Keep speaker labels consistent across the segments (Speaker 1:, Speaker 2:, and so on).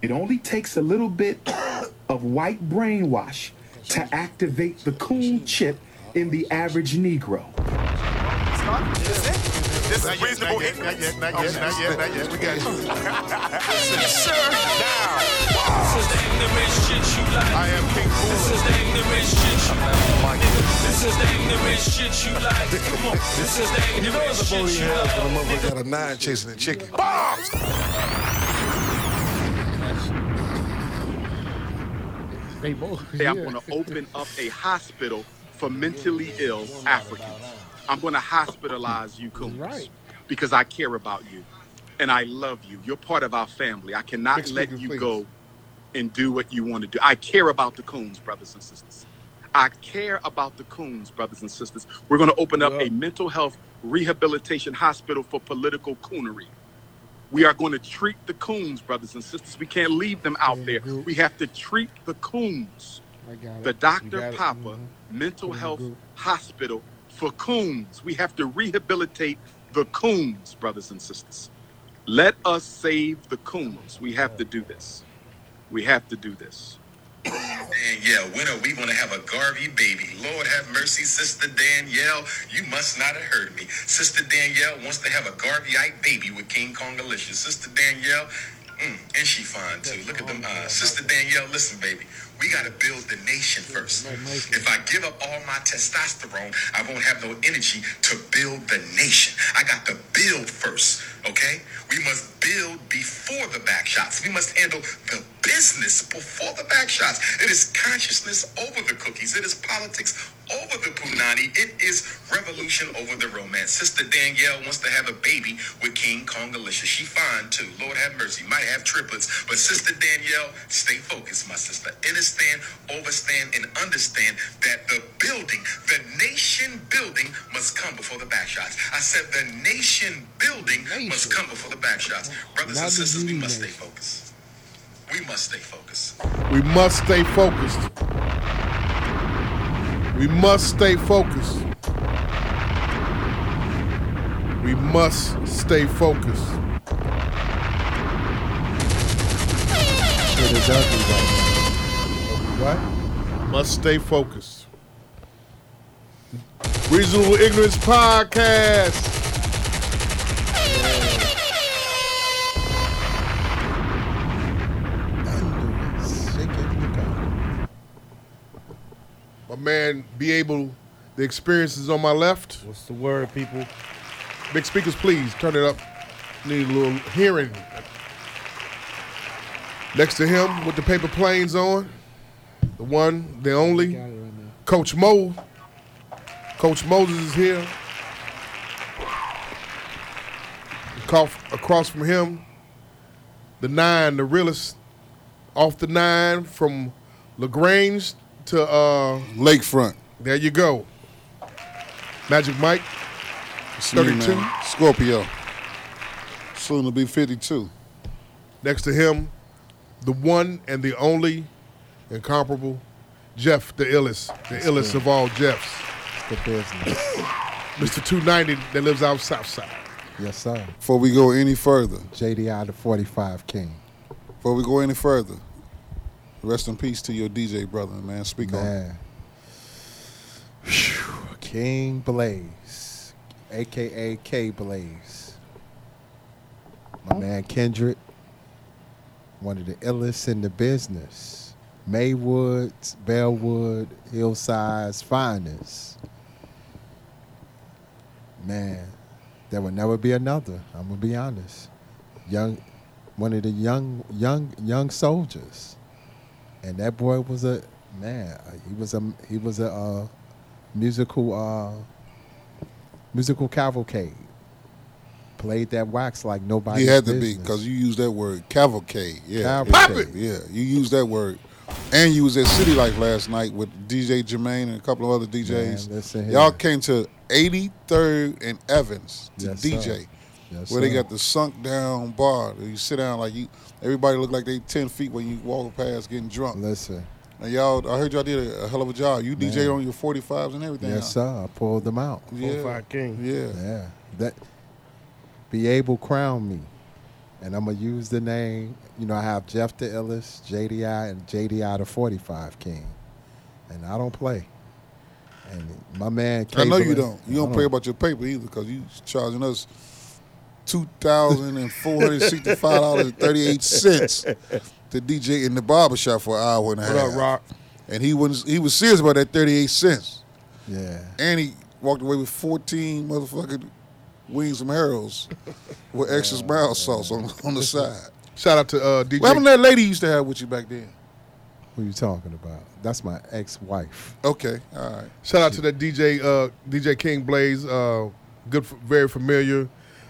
Speaker 1: It only takes a little bit of white brainwash to activate the cool chip in the average Negro.
Speaker 2: This
Speaker 3: Not
Speaker 2: is
Speaker 3: yet,
Speaker 2: reasonable
Speaker 3: not yet,
Speaker 2: ignorance.
Speaker 3: Not yet, not yet, not
Speaker 4: Oh,
Speaker 3: yet, not yet. We got you.
Speaker 5: Yes, sir.
Speaker 2: Now,
Speaker 5: This is the ignorant shit you like.
Speaker 3: I am King
Speaker 5: This
Speaker 3: Boozer.
Speaker 5: is the ignorant shit you like. This is the ignorant shit you like. Come on. This is the
Speaker 3: You know
Speaker 5: ignorant
Speaker 3: it's a booty
Speaker 5: shit you
Speaker 3: hell
Speaker 5: like.
Speaker 3: when a motherfucker got a nine chasing a chicken. Bombs!
Speaker 6: They both.
Speaker 7: Say I'm
Speaker 6: yeah.
Speaker 7: going to open up a hospital for mentally ill Africans. I'm going to hospitalize you coons
Speaker 6: Right.
Speaker 7: because I care about you and I love you. You're part of our family. I cannot
Speaker 3: Next
Speaker 7: let
Speaker 3: speaker,
Speaker 7: you
Speaker 3: please.
Speaker 7: go and do what you want to do. I care about the coons, brothers and sisters. I care about the coons, brothers and sisters. We're going to open up a mental health rehabilitation hospital for political coonery. We are going to treat the coons, brothers and sisters. We can't leave them out there.
Speaker 6: group.
Speaker 7: We have to treat the coons
Speaker 6: I got it.
Speaker 7: the
Speaker 6: You
Speaker 7: Dr.
Speaker 6: got it.
Speaker 7: Papa
Speaker 6: Mhm.
Speaker 7: Mental
Speaker 6: Put it in the
Speaker 7: Health
Speaker 6: group.
Speaker 7: Hospital for coons. We have to rehabilitate the coons, brothers and sisters. Let us save the coons. We have to do this. We have to do this.
Speaker 4: Danielle, when are we gonna have a Garvey baby? Lord have mercy, Sister Danielle. You must not have heard me. Sister Danielle wants to have a Garveyite baby with King Kongalicious. Sister Danielle, mm, and she fine too. Look at them eyes. Sister Danielle, listen, baby. We gotta build the nation first. If I give up all my testosterone, I won't have no energy to build the nation. I got to build first, okay? We must build before the back shots. We must handle the business before the back shots. It is consciousness over the cookies. It is politics over the punani. It is revolution over the romance. Sister Danielle wants to have a baby with King Kongalicious. She fine too. Lord have mercy. Might have triplets. But Sister Danielle, stay focused, my sister. Understand, overstand, and understand that the building, the nation building, must come before the back shots. I said the nation building must come before the back shots. Brothers
Speaker 6: Not
Speaker 4: and
Speaker 6: the
Speaker 4: sisters, we must stay
Speaker 6: nation.
Speaker 4: focused. We must stay focused.
Speaker 3: We must stay focused. We must stay focused. We must stay focused. What is that about? What? Must stay focused. Reasonable Ignorance Podcast. My man, be able. The experience is on my left.
Speaker 8: What's the word, people?
Speaker 3: Big speakers, please turn it up. Need a little hearing. Next to him with the paper planes on, the one, the
Speaker 6: You
Speaker 3: only,
Speaker 6: got it right now.
Speaker 3: Coach Mo. Coach Moses is here. Across across from him, the nine, the realest, off the nine from Lagrange to uh,
Speaker 9: Lakefront.
Speaker 3: there you go. Magic Mike,
Speaker 9: It's me,
Speaker 3: 32?
Speaker 9: man. Scorpio. Soon to be 52.
Speaker 3: Next to him, the one and the only incomparable Jeff, the illest, the illest of all Jeffs,
Speaker 6: It's the business.
Speaker 3: Mr. 290 that lives out south side.
Speaker 6: yes, sir.
Speaker 9: Before we go any further,
Speaker 6: JDI the 45 King.
Speaker 9: before we go any further, rest in peace to your DJ brother, man. Speak on it.
Speaker 6: Man. Whew. King Blaze, aka K Blaze. My man Kendrick, one of the illest in the business. Maywoods, Bellwood, Hillside's finest. Man, there will never be another. I'm gonna be honest. Young, one of the young, young, young soldiers and that boy was a man. He was a he was a uh, musical uh, musical cavalcade. Played that wax like nobody.
Speaker 9: He had to be because you used that word cavalcade. Yeah,
Speaker 6: Cavalcade. Pop
Speaker 3: it!
Speaker 9: Yeah, you used that word, and you was at City Life last night with DJ Jermaine and a couple of other DJs.
Speaker 6: Man, listen here.
Speaker 9: Y'all came to 83rd and Evans to
Speaker 6: Yes,
Speaker 9: DJ,
Speaker 6: sir. Yes,
Speaker 9: where they
Speaker 6: sir.
Speaker 9: got the sunk down bar. You sit down like you. Everybody look like they 10 feet when you walk past getting drunk.
Speaker 6: Listen,
Speaker 9: And y'all, I heard y'all did a, a hell of a job. You DJ on your 45s and everything.
Speaker 6: yes sir, I pulled them out.
Speaker 9: Yeah.
Speaker 8: Four, five, king.
Speaker 9: Yeah.
Speaker 6: Yeah, that be able crown me. And I'm gonna use the name. You know, I have Jeff the Illis, JDI, and JDI the 45 King, and I don't play. And my man,
Speaker 9: I know you
Speaker 6: Cable-
Speaker 9: don't. You
Speaker 6: I
Speaker 9: don't pray about your paper either because you charging us two thousand and four hundred sixty-five dollars and thirty-eight cents to DJ in the barber shop for an hour and a
Speaker 3: What
Speaker 9: half.
Speaker 3: up, Rock?
Speaker 9: And he was he was serious about that thirty-eight cents,
Speaker 6: Yeah,
Speaker 9: and he walked away with fourteen motherfucking wings from arrows with extra mild sauce on, on the side.
Speaker 3: Shout out to uh, DJ.
Speaker 9: What happened to that lady you used to have with you back then?
Speaker 6: who you talking about? That's my ex-wife.
Speaker 9: Okay, all right.
Speaker 3: Shout out to that DJ uh, DJ King Blaze, uh, good, very familiar.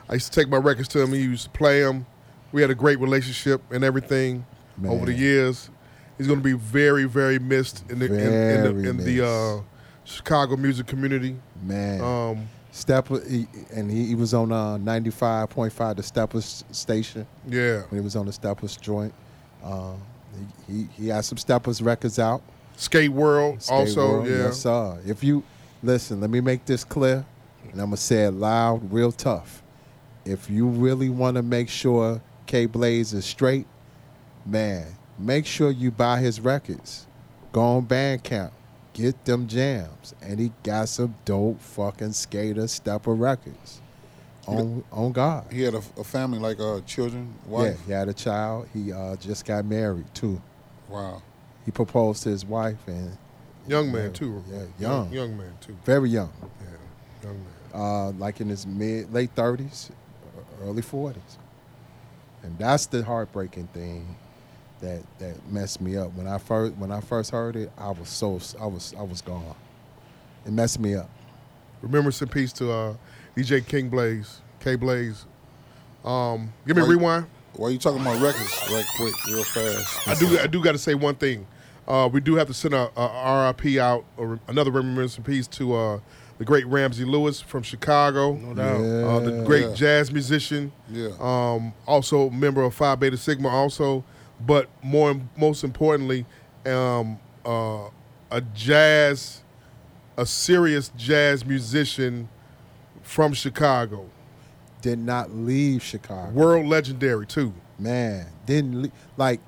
Speaker 3: I used to take my records to him. He used to play them. We had a great relationship and everything over the
Speaker 6: Man.
Speaker 3: years. He's going to be very, very missed in the in, in the,
Speaker 6: Very
Speaker 3: in the uh,
Speaker 6: missed.
Speaker 3: Chicago music community.
Speaker 6: Man,
Speaker 3: Um,
Speaker 6: Stepper, he, and he, he was on uh, 95.5, the Steppers station,
Speaker 3: yeah,
Speaker 6: when he was on the Steppers joint. Uh, he, he, he had some Steppers records out.
Speaker 3: Skate World
Speaker 6: Skate
Speaker 3: also.
Speaker 6: World,
Speaker 3: yeah,
Speaker 6: Yes, sir. If you, listen, let me make this clear, and I'm going to say it loud, real tough. If you really want to make sure K Blaze is straight, man, make sure you buy his records. Go on Bandcamp, get them jams, and he got some dope fucking skater stepper records. On on God,
Speaker 9: He had a, a family like uh, children,
Speaker 6: yeah,
Speaker 9: wife.
Speaker 6: he had a child. He uh, just got married too.
Speaker 9: Wow.
Speaker 6: He proposed to his wife, and
Speaker 3: young man too.
Speaker 6: yeah, young.
Speaker 3: young man too.
Speaker 6: very young,
Speaker 3: Yeah, young man.
Speaker 6: uh, like in his mid late thirties, uh, early forties, and that's the heartbreaking thing that that messed me up. When I first when I first heard it, I was so I was I was gone. It messed me up.
Speaker 3: Remembrance and peace to uh, DJ King Blaze, K Blaze. Um, give me a
Speaker 9: Right.
Speaker 3: rewind.
Speaker 9: Why you talking about records right quick, real fast?
Speaker 3: I do. I do got to say one thing. Uh, we do have to send a, a RIP out, or another remembrance and peace to uh, the great Ramsey Lewis from Chicago. No doubt. Uh, the great
Speaker 9: Yeah.
Speaker 3: jazz musician.
Speaker 9: Yeah.
Speaker 3: Um, also member of Phi Beta Sigma. Also, but more most importantly, um, uh, a jazz, a serious jazz musician from Chicago.
Speaker 6: Did not leave Chicago.
Speaker 3: World legendary too.
Speaker 6: Man, didn't le- like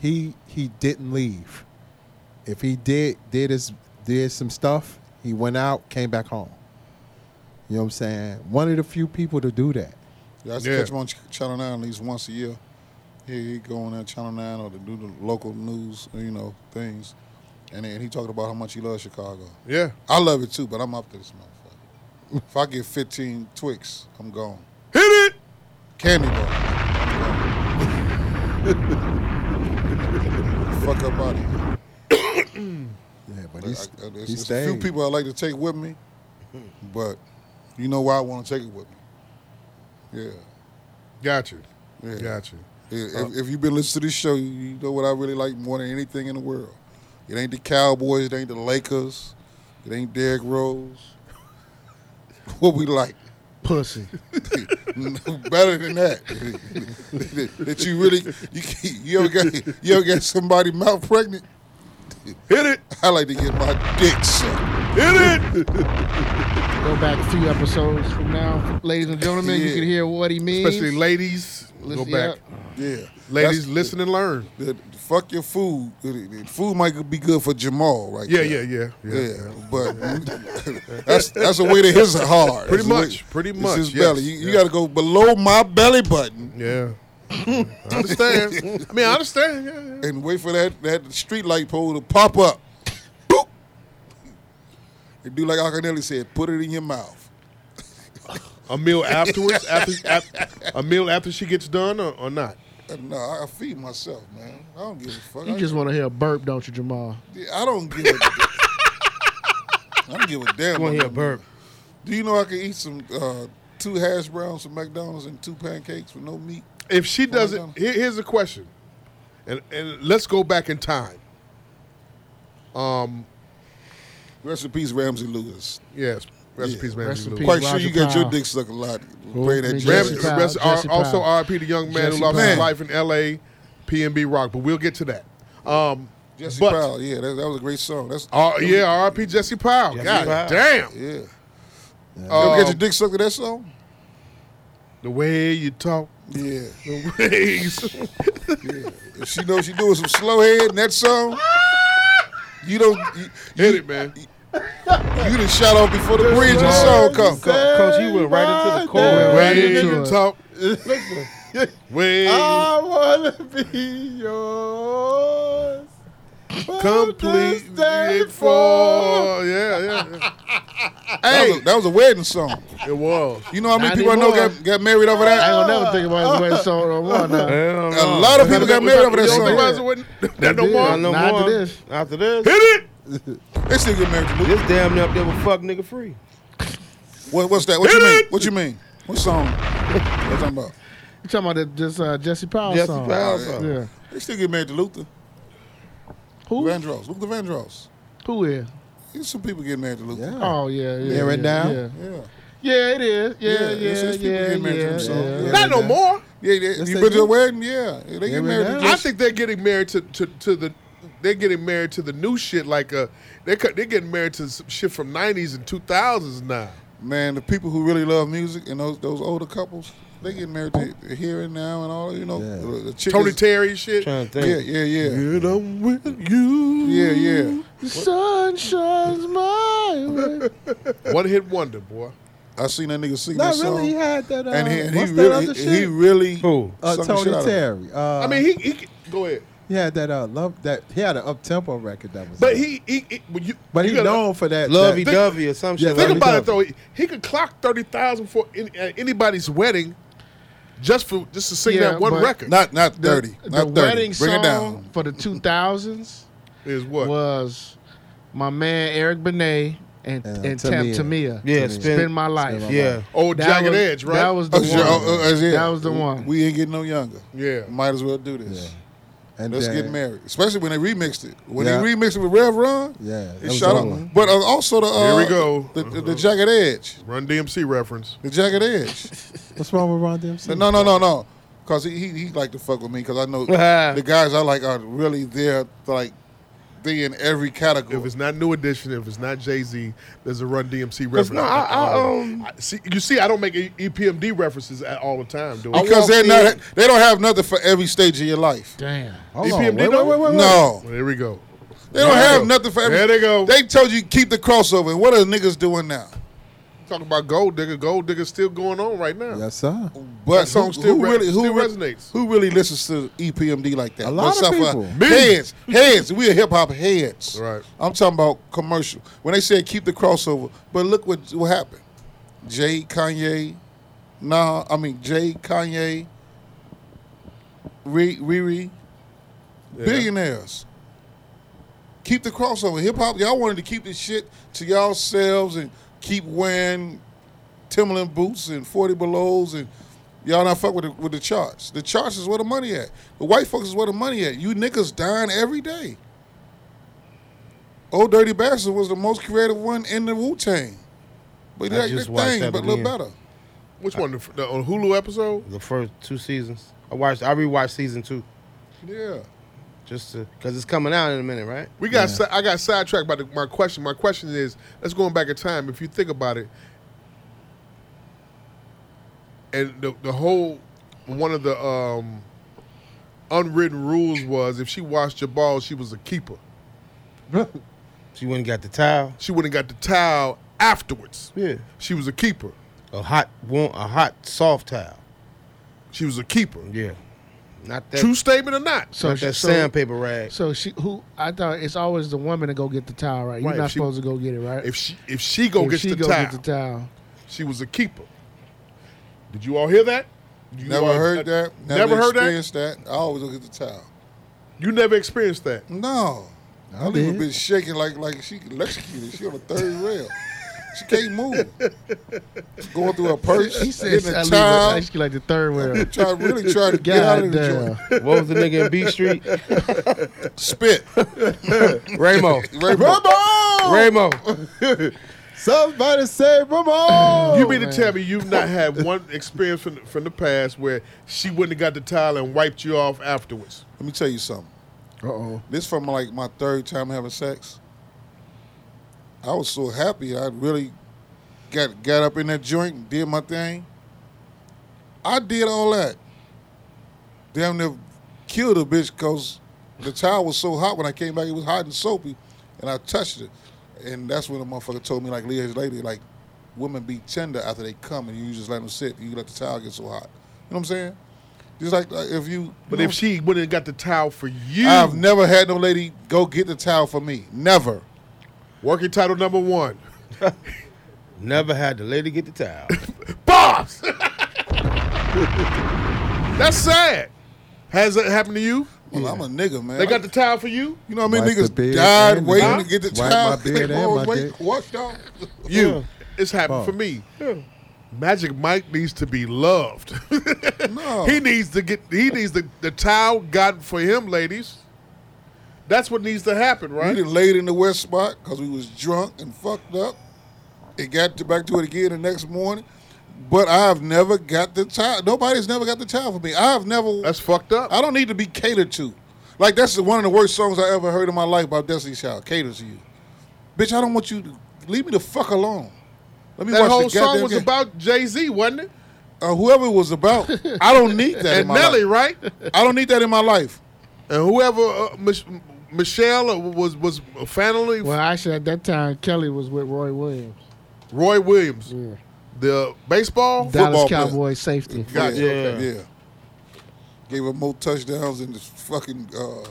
Speaker 6: he he didn't leave. If he did did his did some stuff, he went out, came back home. You know what I'm saying? One of the few people to do that.
Speaker 9: Yeah, I used
Speaker 3: Yeah.
Speaker 9: to catch him on Ch- Channel 9 at least once a year. He, he go on that Channel 9 or to do the local news, you know, things. And then he talking about how much he loves Chicago.
Speaker 3: Yeah.
Speaker 9: I love it too, but I'm up to this motherfucker. if I get 15 Twix, I'm gone.
Speaker 3: Hit it.
Speaker 9: Candy bar. Fuck up out of here.
Speaker 6: Yeah, but
Speaker 9: I-
Speaker 6: he's,
Speaker 9: I- there's-
Speaker 6: he
Speaker 9: there's a few
Speaker 6: stayed.
Speaker 9: people I like to take with me, but you know why I want to take it with me. Yeah.
Speaker 3: Gotcha.
Speaker 9: Yeah.
Speaker 3: Gotcha.
Speaker 9: Yeah, If, if you've been listening to this show, you- you know what I really like more than anything in the world. It ain't the Cowboys, it ain't the Lakers, it ain't Derrick Rose. What we like.
Speaker 4: Pussy.
Speaker 9: Better than that. that you really you can't- you ever got you ever got somebody mouth pregnant?
Speaker 3: Hit it.
Speaker 9: I like to get my dick sucked.
Speaker 3: Hit it.
Speaker 4: Go back a few episodes from now, ladies and gentlemen. You
Speaker 9: Yeah.
Speaker 4: can hear what he means.
Speaker 3: Especially ladies, go
Speaker 4: Listen,
Speaker 3: back.
Speaker 4: yeah.
Speaker 9: Yeah.
Speaker 3: Ladies,
Speaker 9: That's-
Speaker 3: listen and learn.
Speaker 9: The, the fuck your food. The- the Food might be good for Jamal, right?
Speaker 3: Yeah, yeah,
Speaker 9: there.
Speaker 3: yeah, yeah. yeah.
Speaker 9: but that's that's a way to his heart.
Speaker 3: Pretty
Speaker 9: That's a
Speaker 3: much,
Speaker 9: way-
Speaker 3: pretty
Speaker 9: it's
Speaker 3: much,
Speaker 9: his
Speaker 3: yes,
Speaker 9: belly. You,
Speaker 3: yeah.
Speaker 9: you got to go below my belly button
Speaker 3: Yeah. I understand. I mean, I understand. Yeah, yeah.
Speaker 9: and wait for that that street light pole to pop up. Boop. And do like Alcanelli said, put it in your mouth.
Speaker 3: A meal afterwards, after, af- a meal after she gets done, or, or not.
Speaker 9: Uh, No, I I feed myself, man. I don't give a fuck.
Speaker 4: You
Speaker 9: I,
Speaker 4: just want to hear a burp, don't you, Jamal?
Speaker 9: I don't give a. I don't give a damn.
Speaker 4: wanna hear a
Speaker 9: about
Speaker 4: burp.
Speaker 9: Do you know I can eat some uh, two hash browns from McDonald's and two pancakes with no meat?
Speaker 3: If she
Speaker 9: Well,
Speaker 3: doesn't, here, here's a question, and and let's go back in time.
Speaker 9: Rest in peace, Ramsey Lewis.
Speaker 3: Yes, rest in
Speaker 9: Yeah,
Speaker 3: peace, man.
Speaker 4: rest in peace.
Speaker 9: Quite
Speaker 4: Roger
Speaker 9: sure you got your
Speaker 4: Powell.
Speaker 9: dick sucked a lot.
Speaker 4: Who?
Speaker 9: Playing that
Speaker 4: Me,
Speaker 9: jazz.
Speaker 3: Ramsey,
Speaker 4: Jesse Powell,
Speaker 3: rest,
Speaker 4: Jesse
Speaker 3: R- also
Speaker 4: Powell.
Speaker 3: RIP the young man
Speaker 4: Jesse
Speaker 3: who lost his
Speaker 9: Powell.
Speaker 3: life in L.A. PNB Rock, but we'll get to that. Um,
Speaker 9: Jesse
Speaker 3: but,
Speaker 9: Powell, yeah, that, that was a great song. That's
Speaker 4: Oh.
Speaker 3: Uh, yeah, RIP Jesse Powell. God damn.
Speaker 9: yeah. You
Speaker 3: Uh,
Speaker 4: Oh.
Speaker 9: ever get your dick sucked to that song?
Speaker 3: The way you talk,
Speaker 9: Yeah.
Speaker 3: Please.
Speaker 9: If she knows she doing some slow head in that song, you don't you,
Speaker 3: Hit it, man.
Speaker 9: you done shot off before the bridge and the song come.
Speaker 2: Co- Coach, you went right into the
Speaker 6: Went
Speaker 2: core.
Speaker 6: right
Speaker 3: Way
Speaker 6: into
Speaker 3: you
Speaker 6: it.
Speaker 3: talk. Way
Speaker 6: I wanna be yours.
Speaker 3: complete it for. Yeah, yeah, yeah.
Speaker 9: That, was a, that was a wedding song.
Speaker 3: It was.
Speaker 9: You know how many
Speaker 4: Not
Speaker 9: people I know
Speaker 4: anymore.
Speaker 9: got, got married over that?
Speaker 4: I ain't gonna never think about his wedding song no more. Now.
Speaker 3: Hell no.
Speaker 9: A
Speaker 4: Uh-uh.
Speaker 9: lot of people got married over that
Speaker 3: You don't think
Speaker 9: song.
Speaker 3: Roger wasn't- That no
Speaker 4: did.
Speaker 3: more.
Speaker 2: Not
Speaker 3: Hit
Speaker 2: no
Speaker 4: Not
Speaker 2: more.
Speaker 4: after this.
Speaker 2: After this.
Speaker 3: it.
Speaker 9: They still get married to Luke.
Speaker 2: This damn near up there with fuck nigga free.
Speaker 9: What, what's that? What you
Speaker 3: Hit
Speaker 9: mean?
Speaker 3: it.
Speaker 9: What you mean? What song? What you talking about?
Speaker 4: You talking about that just uh, Jesse Powell
Speaker 2: Jesse
Speaker 4: song?
Speaker 2: Powell song.
Speaker 4: Yeah.
Speaker 9: They still get married to Luther
Speaker 4: Who?
Speaker 9: Vandross. Luther Vandross.
Speaker 4: Who is?
Speaker 9: There's some people getting married to Luther.
Speaker 6: Yeah.
Speaker 4: Oh yeah, yeah.
Speaker 6: Here and
Speaker 4: yeah,
Speaker 6: now?
Speaker 4: Yeah.
Speaker 9: Yeah.
Speaker 4: yeah, it is. Yeah,
Speaker 9: Yeah,
Speaker 4: yeah,
Speaker 9: it's-
Speaker 4: yeah,
Speaker 9: it's people
Speaker 4: yeah,
Speaker 9: getting married to
Speaker 4: yeah,
Speaker 9: themselves. Yeah.
Speaker 3: Not no more.
Speaker 9: Yeah, they,
Speaker 6: Yes,
Speaker 9: you
Speaker 6: they
Speaker 9: been to
Speaker 6: do.
Speaker 9: a wedding? Yeah. They
Speaker 6: Yeah,
Speaker 9: get
Speaker 6: we
Speaker 9: married
Speaker 6: know.
Speaker 9: to
Speaker 3: I
Speaker 9: just,
Speaker 3: think they're getting married to, to, to the they're getting married to the new shit like uh they cut- they're getting married to some shit from 90s and 2000s now.
Speaker 9: man, the people who really love music and those those older couples, they get married to here and now and all, you know.
Speaker 6: Yeah.
Speaker 9: The, the chickens-
Speaker 3: Tony Terry shit.
Speaker 2: Trying to think.
Speaker 9: Yeah, yeah, yeah.
Speaker 3: And I'm with you.
Speaker 9: Yeah, yeah.
Speaker 4: The sun shines my way.
Speaker 3: One hit wonder, boy.
Speaker 9: I seen that nigga sing
Speaker 6: Not
Speaker 9: that
Speaker 6: really. He
Speaker 9: song.
Speaker 6: had that. Uh,
Speaker 9: and he, and he
Speaker 6: what's that
Speaker 9: really
Speaker 6: other
Speaker 9: he,
Speaker 6: shit?
Speaker 9: really
Speaker 2: Who?
Speaker 6: uh,
Speaker 9: sung the shit
Speaker 6: Tony
Speaker 9: out of it.
Speaker 6: Terry. Uh,
Speaker 3: I mean, he, he go ahead.
Speaker 6: he had that uh, love that he had an up tempo record that was.
Speaker 3: But
Speaker 6: out.
Speaker 3: he he, he well, you,
Speaker 6: but he
Speaker 3: you gotta-
Speaker 6: known for that.
Speaker 2: Lovey
Speaker 6: that,
Speaker 2: dovey or some
Speaker 6: Yeah,
Speaker 2: shit.
Speaker 6: let
Speaker 3: Think
Speaker 6: me
Speaker 2: like
Speaker 3: about
Speaker 6: tell
Speaker 3: it though. He, he could clock thirty thousand for any, at anybody's wedding, just for just to sing
Speaker 4: Yeah,
Speaker 3: that one
Speaker 4: but-
Speaker 3: record.
Speaker 9: Not not
Speaker 4: The-
Speaker 9: thirty.
Speaker 4: The,
Speaker 9: not thirty.
Speaker 4: wedding
Speaker 9: Bring
Speaker 4: song
Speaker 9: it down.
Speaker 4: for the two thousands
Speaker 3: is what?
Speaker 4: was my man Eric Benet and
Speaker 6: And
Speaker 4: and, Tap
Speaker 6: Tamia.
Speaker 4: Tamia.
Speaker 2: Yeah,
Speaker 4: spend,
Speaker 2: Spin
Speaker 4: my life.
Speaker 6: Spin My
Speaker 2: Yeah.
Speaker 3: Old
Speaker 4: That
Speaker 3: Jagged
Speaker 4: was-
Speaker 3: Edge, right?
Speaker 4: That was the
Speaker 9: Oh, yeah, oh,
Speaker 4: one.
Speaker 9: oh, yeah.
Speaker 4: That was the
Speaker 9: We-
Speaker 4: one.
Speaker 9: We ain't getting no younger.
Speaker 3: Yeah.
Speaker 9: Might as well do this.
Speaker 6: And
Speaker 9: Let's
Speaker 6: then-
Speaker 9: get married, especially when they remixed it. When
Speaker 6: Yeah.
Speaker 9: they remixed it with Rev Run,
Speaker 6: Yeah, that
Speaker 9: it
Speaker 6: was
Speaker 9: shot
Speaker 6: the
Speaker 9: up.
Speaker 6: one.
Speaker 9: But uh, also the uh,
Speaker 3: Here we go.
Speaker 9: the, the, the jagged edge,
Speaker 3: oh, Run DMC reference.
Speaker 9: the jagged edge.
Speaker 6: What's wrong with Ron Dempsey?
Speaker 9: But no, no, no, no, because he, he he like to fuck with me because I know
Speaker 3: Uh-huh.
Speaker 9: the guys I like are really there, like they in every
Speaker 3: If
Speaker 9: category.
Speaker 3: it's not New Edition, if it's not Jay Z, there's a Run DMC reference.
Speaker 2: Because no, I, I um
Speaker 3: I- see, you see, I don't make E- EPMD references at all the time, do I?
Speaker 9: Because they're
Speaker 2: walked
Speaker 9: not they don't have nothing for every stage of your life.
Speaker 4: Damn.
Speaker 9: E
Speaker 6: Hold on,
Speaker 3: EPMD
Speaker 6: wait,
Speaker 3: don't?
Speaker 6: wait, wait, wait,
Speaker 9: No,
Speaker 3: Well, here we go.
Speaker 9: they don't
Speaker 3: There
Speaker 9: have
Speaker 3: go.
Speaker 9: nothing for every.
Speaker 3: There they go.
Speaker 9: They told you keep the crossover. What are niggas doing now?
Speaker 3: Talking about Gold Digger. Gold Digger's still going on right now.
Speaker 6: Yes, sir.
Speaker 9: But
Speaker 3: That song
Speaker 9: who,
Speaker 3: still
Speaker 9: who
Speaker 3: re-
Speaker 9: really who
Speaker 3: still
Speaker 9: re-
Speaker 3: resonates.
Speaker 9: Who really listens to E EPMD like that?
Speaker 6: A lot of
Speaker 9: Except for
Speaker 6: people.
Speaker 3: Me.
Speaker 9: Heads, heads. We are hip hop heads.
Speaker 3: Right.
Speaker 9: I'm talking about commercial. When they said keep the crossover, but look what what happened. Jay Kanye, nah, I mean Jay Kanye, Ri- Riri, billionaires. Keep the crossover. Hip hop, y'all wanted to keep this shit to yourselves and keep wearing Timberland boots and 40 belows and y'all not fuck with the, with the charts. The charts is where the money at. The white folks is where the money at. You niggas dying every day. Old Dirty Bastard was the most creative one in the Wu Tang. But
Speaker 2: I
Speaker 9: that,
Speaker 2: just
Speaker 9: that
Speaker 2: watched
Speaker 9: thing,
Speaker 2: that
Speaker 9: but a little
Speaker 2: again.
Speaker 9: better.
Speaker 3: Which one? The, f- the on Hulu episode?
Speaker 2: the first two seasons. I watched. I rewatched season two
Speaker 9: Yeah.
Speaker 2: just to because it's coming out in a minute, right?
Speaker 3: We got. si- I got sidetracked by the, my question. My question is: Let's go back in time. If you think about it, and the the whole one of the um, unwritten rules was if she washed your balls, she was a keeper.
Speaker 2: She went and got the towel.
Speaker 3: She wouldn't got the towel afterwards.
Speaker 2: Yeah,
Speaker 3: She was a keeper.
Speaker 2: a hot one, a hot soft towel.
Speaker 3: She was a keeper.
Speaker 2: Yeah, not that
Speaker 3: True statement or not?
Speaker 4: So
Speaker 2: not
Speaker 4: she-
Speaker 2: that
Speaker 4: so-
Speaker 2: sandpaper rag.
Speaker 4: So she who I thought it's always the woman to go get the towel, right? You're
Speaker 3: Right,
Speaker 4: not
Speaker 3: if she-
Speaker 4: supposed to go get it, right?
Speaker 3: If she if she go
Speaker 4: If
Speaker 3: gets
Speaker 4: she
Speaker 3: the
Speaker 4: go
Speaker 3: towel,
Speaker 4: get the towel.
Speaker 3: she was a keeper. Did you all hear that? You
Speaker 9: Never
Speaker 3: all-
Speaker 9: heard that. Never,
Speaker 3: never heard that?
Speaker 9: experienced that. I always look at the towel.
Speaker 3: You never experienced that.
Speaker 9: No. I,
Speaker 6: I
Speaker 9: leave a
Speaker 6: did.
Speaker 9: bitch shaking like like she electrocuted. She on the third rail. She can't move. She going through her purse.
Speaker 4: He said
Speaker 9: hitting
Speaker 4: I
Speaker 9: a
Speaker 4: leave
Speaker 9: towel.
Speaker 4: it- I like the third one.
Speaker 9: Try really try to get out of
Speaker 4: God
Speaker 9: the
Speaker 4: damn.
Speaker 9: joint.
Speaker 2: what was the nigga in B Street?
Speaker 9: Spit.
Speaker 2: Ramo.
Speaker 6: Ramon!
Speaker 2: Ramo.
Speaker 6: Somebody say Ramon!
Speaker 3: you mean to tell me you've not had one experience from the, from the past where she wouldn't have got the towel and wiped you off afterwards?
Speaker 9: Let me tell you something.
Speaker 6: Uh oh.
Speaker 9: This from like my third time having sex. I was so happy. I really got got up in that joint and did my thing. I did all that. damn near killed a bitch because the towel was so hot when I came back. It was hot and soapy, and I touched it, and that's when the motherfucker told me like years later, like women be tender after they come, and you just let them sit. You let the towel get so hot. You know what I'm saying? Just like, like if you,
Speaker 3: But
Speaker 9: you know,
Speaker 3: if she would have got the towel for you,
Speaker 9: I've never had no lady go get the towel for me. Never.
Speaker 3: working title number one,
Speaker 2: Never had the lady get the towel.
Speaker 3: boss. That's sad. Has that happened to you?
Speaker 9: Well, I'm a nigga, man.
Speaker 3: They got the towel for you.
Speaker 9: You know how many
Speaker 6: Wipe the
Speaker 9: niggas
Speaker 6: beard
Speaker 9: died
Speaker 6: and-
Speaker 9: waiting
Speaker 6: Huh?
Speaker 9: to get the
Speaker 6: Wipe
Speaker 9: child?
Speaker 6: my beard and my
Speaker 9: wait,
Speaker 6: dick.
Speaker 9: what, dog?
Speaker 3: You. It's happened
Speaker 6: Boss.
Speaker 9: Oh.
Speaker 3: for me. Magic Mike needs to be loved.
Speaker 9: No.
Speaker 3: He needs to get. He needs the the towel gotten for him, ladies. That's what needs to happen,
Speaker 9: We
Speaker 3: right?
Speaker 9: done laid in the west spot because we was drunk and fucked up. It got to back to it again the next morning. But I've never got the child. Nobody's never got the child for me. I've never.
Speaker 3: That's fucked up.
Speaker 9: I don't need to be catered to. Like that's one of the worst songs I ever heard in my life by Destiny Child. Cater to you, bitch. I don't want you to leave me the fuck alone. Let me
Speaker 3: That
Speaker 9: watch
Speaker 3: whole
Speaker 9: the goddamn
Speaker 3: song was
Speaker 9: game.
Speaker 3: about Jay Z, wasn't it?
Speaker 9: uh, whoever it was about. I don't need that in
Speaker 3: And
Speaker 9: my
Speaker 3: Nelly,
Speaker 9: life.
Speaker 3: right?
Speaker 9: I don't need that in my life.
Speaker 3: And whoever uh, Mich- Michelle uh, was was finally
Speaker 4: Well, actually, at that time, Kelly was with Roy Williams.
Speaker 3: Roy Williams,
Speaker 4: Yeah.
Speaker 3: the baseball
Speaker 4: Dallas
Speaker 9: Football player.
Speaker 4: Cowboys safety.
Speaker 9: Gotcha.
Speaker 2: Yeah.
Speaker 9: Okay, yeah. Gave up more touchdowns than this fucking uh,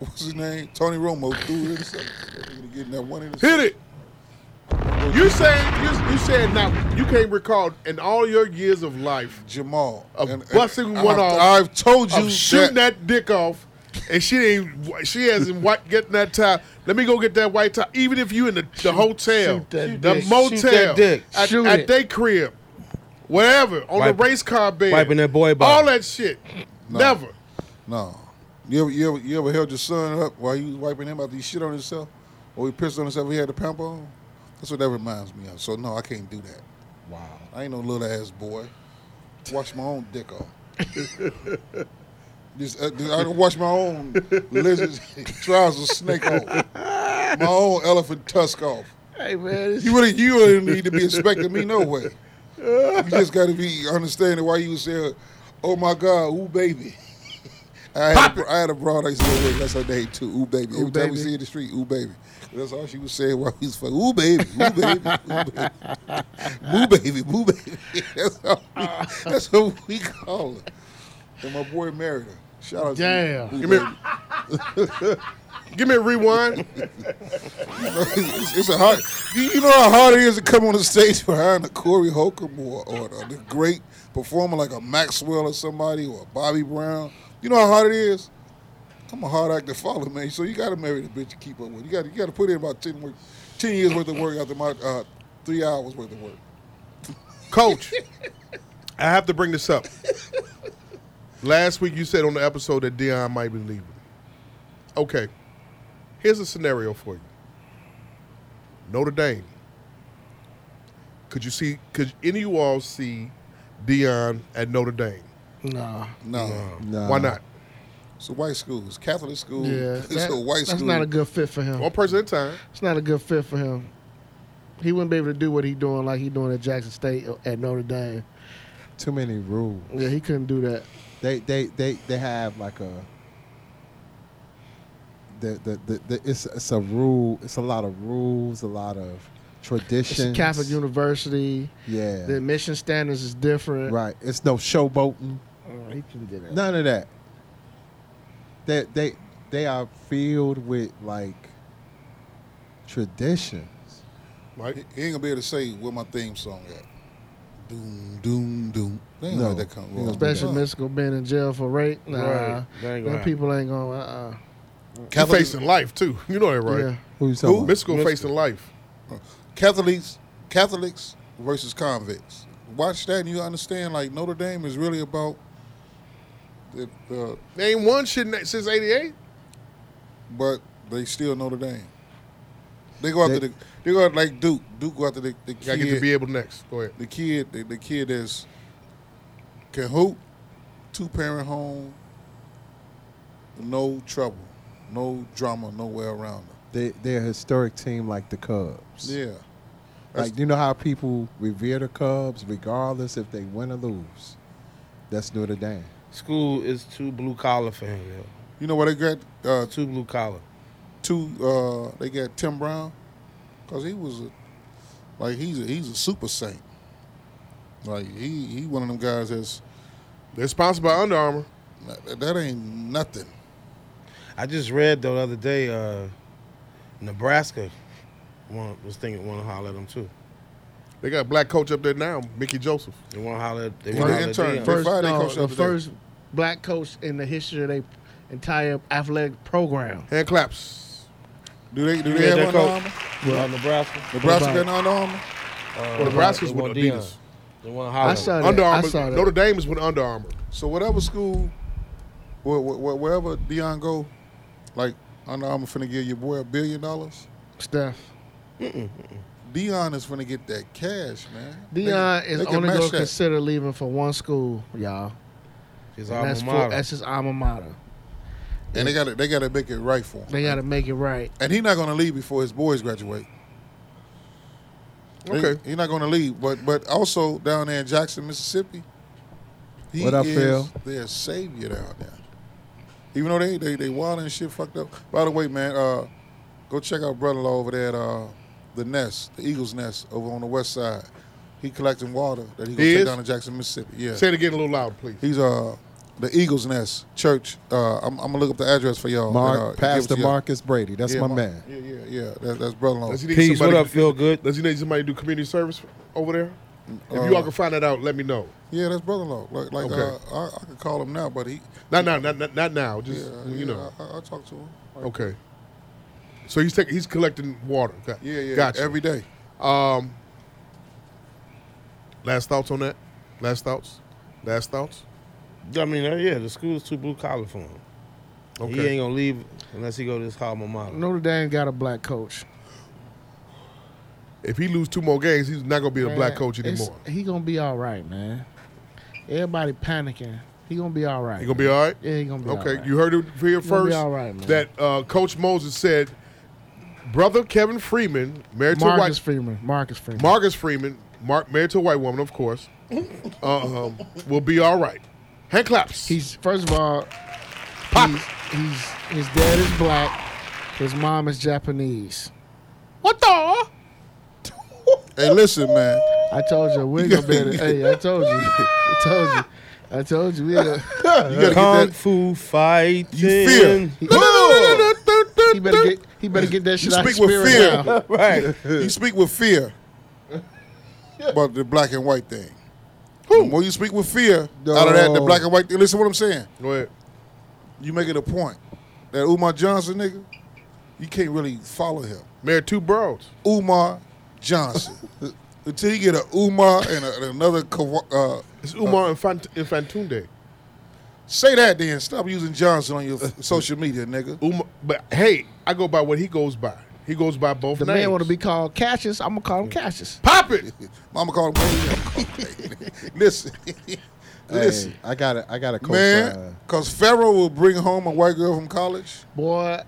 Speaker 9: what's his name? Tony Romo threw it. Getting that one
Speaker 3: Hit it. You saying you, you said now you can't recall in all your years of life
Speaker 9: Jamal.
Speaker 3: Of busting one
Speaker 9: I've,
Speaker 3: off.
Speaker 9: I've told you
Speaker 3: of shooting
Speaker 9: that.
Speaker 3: that, dick off, and she ain't she hasn't white getting that towel. Let me go get that white towel. Even if you in the, the hotel,
Speaker 4: shoot that
Speaker 3: the
Speaker 4: dick.
Speaker 3: motel,
Speaker 2: Shoot that dick.
Speaker 3: at,
Speaker 4: Shoot
Speaker 3: at
Speaker 4: it.
Speaker 3: they crib, whatever on
Speaker 2: Wipe-
Speaker 3: the race car bed,
Speaker 2: wiping that boy bottom.
Speaker 3: all that shit. Never.
Speaker 9: No. You ever, you ever you ever held your son up while you was wiping him after he shit on himself, or he pissed on himself? He had the pamper on. That's what that reminds me of. So no, I can't do that. Wow. I ain't no little ass boy. Wash my own dick off. Just, uh, I don't wash my own lizard trousers snake off. My own elephant tusk off.
Speaker 4: Hey, man. It's,
Speaker 9: You really, you really need to be expecting me no way. You just got to be understanding why you say, "Oh my God, ooh baby." I had, a, I had a broad I used to go with. That's her name too. Ooh baby. Every time
Speaker 4: baby.
Speaker 9: we see her in the street, ooh baby. That's all she was saying while we was fucking. Ooh baby, ooh baby, ooh baby, ooh baby, ooh baby. That's how we, that's what we call her. And my boy married her. Shout out to
Speaker 4: Damn.
Speaker 9: you.
Speaker 3: Give me, give me a rewind.
Speaker 9: it's, it's a hard. You, you know how hard it is to come on the stage behind a Corey Holcomb or, or the great performer like a Maxwell or somebody or a Bobby Brown. You know how hard it is. I'm a hard act to follow, man. So you got to marry the bitch to keep up with. You got you got to put in about ten work, ten years worth of work after my uh, three hours worth of work.
Speaker 3: Coach, I have to bring this up. Last week you said on the episode that Dion might be leaving. Okay. Here's a scenario for you. Notre Dame. Could you see could any of you all see Dion at Notre Dame?
Speaker 4: Nah.
Speaker 9: No,
Speaker 6: Nah.
Speaker 3: Why not?
Speaker 9: it's a white school. It's Catholic school.
Speaker 4: Yeah.
Speaker 9: it's
Speaker 4: that-
Speaker 9: a white
Speaker 4: that's
Speaker 9: school.
Speaker 4: not a good fit for him.
Speaker 3: One person at a time.
Speaker 4: It's not a good fit for him. He wouldn't be able to do what he doing like he doing at Jackson State or at Notre Dame.
Speaker 6: Too many rules.
Speaker 4: Yeah, he couldn't do that.
Speaker 6: They they they they have like a. The, the, the, the, it's, it's a rule. It's a lot of rules. A lot of
Speaker 4: It's
Speaker 6: traditions.
Speaker 4: a Catholic university.
Speaker 6: Yeah.
Speaker 4: The admission standards is different.
Speaker 6: Right. It's no showboating.
Speaker 4: Uh, he couldn't do that.
Speaker 6: None of that. They they they are filled with like traditions.
Speaker 9: He he ain't gonna be able to say where my theme song at. Doom, doom, doom. They ain't
Speaker 6: No.
Speaker 9: let that come.
Speaker 6: He gonna be
Speaker 4: Especially
Speaker 9: No.
Speaker 4: Mystical being in jail for rape. Nah.
Speaker 2: Right. That ain't gonna
Speaker 4: Them
Speaker 2: happen.
Speaker 4: people ain't going, uh
Speaker 3: You're
Speaker 9: Catholic-
Speaker 3: facing life too. You know that,
Speaker 4: uh
Speaker 3: right?
Speaker 6: Who you talking
Speaker 9: Who?
Speaker 6: about?
Speaker 3: Mystical facing life.
Speaker 9: Catholics, Catholics versus convicts. Watch that, and you understand. Like Notre Dame is really about the, uh,
Speaker 3: They ain't won shit na- since eighty eight.
Speaker 9: but they still Notre Dame. They go after
Speaker 6: They-
Speaker 9: the, they go out like Duke. Duke go after the, the
Speaker 3: Gotta get to
Speaker 9: kid,
Speaker 3: be able next. Go ahead.
Speaker 9: the kid, the, the kid that's can hoop, two parent home, no trouble, no drama, no way around it.
Speaker 6: They they're a historic team like the Cubs.
Speaker 9: Yeah,
Speaker 6: Like you know how people revere the Cubs regardless if they win or lose. That's Notre Dame.
Speaker 2: School is too blue collar for him, yo.
Speaker 9: You know why they got uh,
Speaker 2: Too blue collar.
Speaker 9: two? Uh, they got Tim Brown because he was a, like he's a, he's a super saint. Like he he one of them guys that's
Speaker 3: They're sponsored by Under Armour.
Speaker 9: that- that ain't nothing.
Speaker 2: I just read though the other day, uh, Nebraska one, was thinking want to holler at him too.
Speaker 3: They got a black coach up there now, Mickey Joseph.
Speaker 2: They want to holler. At, they
Speaker 9: Yeah,
Speaker 2: want to holler.
Speaker 9: the
Speaker 2: At
Speaker 9: intern.
Speaker 2: them.
Speaker 9: They
Speaker 4: First,
Speaker 9: fired their
Speaker 4: no,
Speaker 9: coach
Speaker 4: the
Speaker 9: after that.
Speaker 4: first black coach in the history of their entire athletic program.
Speaker 3: Hand claps.
Speaker 9: Do they do
Speaker 2: You
Speaker 9: they
Speaker 2: read
Speaker 9: have
Speaker 2: that,
Speaker 9: Under
Speaker 2: Coach?
Speaker 9: Armour?
Speaker 2: Uh, Nebraska.
Speaker 9: Nebraska
Speaker 4: about-
Speaker 9: got Under Armour.
Speaker 2: Uh,
Speaker 3: Nebraska's
Speaker 2: they
Speaker 3: with
Speaker 2: want
Speaker 3: Adidas.
Speaker 2: Dion. They want to holler.
Speaker 4: I saw that.
Speaker 3: Under
Speaker 4: I
Speaker 3: Armour.
Speaker 4: saw that.
Speaker 3: Notre Dame is with Under Armour.
Speaker 9: So whatever school, where, where, wherever Dion go, like Under Armour finna give your boy a billion dollars.
Speaker 4: Steph.
Speaker 9: Dion is finna get that cash, man. They-
Speaker 4: Dion
Speaker 9: they
Speaker 4: is
Speaker 9: can
Speaker 4: only
Speaker 9: match
Speaker 4: going to
Speaker 9: that.
Speaker 4: consider leaving for one school, y'all.
Speaker 2: His
Speaker 4: And
Speaker 2: alma
Speaker 4: that's, for,
Speaker 2: mater.
Speaker 4: that's his alma mater.
Speaker 9: and they got to they got to make it right for him.
Speaker 4: They got to make it right.
Speaker 9: and he's not gonna leave before his boys graduate.
Speaker 3: Okay.
Speaker 9: he's not gonna leave, but but also down there in Jackson, Mississippi, he
Speaker 6: What up,
Speaker 9: is
Speaker 6: Phil?
Speaker 9: their savior down there. Even though they they they wild and shit fucked up. By the way, man, uh, go check out brother-in-law over there at uh, the Nest, the Eagles Nest over on the west side. He collecting water that he gonna
Speaker 3: He
Speaker 9: take
Speaker 3: is?
Speaker 9: down to Jackson, Mississippi. Yeah,
Speaker 3: Say it again a little louder, please.
Speaker 9: he's uh. The Eagles Nest Church. Uh, I'm, I'm gonna look up the address for y'all. and, uh,
Speaker 6: Mark,
Speaker 9: give it
Speaker 6: Pastor
Speaker 9: to y'all.
Speaker 6: Marcus Brady. That's
Speaker 9: Yeah,
Speaker 6: my
Speaker 9: Mar-
Speaker 6: man.
Speaker 9: Yeah, yeah, yeah. That, that's brother-in-law.
Speaker 3: Does he need
Speaker 2: Peace. What
Speaker 3: somebody
Speaker 2: up?
Speaker 3: to-
Speaker 2: Feel good.
Speaker 3: Does he need somebody to do community service over there?
Speaker 9: Mm,
Speaker 3: If
Speaker 9: uh,
Speaker 3: you all can find that out, let me know.
Speaker 9: Yeah, that's brother-in-law. Like, like
Speaker 3: Okay.
Speaker 9: uh, I, I could call him now, but he,
Speaker 3: Not now, not, not, not now. Just
Speaker 9: yeah,
Speaker 3: you
Speaker 9: yeah,
Speaker 3: know.
Speaker 9: I, I, I talk to him.
Speaker 3: okay. So he's taking, he's collecting water. Got-
Speaker 9: Yeah, yeah,
Speaker 3: Gotcha.
Speaker 9: every day.
Speaker 3: um. Last thoughts on that. Last thoughts. Last thoughts.
Speaker 2: I mean, uh, yeah, the school's too blue collar for him. He
Speaker 3: Okay.
Speaker 2: ain't gonna leave unless he go to his alma mater.
Speaker 4: Notre Dame got a black coach.
Speaker 3: If he lose two more games, he's not gonna be a black
Speaker 4: Man,
Speaker 3: coach
Speaker 4: it's-
Speaker 3: anymore.
Speaker 4: He gonna be all right, man. Everybody panicking. He gonna be all right.
Speaker 3: He gonna be all right.
Speaker 4: Yeah, he gonna be
Speaker 3: Okay,
Speaker 4: all right.
Speaker 3: you heard it here
Speaker 4: gonna be
Speaker 3: first.
Speaker 4: all right, man.
Speaker 3: That uh, Coach Moses said, brother Kevin Freeman, married to a
Speaker 4: Marcus
Speaker 3: white
Speaker 4: Freeman. Marcus Freeman.
Speaker 3: Marcus Freeman, Mar- married to a white woman, of course, uh, um, will be all right. Hand claps.
Speaker 4: He's first of all,
Speaker 3: Pop.
Speaker 4: he's, he's his dad is black, his mom is Japanese.
Speaker 3: what the?
Speaker 9: Hey, listen, man.
Speaker 4: I told you we ain't gonna be. able to- hey, I told you, I told you, I told you we ain't gonna.
Speaker 9: You gotta
Speaker 2: Kung
Speaker 9: get that.
Speaker 2: fu fighting.
Speaker 9: You fear.
Speaker 4: He,
Speaker 3: Whoa!
Speaker 4: he better get. He better get that shit out of
Speaker 9: speak with
Speaker 4: spirit
Speaker 9: fear.
Speaker 4: now.
Speaker 2: Right.
Speaker 9: You speak with fear about the black and white thing. The more you speak with fear out of that, the
Speaker 6: No.
Speaker 9: black and white thing. Listen, what I'm saying.
Speaker 3: Go ahead.
Speaker 9: You make it a point that Umar Johnson, nigga, you can't really follow him.
Speaker 3: Married two bros.
Speaker 9: Umar Johnson. Until you get a Umar and, a, and another Kawa- uh,
Speaker 3: It's Umar Infant- Infantunde.
Speaker 9: Say that then. Stop using Johnson on your social media, nigga.
Speaker 3: Umar, Um, but hey, I go by what he goes by. He goes by both
Speaker 4: The
Speaker 3: names.
Speaker 4: man want to be called Cassius. I'm gonna call him Cassius.
Speaker 3: Pop it.
Speaker 9: Mama called him. Listen, listen,
Speaker 6: Hey, I got to I got to co
Speaker 9: man. Cause Pharaoh will bring home a white girl from college.
Speaker 4: Boy,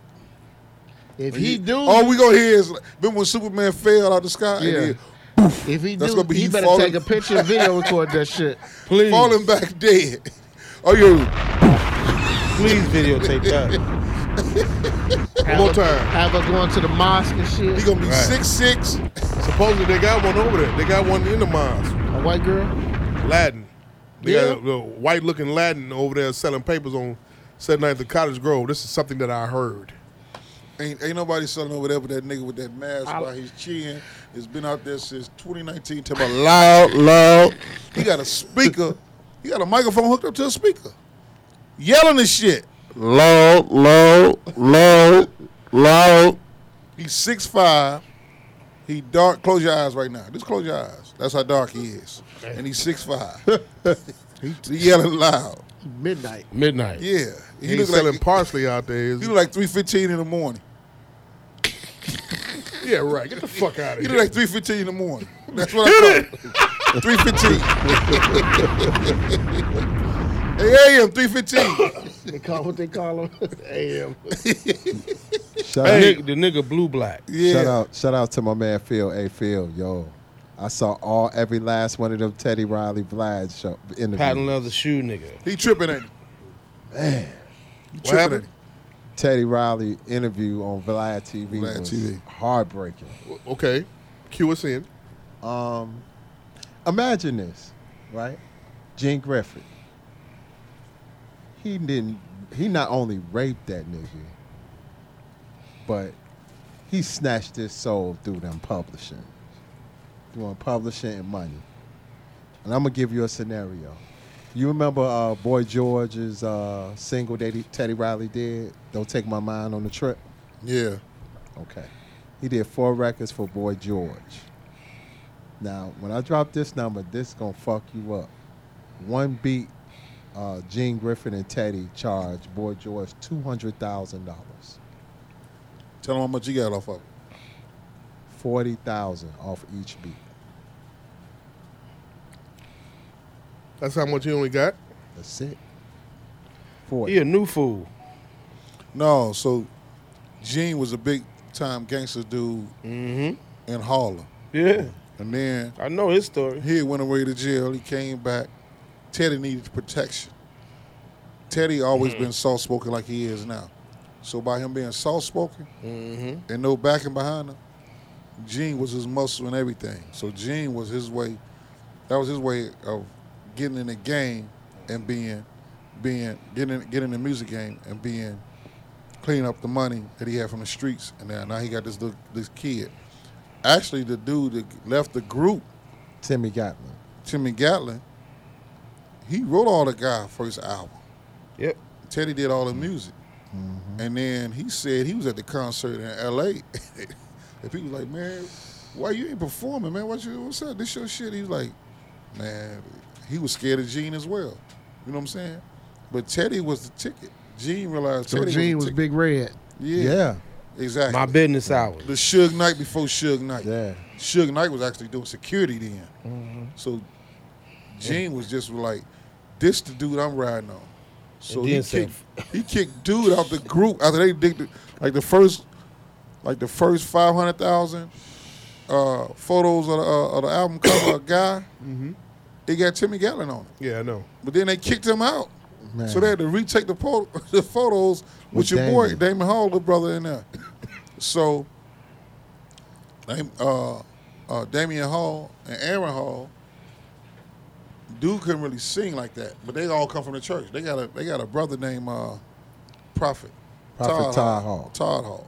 Speaker 4: if he do,
Speaker 2: Oh,
Speaker 9: All we gonna hear is like, remember when Superman fell out the sky
Speaker 4: Yeah.
Speaker 9: and
Speaker 4: if he
Speaker 9: that's
Speaker 4: do,
Speaker 9: gonna be
Speaker 4: he
Speaker 9: you
Speaker 4: better
Speaker 9: falling-
Speaker 4: take a picture and video record that shit.
Speaker 9: he
Speaker 2: Please,
Speaker 9: falling back dead. Oh yeah,
Speaker 2: please videotape that.
Speaker 4: Have
Speaker 3: more
Speaker 4: her-
Speaker 3: time.
Speaker 4: Have her going to the mosque and shit.
Speaker 9: he gonna be six six.
Speaker 3: Supposedly they got one over there. They got one in the mines.
Speaker 4: A white girl.
Speaker 3: Latin. They
Speaker 4: Yeah.
Speaker 3: got a little white looking Latin over there selling papers on 79th and Cottage Grove. This is something that I heard.
Speaker 9: Ain't, ain't nobody selling over there with that nigga with that mask
Speaker 4: I-
Speaker 9: by his chin. It's been out there since 2019. Talking about loud, loud. He got a speaker. He got a microphone hooked up to a speaker. Yelling this shit. Loud, loud, loud, loud. He's 6'5". He dark. Close your eyes right now. Just close your eyes. That's how dark he is. And he's 6'5". he yelling loud.
Speaker 4: Midnight.
Speaker 2: Midnight.
Speaker 9: Yeah. He,
Speaker 3: He
Speaker 9: look
Speaker 3: He's selling
Speaker 9: like,
Speaker 3: parsley out there. is
Speaker 9: he
Speaker 3: he?
Speaker 9: look like 3.15 in the morning.
Speaker 3: yeah, right. Get the fuck out of
Speaker 9: You
Speaker 3: here.
Speaker 9: do like three fifteen in the morning. That's what I call three fifteen. Hey AM three fifteen.
Speaker 4: They call what they call him. AM.
Speaker 6: Shout,
Speaker 2: Hey,
Speaker 6: out,
Speaker 2: the nigga blue black.
Speaker 9: Yeah.
Speaker 6: shout out shout out to my man Phil. Hey Phil, yo. I I saw all every last one of them Teddy Riley Vlad show interviews.
Speaker 2: Patent leather shoe nigga.
Speaker 9: He tripping at him.
Speaker 6: What
Speaker 9: Tripping at
Speaker 6: happened? Teddy Riley interview on Vlad TV
Speaker 9: Vlad
Speaker 6: was
Speaker 9: TV.
Speaker 6: heartbreaking.
Speaker 3: Okay, cue us in.
Speaker 6: Imagine this, right? Gene Griffith. He didn't. He not only raped that nigga, but he snatched his soul through them publishing, doing publishing and money. And I'm gonna give you a scenario. You remember uh, Boy George's uh, single that he, Teddy Riley did? Don't take my mind on the trip.
Speaker 9: Yeah.
Speaker 6: Okay. He did four records for Boy George. Now, when I drop this number, this gonna fuck you up. One beat, uh, Gene Griffin and Teddy charged Boy George two hundred thousand dollars,
Speaker 9: Tell him how much you got off of it.
Speaker 6: forty thousand off each beat.
Speaker 3: That's how much you only got.
Speaker 6: That's it. Forty.
Speaker 2: He a new fool.
Speaker 9: No, so Gene was a big time gangster dude in Harlem.
Speaker 2: Yeah.
Speaker 9: And then
Speaker 2: I know his story.
Speaker 9: he went away to jail. He came back. Teddy needed protection. Teddy always been soft spoken like he is now. So by him being soft spoken and no backing behind him, Gene was his muscle and everything. So Gene was his way. That was his way of getting in the game and being, being getting in, getting in the music game and being cleaning up the money that he had from the streets. And now, now he got this little, this kid. Actually, the dude that left the group
Speaker 6: Timmy Gatlin.
Speaker 9: Timmy Gatlin, he wrote all the guy first album.
Speaker 2: Yep.
Speaker 9: Teddy did all the music. And then he said he was at the concert in LA. and people like, man, why you ain't performing, man? What you what's up? This your shit? He was like, man, he was scared of Gene as well. You know what I'm saying? But Teddy was the ticket. Gene realized
Speaker 4: So
Speaker 9: Teddy
Speaker 4: Gene
Speaker 9: was,
Speaker 4: was
Speaker 9: the
Speaker 4: Big
Speaker 9: ticket.
Speaker 4: Red.
Speaker 9: Yeah,
Speaker 6: Yeah.
Speaker 9: exactly.
Speaker 2: My business hours.
Speaker 9: The Suge Knight before Suge Knight.
Speaker 6: Yeah.
Speaker 9: Suge Knight was actually doing security then.
Speaker 2: Mm-hmm.
Speaker 9: So Gene was just like, this the dude I'm riding on. So
Speaker 2: And
Speaker 9: he
Speaker 2: then
Speaker 9: kicked, he kicked dude out the group after they did the, like the first like the first five hundred thousand uh, photos of the, uh, of the album cover of guy.
Speaker 2: Mm-hmm.
Speaker 9: It got Timmy Gatlin on it,
Speaker 3: Yeah, I know.
Speaker 9: but then they kicked him out.
Speaker 6: Man.
Speaker 9: So they had to retake the, po- the photos
Speaker 6: With
Speaker 9: with, your boy
Speaker 6: Damon.
Speaker 9: Damon Hall, little brother in there. so, Dam- uh, uh, Damian Hall and Aaron Hall, dude couldn't really sing like that, but they all come from the church. They got a they got a brother named uh, Prophet,
Speaker 6: Prophet Todd Hall.
Speaker 9: Todd Hall,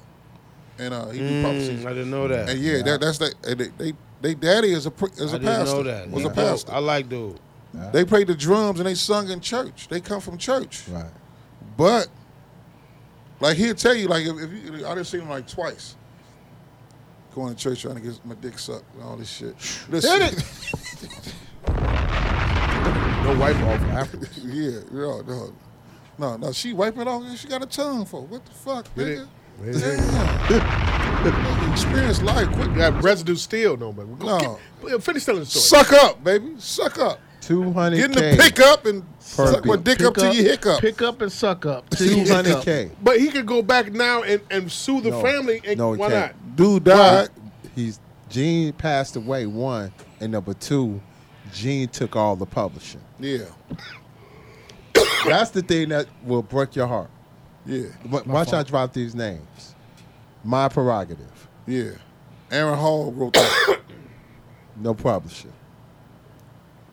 Speaker 9: and uh, he do
Speaker 2: Mm,
Speaker 9: prophecies.
Speaker 2: I didn't know that.
Speaker 9: And yeah, That, that's that. and They, they they daddy is a pr- is
Speaker 2: I
Speaker 9: a
Speaker 2: didn't
Speaker 9: pastor.
Speaker 2: know that.
Speaker 9: Was
Speaker 2: Yeah.
Speaker 9: a pastor.
Speaker 2: I like dude.
Speaker 9: They played the drums and they sung in church. They come from church.
Speaker 6: Right.
Speaker 9: But like he'll tell you, like if, if you, I done seen him like twice going to church trying to get my dick sucked and all this shit. Listen,
Speaker 3: No wipe off afterwards.
Speaker 9: yeah, no, no, no, no. She wiping it off and she got a tongue for it. what the fuck,
Speaker 3: It
Speaker 9: nigga?
Speaker 3: ain't- it ain't-
Speaker 9: Damn. Nigga, Experience life quick.
Speaker 3: You got residue still, no man. Go
Speaker 9: No.
Speaker 3: get- finish telling the story.
Speaker 9: Suck up, baby. Suck up.
Speaker 6: Two hundred.
Speaker 9: Get in the pickup and
Speaker 6: Per
Speaker 9: suck my
Speaker 6: beat.
Speaker 9: dick up till you hiccup.
Speaker 4: Pick up and suck up. till you
Speaker 6: Two
Speaker 4: hiccup.
Speaker 6: hundred k.
Speaker 3: But he could go back now and, and sue the
Speaker 6: No.
Speaker 3: family. And
Speaker 6: No, he
Speaker 3: why
Speaker 6: can't.
Speaker 3: not?
Speaker 9: Dude died.
Speaker 6: He's Gene passed away. One and number two, Gene took all the publishing.
Speaker 9: Yeah,
Speaker 6: That's the thing that will break your heart.
Speaker 9: yeah,
Speaker 6: But Watch I drop these names. My prerogative.
Speaker 9: yeah. Aaron Hall wrote that.
Speaker 6: No publisher.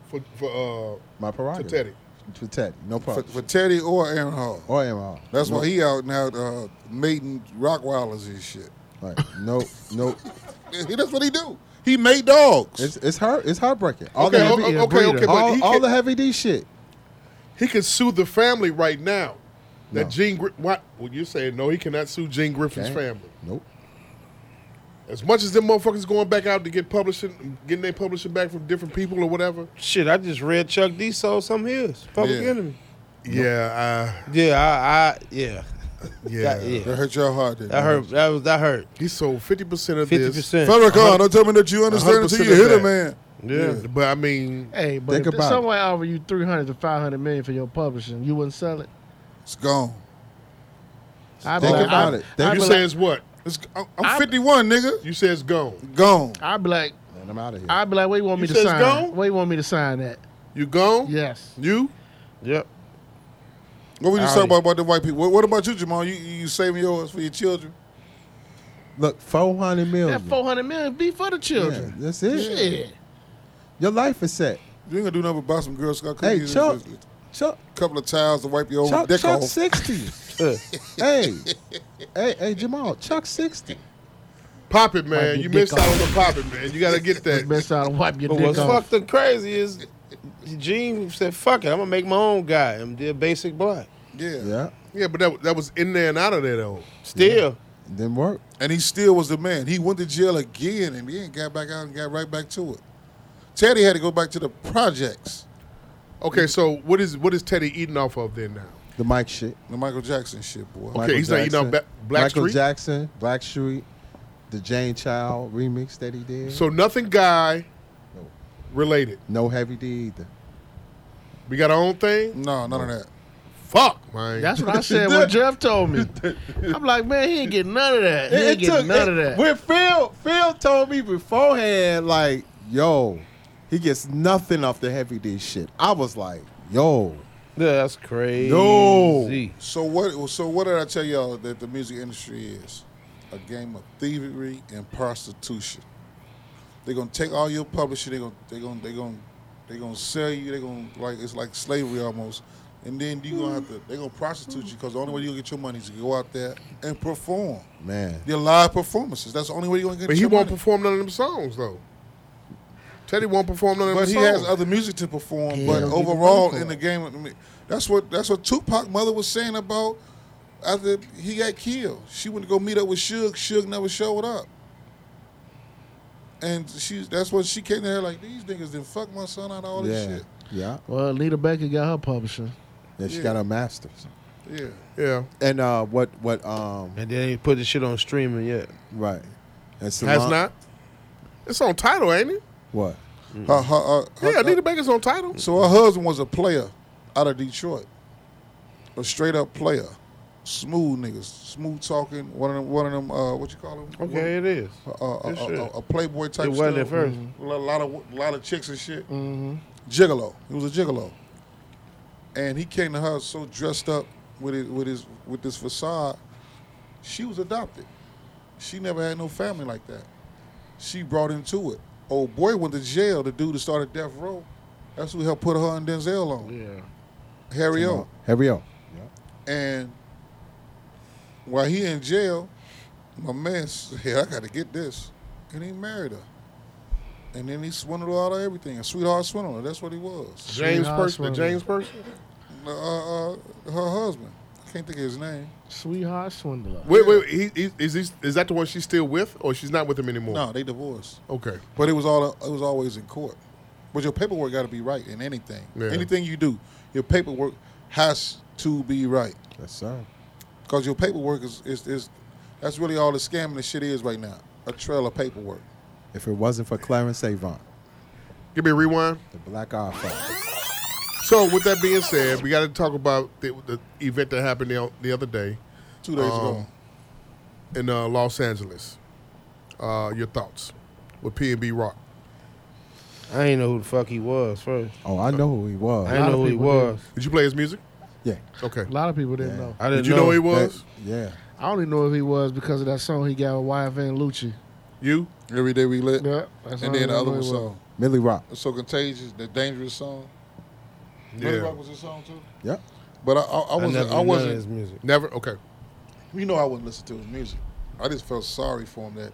Speaker 3: For, for
Speaker 6: My
Speaker 3: uh, to
Speaker 6: prerogative.
Speaker 3: Teddy.
Speaker 6: For Teddy. No Oh,
Speaker 9: for,
Speaker 6: publisher.
Speaker 9: for Teddy or Aaron Hall.
Speaker 6: or MR.
Speaker 9: That's why he out now uh, mating Rockweilers and shit.
Speaker 6: Like, no, no.
Speaker 9: He- That's what he do. He made dogs.
Speaker 6: It's it's heart it's heartbreaking. All
Speaker 3: Okay,
Speaker 6: the
Speaker 3: o-
Speaker 6: heavy,
Speaker 3: okay,
Speaker 4: a
Speaker 3: okay, but
Speaker 4: breeder.
Speaker 6: all,
Speaker 3: he
Speaker 6: all
Speaker 3: can,
Speaker 6: the heavy D shit.
Speaker 3: he can sue the family right now. That
Speaker 6: No.
Speaker 3: Gene, Gri- what? Well, you're saying no, he cannot sue Gene Griffin's
Speaker 6: Can't.
Speaker 3: family.
Speaker 6: Nope.
Speaker 3: As much as them motherfuckers going back out to get publishing, getting their publishing back from different people or whatever.
Speaker 2: Shit, I just read Chuck D sold some of his. Public
Speaker 9: Yeah.
Speaker 2: Enemy.
Speaker 3: Yeah,
Speaker 2: Yeah, I, I yeah.
Speaker 3: uh, yeah.
Speaker 2: That, yeah.
Speaker 9: that hurt your heart. Didn't
Speaker 2: That hurt. That was that hurt.
Speaker 3: He sold fifty percent of
Speaker 2: Fifty
Speaker 3: this.
Speaker 2: percent.
Speaker 9: Farrakhan, don't tell me that you understand until
Speaker 3: 100%
Speaker 9: you
Speaker 3: of
Speaker 9: hit
Speaker 3: that.
Speaker 9: a man.
Speaker 3: Yeah, but I mean,
Speaker 4: Hey, but
Speaker 6: Think
Speaker 4: if
Speaker 6: about it.
Speaker 4: someone offered you 300 to 500 million for your publishing, you wouldn't sell it?
Speaker 9: It's gone.
Speaker 4: I
Speaker 6: Think
Speaker 4: like,
Speaker 6: about
Speaker 4: I,
Speaker 6: it. Think
Speaker 3: you
Speaker 4: I
Speaker 3: say it's what?
Speaker 9: It's, I'm, I'm 51, nigga.
Speaker 3: You say it's gone.
Speaker 9: Gone.
Speaker 4: I'd be like,
Speaker 6: and I'm out of here.
Speaker 4: I'd be like, where you want
Speaker 3: You
Speaker 4: me to
Speaker 3: says
Speaker 4: sign?
Speaker 3: go?
Speaker 4: Where you want me to sign that?
Speaker 3: You gone?
Speaker 4: Yes.
Speaker 3: You?
Speaker 2: Yep.
Speaker 9: What we just
Speaker 2: Howdy.
Speaker 9: talking about about the white people? What, what about you, Jamal? You you saving yours for your children?
Speaker 6: Look, four hundred million.
Speaker 4: That 400 million be for the
Speaker 6: yeah,
Speaker 4: children.
Speaker 6: that's it.
Speaker 4: Shit.
Speaker 6: Your life is set.
Speaker 9: You ain't gonna do nothing but buy some Girl Scout
Speaker 6: Hey,
Speaker 9: cookies.
Speaker 6: Chuck.
Speaker 9: and just
Speaker 6: Chuck,
Speaker 9: A couple of towels to wipe your own
Speaker 6: Chuck,
Speaker 9: dick
Speaker 6: Chuck
Speaker 9: off.
Speaker 6: sixty. hey, hey, hey, Jamal, Chuck sixty.
Speaker 3: Pop it, man.
Speaker 4: your
Speaker 3: You
Speaker 4: dick
Speaker 3: missed out
Speaker 4: off.
Speaker 3: on the pop it, man. You gotta get that.
Speaker 4: Best out to wipe your
Speaker 6: Oh,
Speaker 2: But
Speaker 4: dick
Speaker 2: what's
Speaker 4: off.
Speaker 2: fucked up crazy is Gene said, "Fuck it, I'm gonna make my own guy and did basic black."
Speaker 9: Yeah.
Speaker 6: Yeah,
Speaker 3: Yeah, but that, that was in there and out of there though.
Speaker 2: Still,
Speaker 6: didn't work.
Speaker 9: And he still was the man. He went to jail again and then got back out and got right back to it. Teddy had to go back to the projects,
Speaker 3: Okay, so what is what is Teddy eating off of then now?
Speaker 6: The Mike shit.
Speaker 9: the Michael Jackson shit, boy.
Speaker 3: Okay, he's not eating out Ba- Black
Speaker 6: Michael
Speaker 3: Street?
Speaker 6: Jackson, Black Street, the Jane Child remix that he did.
Speaker 3: So nothing guy related.
Speaker 6: no heavy D either.
Speaker 3: We got our own thing?
Speaker 9: No, none of that.
Speaker 3: Fuck, man.
Speaker 4: That's what I said when Jeff told me. I'm like, man, he ain't getting none of that. He ain't getting none of that.
Speaker 6: When Phil, Phil told me beforehand, like, yo, he gets nothing off the heavy D shit. I was like, yo,
Speaker 2: that's crazy.
Speaker 6: No.
Speaker 9: So what? So what did I tell y'all that the music industry is? A game of thievery and prostitution. They're gonna take all your publishing. They're gonna they gonna they gonna they gonna sell you. They're gonna like it's like slavery almost. And then you gonna have to they gonna prostitute you because the only way you gonna get your money is to go out there and perform
Speaker 6: man.
Speaker 9: your live performances. That's the only way you are gonna get.
Speaker 3: But he
Speaker 9: your
Speaker 3: won't
Speaker 9: money.
Speaker 3: perform none of them songs though. Teddy won't perform none of them
Speaker 9: But he
Speaker 3: songs.
Speaker 9: has other music to perform.
Speaker 4: Yeah,
Speaker 9: but
Speaker 4: don't get the
Speaker 9: overall,
Speaker 4: money for
Speaker 9: in the
Speaker 4: it.
Speaker 9: game, I mean, that's what that's what Tupac mother was saying about after he got killed. She went to go meet up with Suge. Suge never showed up, and she that's what she came to her like these niggas didn't fuck my son out all
Speaker 6: Yeah,
Speaker 9: this
Speaker 6: yeah.
Speaker 4: Well, Lita Becker got her publishing.
Speaker 6: Yeah, she
Speaker 9: Yeah.
Speaker 6: got her masters.
Speaker 9: shit. Yeah,
Speaker 3: yeah.
Speaker 6: And uh, what, what, um,
Speaker 2: And they ain't put the shit on streaming yet.
Speaker 6: right? And
Speaker 3: Has
Speaker 6: Solan-
Speaker 3: not. It's on title, ain't it?
Speaker 6: What?
Speaker 9: her, her, her,
Speaker 2: Uh,
Speaker 3: Yeah,
Speaker 9: her,
Speaker 3: Anita Baker's on title.
Speaker 9: So her husband was a player out of Detroit, a straight up player, smooth niggas, smooth talking. One of them, one of them. Uh, what you call them?
Speaker 2: Okay, it is.
Speaker 9: a, a,
Speaker 3: Uh,
Speaker 2: Good shit.
Speaker 9: a, a, a playboy type.
Speaker 2: It wasn't
Speaker 9: stuff.
Speaker 2: at first.
Speaker 9: A lot, lot of lot of chicks and shit. Mm-hmm. Gigolo. He was a gigolo, and he came to her so dressed up with his, with his with this facade. She was adopted. She never had no family like that. She brought into it. Old boy went to jail. The dude that started death row. That's who helped put her and Denzel on.
Speaker 4: Yeah.
Speaker 9: Harry O.
Speaker 6: Here we go.
Speaker 9: And while he in jail, my man said, I got to get this. And he married her. And then he swindled her out of everything. A sweetheart swindler. That's what he was.
Speaker 3: James
Speaker 4: Sweetheart
Speaker 3: person, the
Speaker 4: Swindler.
Speaker 3: James person.
Speaker 9: Uh, uh, her husband. I can't think of his name.
Speaker 4: Sweetheart Swindler.
Speaker 3: Wait, wait, he, he, is he, is that the one she's still with, or she's not with him anymore?
Speaker 9: No, they divorced.
Speaker 3: Okay.
Speaker 9: But it was all it was always in court. But your paperwork got to be right in anything.
Speaker 3: Yeah.
Speaker 9: Anything you do, your paperwork has to be right.
Speaker 6: Yes, sir.
Speaker 9: Because your paperwork is, is, is, that's really all the scamming and shit is right now. A trail of paperwork.
Speaker 6: If it wasn't for Clarence Avon,
Speaker 3: Give me a rewind.
Speaker 6: the Black Eye Fire.
Speaker 3: So, with that being said, we got to talk about the, the event that happened the, o- the other day
Speaker 9: Two days
Speaker 3: Um,
Speaker 9: ago.
Speaker 3: in uh, Los Angeles. Uh, your thoughts with P and B Rock?
Speaker 2: I ain't know who the fuck he was first.
Speaker 6: Oh, I know who he
Speaker 2: I
Speaker 6: was.
Speaker 2: ain't
Speaker 4: lot
Speaker 2: know
Speaker 4: of
Speaker 2: who he
Speaker 4: people
Speaker 2: was.
Speaker 3: Did you play his music?
Speaker 6: Yeah,
Speaker 3: Okay.
Speaker 4: A lot of people didn't know.
Speaker 2: I didn't
Speaker 3: Did you know who he was?
Speaker 6: That- yeah.
Speaker 4: I only know if he was because of that song he got with YF and Lucci.
Speaker 3: You?
Speaker 9: Every day we lit.
Speaker 4: Yeah, that's
Speaker 9: And
Speaker 4: all I
Speaker 9: then the
Speaker 4: know
Speaker 9: other
Speaker 4: who
Speaker 9: one
Speaker 4: he was.
Speaker 9: song.
Speaker 6: Millie Rock.
Speaker 9: It's so contagious, the dangerous song. Millie Rock was his song too.
Speaker 6: Yep.
Speaker 9: But I, I, I
Speaker 2: I, never
Speaker 9: wasn't. I,
Speaker 2: knew none of his
Speaker 9: wasn't.
Speaker 2: music.
Speaker 3: Never. Okay.
Speaker 9: You know, I wouldn't listen to his music. I just felt sorry for him that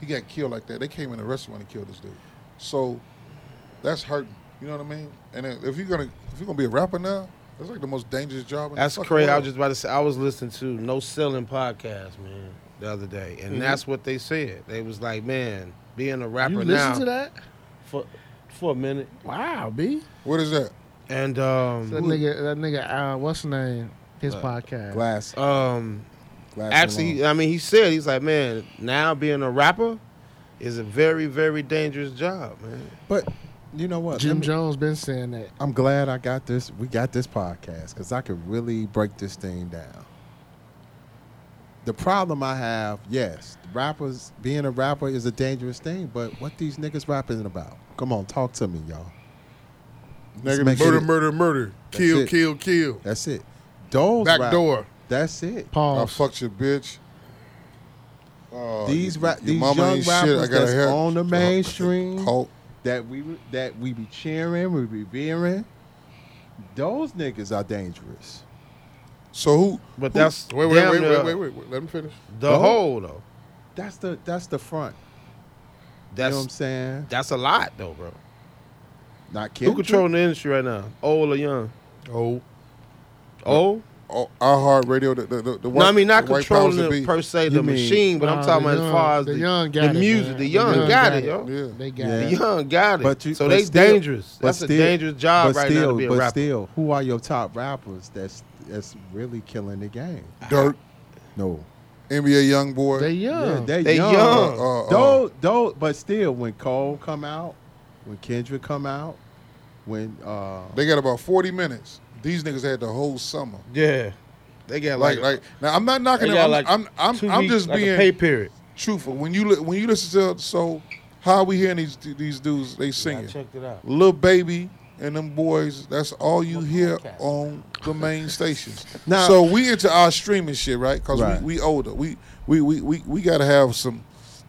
Speaker 9: he got killed like that. They came in the restaurant and killed this dude. So that's hurting. You know what I mean? And then if you're gonna if you're gonna be a rapper now, that's like the most dangerous job. In
Speaker 2: That's
Speaker 9: the fucking
Speaker 2: crazy. I
Speaker 9: world.
Speaker 2: was just about to say. I was listening to No Selling podcast, man, the other day, and that's what they said. They was like, man, being a rapper
Speaker 4: You
Speaker 2: now
Speaker 4: listen to that?
Speaker 2: for for a minute,
Speaker 4: Wow, B.
Speaker 9: What is that?
Speaker 2: and
Speaker 4: That
Speaker 2: um,
Speaker 4: nigga, that nigga, uh, what's his name? His podcast.
Speaker 6: Glass.
Speaker 2: um,
Speaker 6: glass
Speaker 2: actually,
Speaker 6: Malone.
Speaker 2: I mean, he said he's like, man, now being a rapper is a very, very dangerous job, man.
Speaker 6: but you know what?
Speaker 4: Jim
Speaker 6: Let me-
Speaker 4: Jones been saying that.
Speaker 6: I'm glad I got this. We got this podcast because I could really break this thing down. the problem I have, yes, rappers being a rapper is a dangerous thing, but what these niggas rapping about? Come on, talk to me, y'all. Let's
Speaker 3: Nigga,
Speaker 6: make sure
Speaker 3: murder,
Speaker 6: that-
Speaker 3: murder, murder. Kill,
Speaker 6: it.
Speaker 3: kill, kill.
Speaker 6: That's it. Those
Speaker 3: Back
Speaker 6: rap-
Speaker 3: door.
Speaker 6: That's it.
Speaker 9: I
Speaker 4: Pause.
Speaker 9: fucked your bitch. Oh,
Speaker 6: these
Speaker 9: your-
Speaker 6: ra-
Speaker 9: your
Speaker 6: these
Speaker 9: mama
Speaker 6: young
Speaker 9: ain't shit. I
Speaker 6: rappers
Speaker 9: gotta
Speaker 6: that's
Speaker 9: have-
Speaker 6: on the mainstream
Speaker 9: Hulk.
Speaker 6: that we that we be cheering, we be revering. Those niggas are dangerous.
Speaker 9: So who?
Speaker 2: But that's
Speaker 3: Wait, wait,
Speaker 2: damn
Speaker 3: wait,
Speaker 2: near
Speaker 3: wait, wait, wait, wait. Let me finish.
Speaker 2: the whole though.
Speaker 6: That's the that's the front.
Speaker 2: That's
Speaker 6: you know what I'm saying?
Speaker 2: that's a lot though, bro.
Speaker 6: Not
Speaker 2: Who
Speaker 6: kidding.
Speaker 2: controlling the industry right now? Old or young?
Speaker 3: Oh,
Speaker 2: Old?
Speaker 9: Oh, our hard radio. The, the, the, the white,
Speaker 2: no, I mean not
Speaker 9: the white
Speaker 2: controlling
Speaker 9: powers that
Speaker 2: the,
Speaker 9: be.
Speaker 2: per se the
Speaker 6: You mean-
Speaker 2: machine, but I'm
Speaker 4: Nah,
Speaker 2: talking
Speaker 4: the
Speaker 2: about as
Speaker 4: young-
Speaker 2: far as
Speaker 4: the
Speaker 2: the,
Speaker 4: young
Speaker 2: the
Speaker 4: got it,
Speaker 2: music.
Speaker 4: man.
Speaker 2: The
Speaker 4: The
Speaker 2: young,
Speaker 4: young
Speaker 2: got,
Speaker 4: got
Speaker 2: it,
Speaker 4: it.
Speaker 2: yo.
Speaker 9: Yeah.
Speaker 4: They got
Speaker 6: Yeah.
Speaker 2: The
Speaker 4: it.
Speaker 2: young got it.
Speaker 6: But you-
Speaker 2: so
Speaker 6: but
Speaker 2: they
Speaker 6: still-
Speaker 2: dangerous.
Speaker 6: but
Speaker 2: That's a
Speaker 6: still-
Speaker 2: dangerous job
Speaker 6: but
Speaker 2: right
Speaker 6: still,
Speaker 2: now to be a
Speaker 6: but
Speaker 2: rapper.
Speaker 6: still, who are your top rappers that's that's really killing the game?
Speaker 9: Dirt,
Speaker 6: No.
Speaker 9: NBA young boy.
Speaker 4: They young.
Speaker 6: they,
Speaker 2: They young.
Speaker 9: Uh, uh,
Speaker 6: Those, those, but still, when Cole come out, when Kendrick come out, when uh,
Speaker 9: They got about 40 minutes. These niggas had the whole summer.
Speaker 2: yeah, they got
Speaker 9: Like,
Speaker 2: like,
Speaker 9: like now, I'm not knocking
Speaker 2: they
Speaker 9: them.
Speaker 2: got
Speaker 9: I'm,
Speaker 2: like
Speaker 9: I'm, I'm,
Speaker 2: two
Speaker 9: I'm
Speaker 2: weeks,
Speaker 9: just
Speaker 2: like a
Speaker 9: being
Speaker 2: pay period.
Speaker 9: truthful. When you li- when you listen to so, how we hearing these these dudes? They singing.
Speaker 2: checked it out.
Speaker 9: Lil Baby and them boys, that's all you hear on the main stations.
Speaker 6: Now-
Speaker 9: so we into our streaming shit, right? Because
Speaker 6: Right.
Speaker 9: we, we older. We we, we, we we gotta have some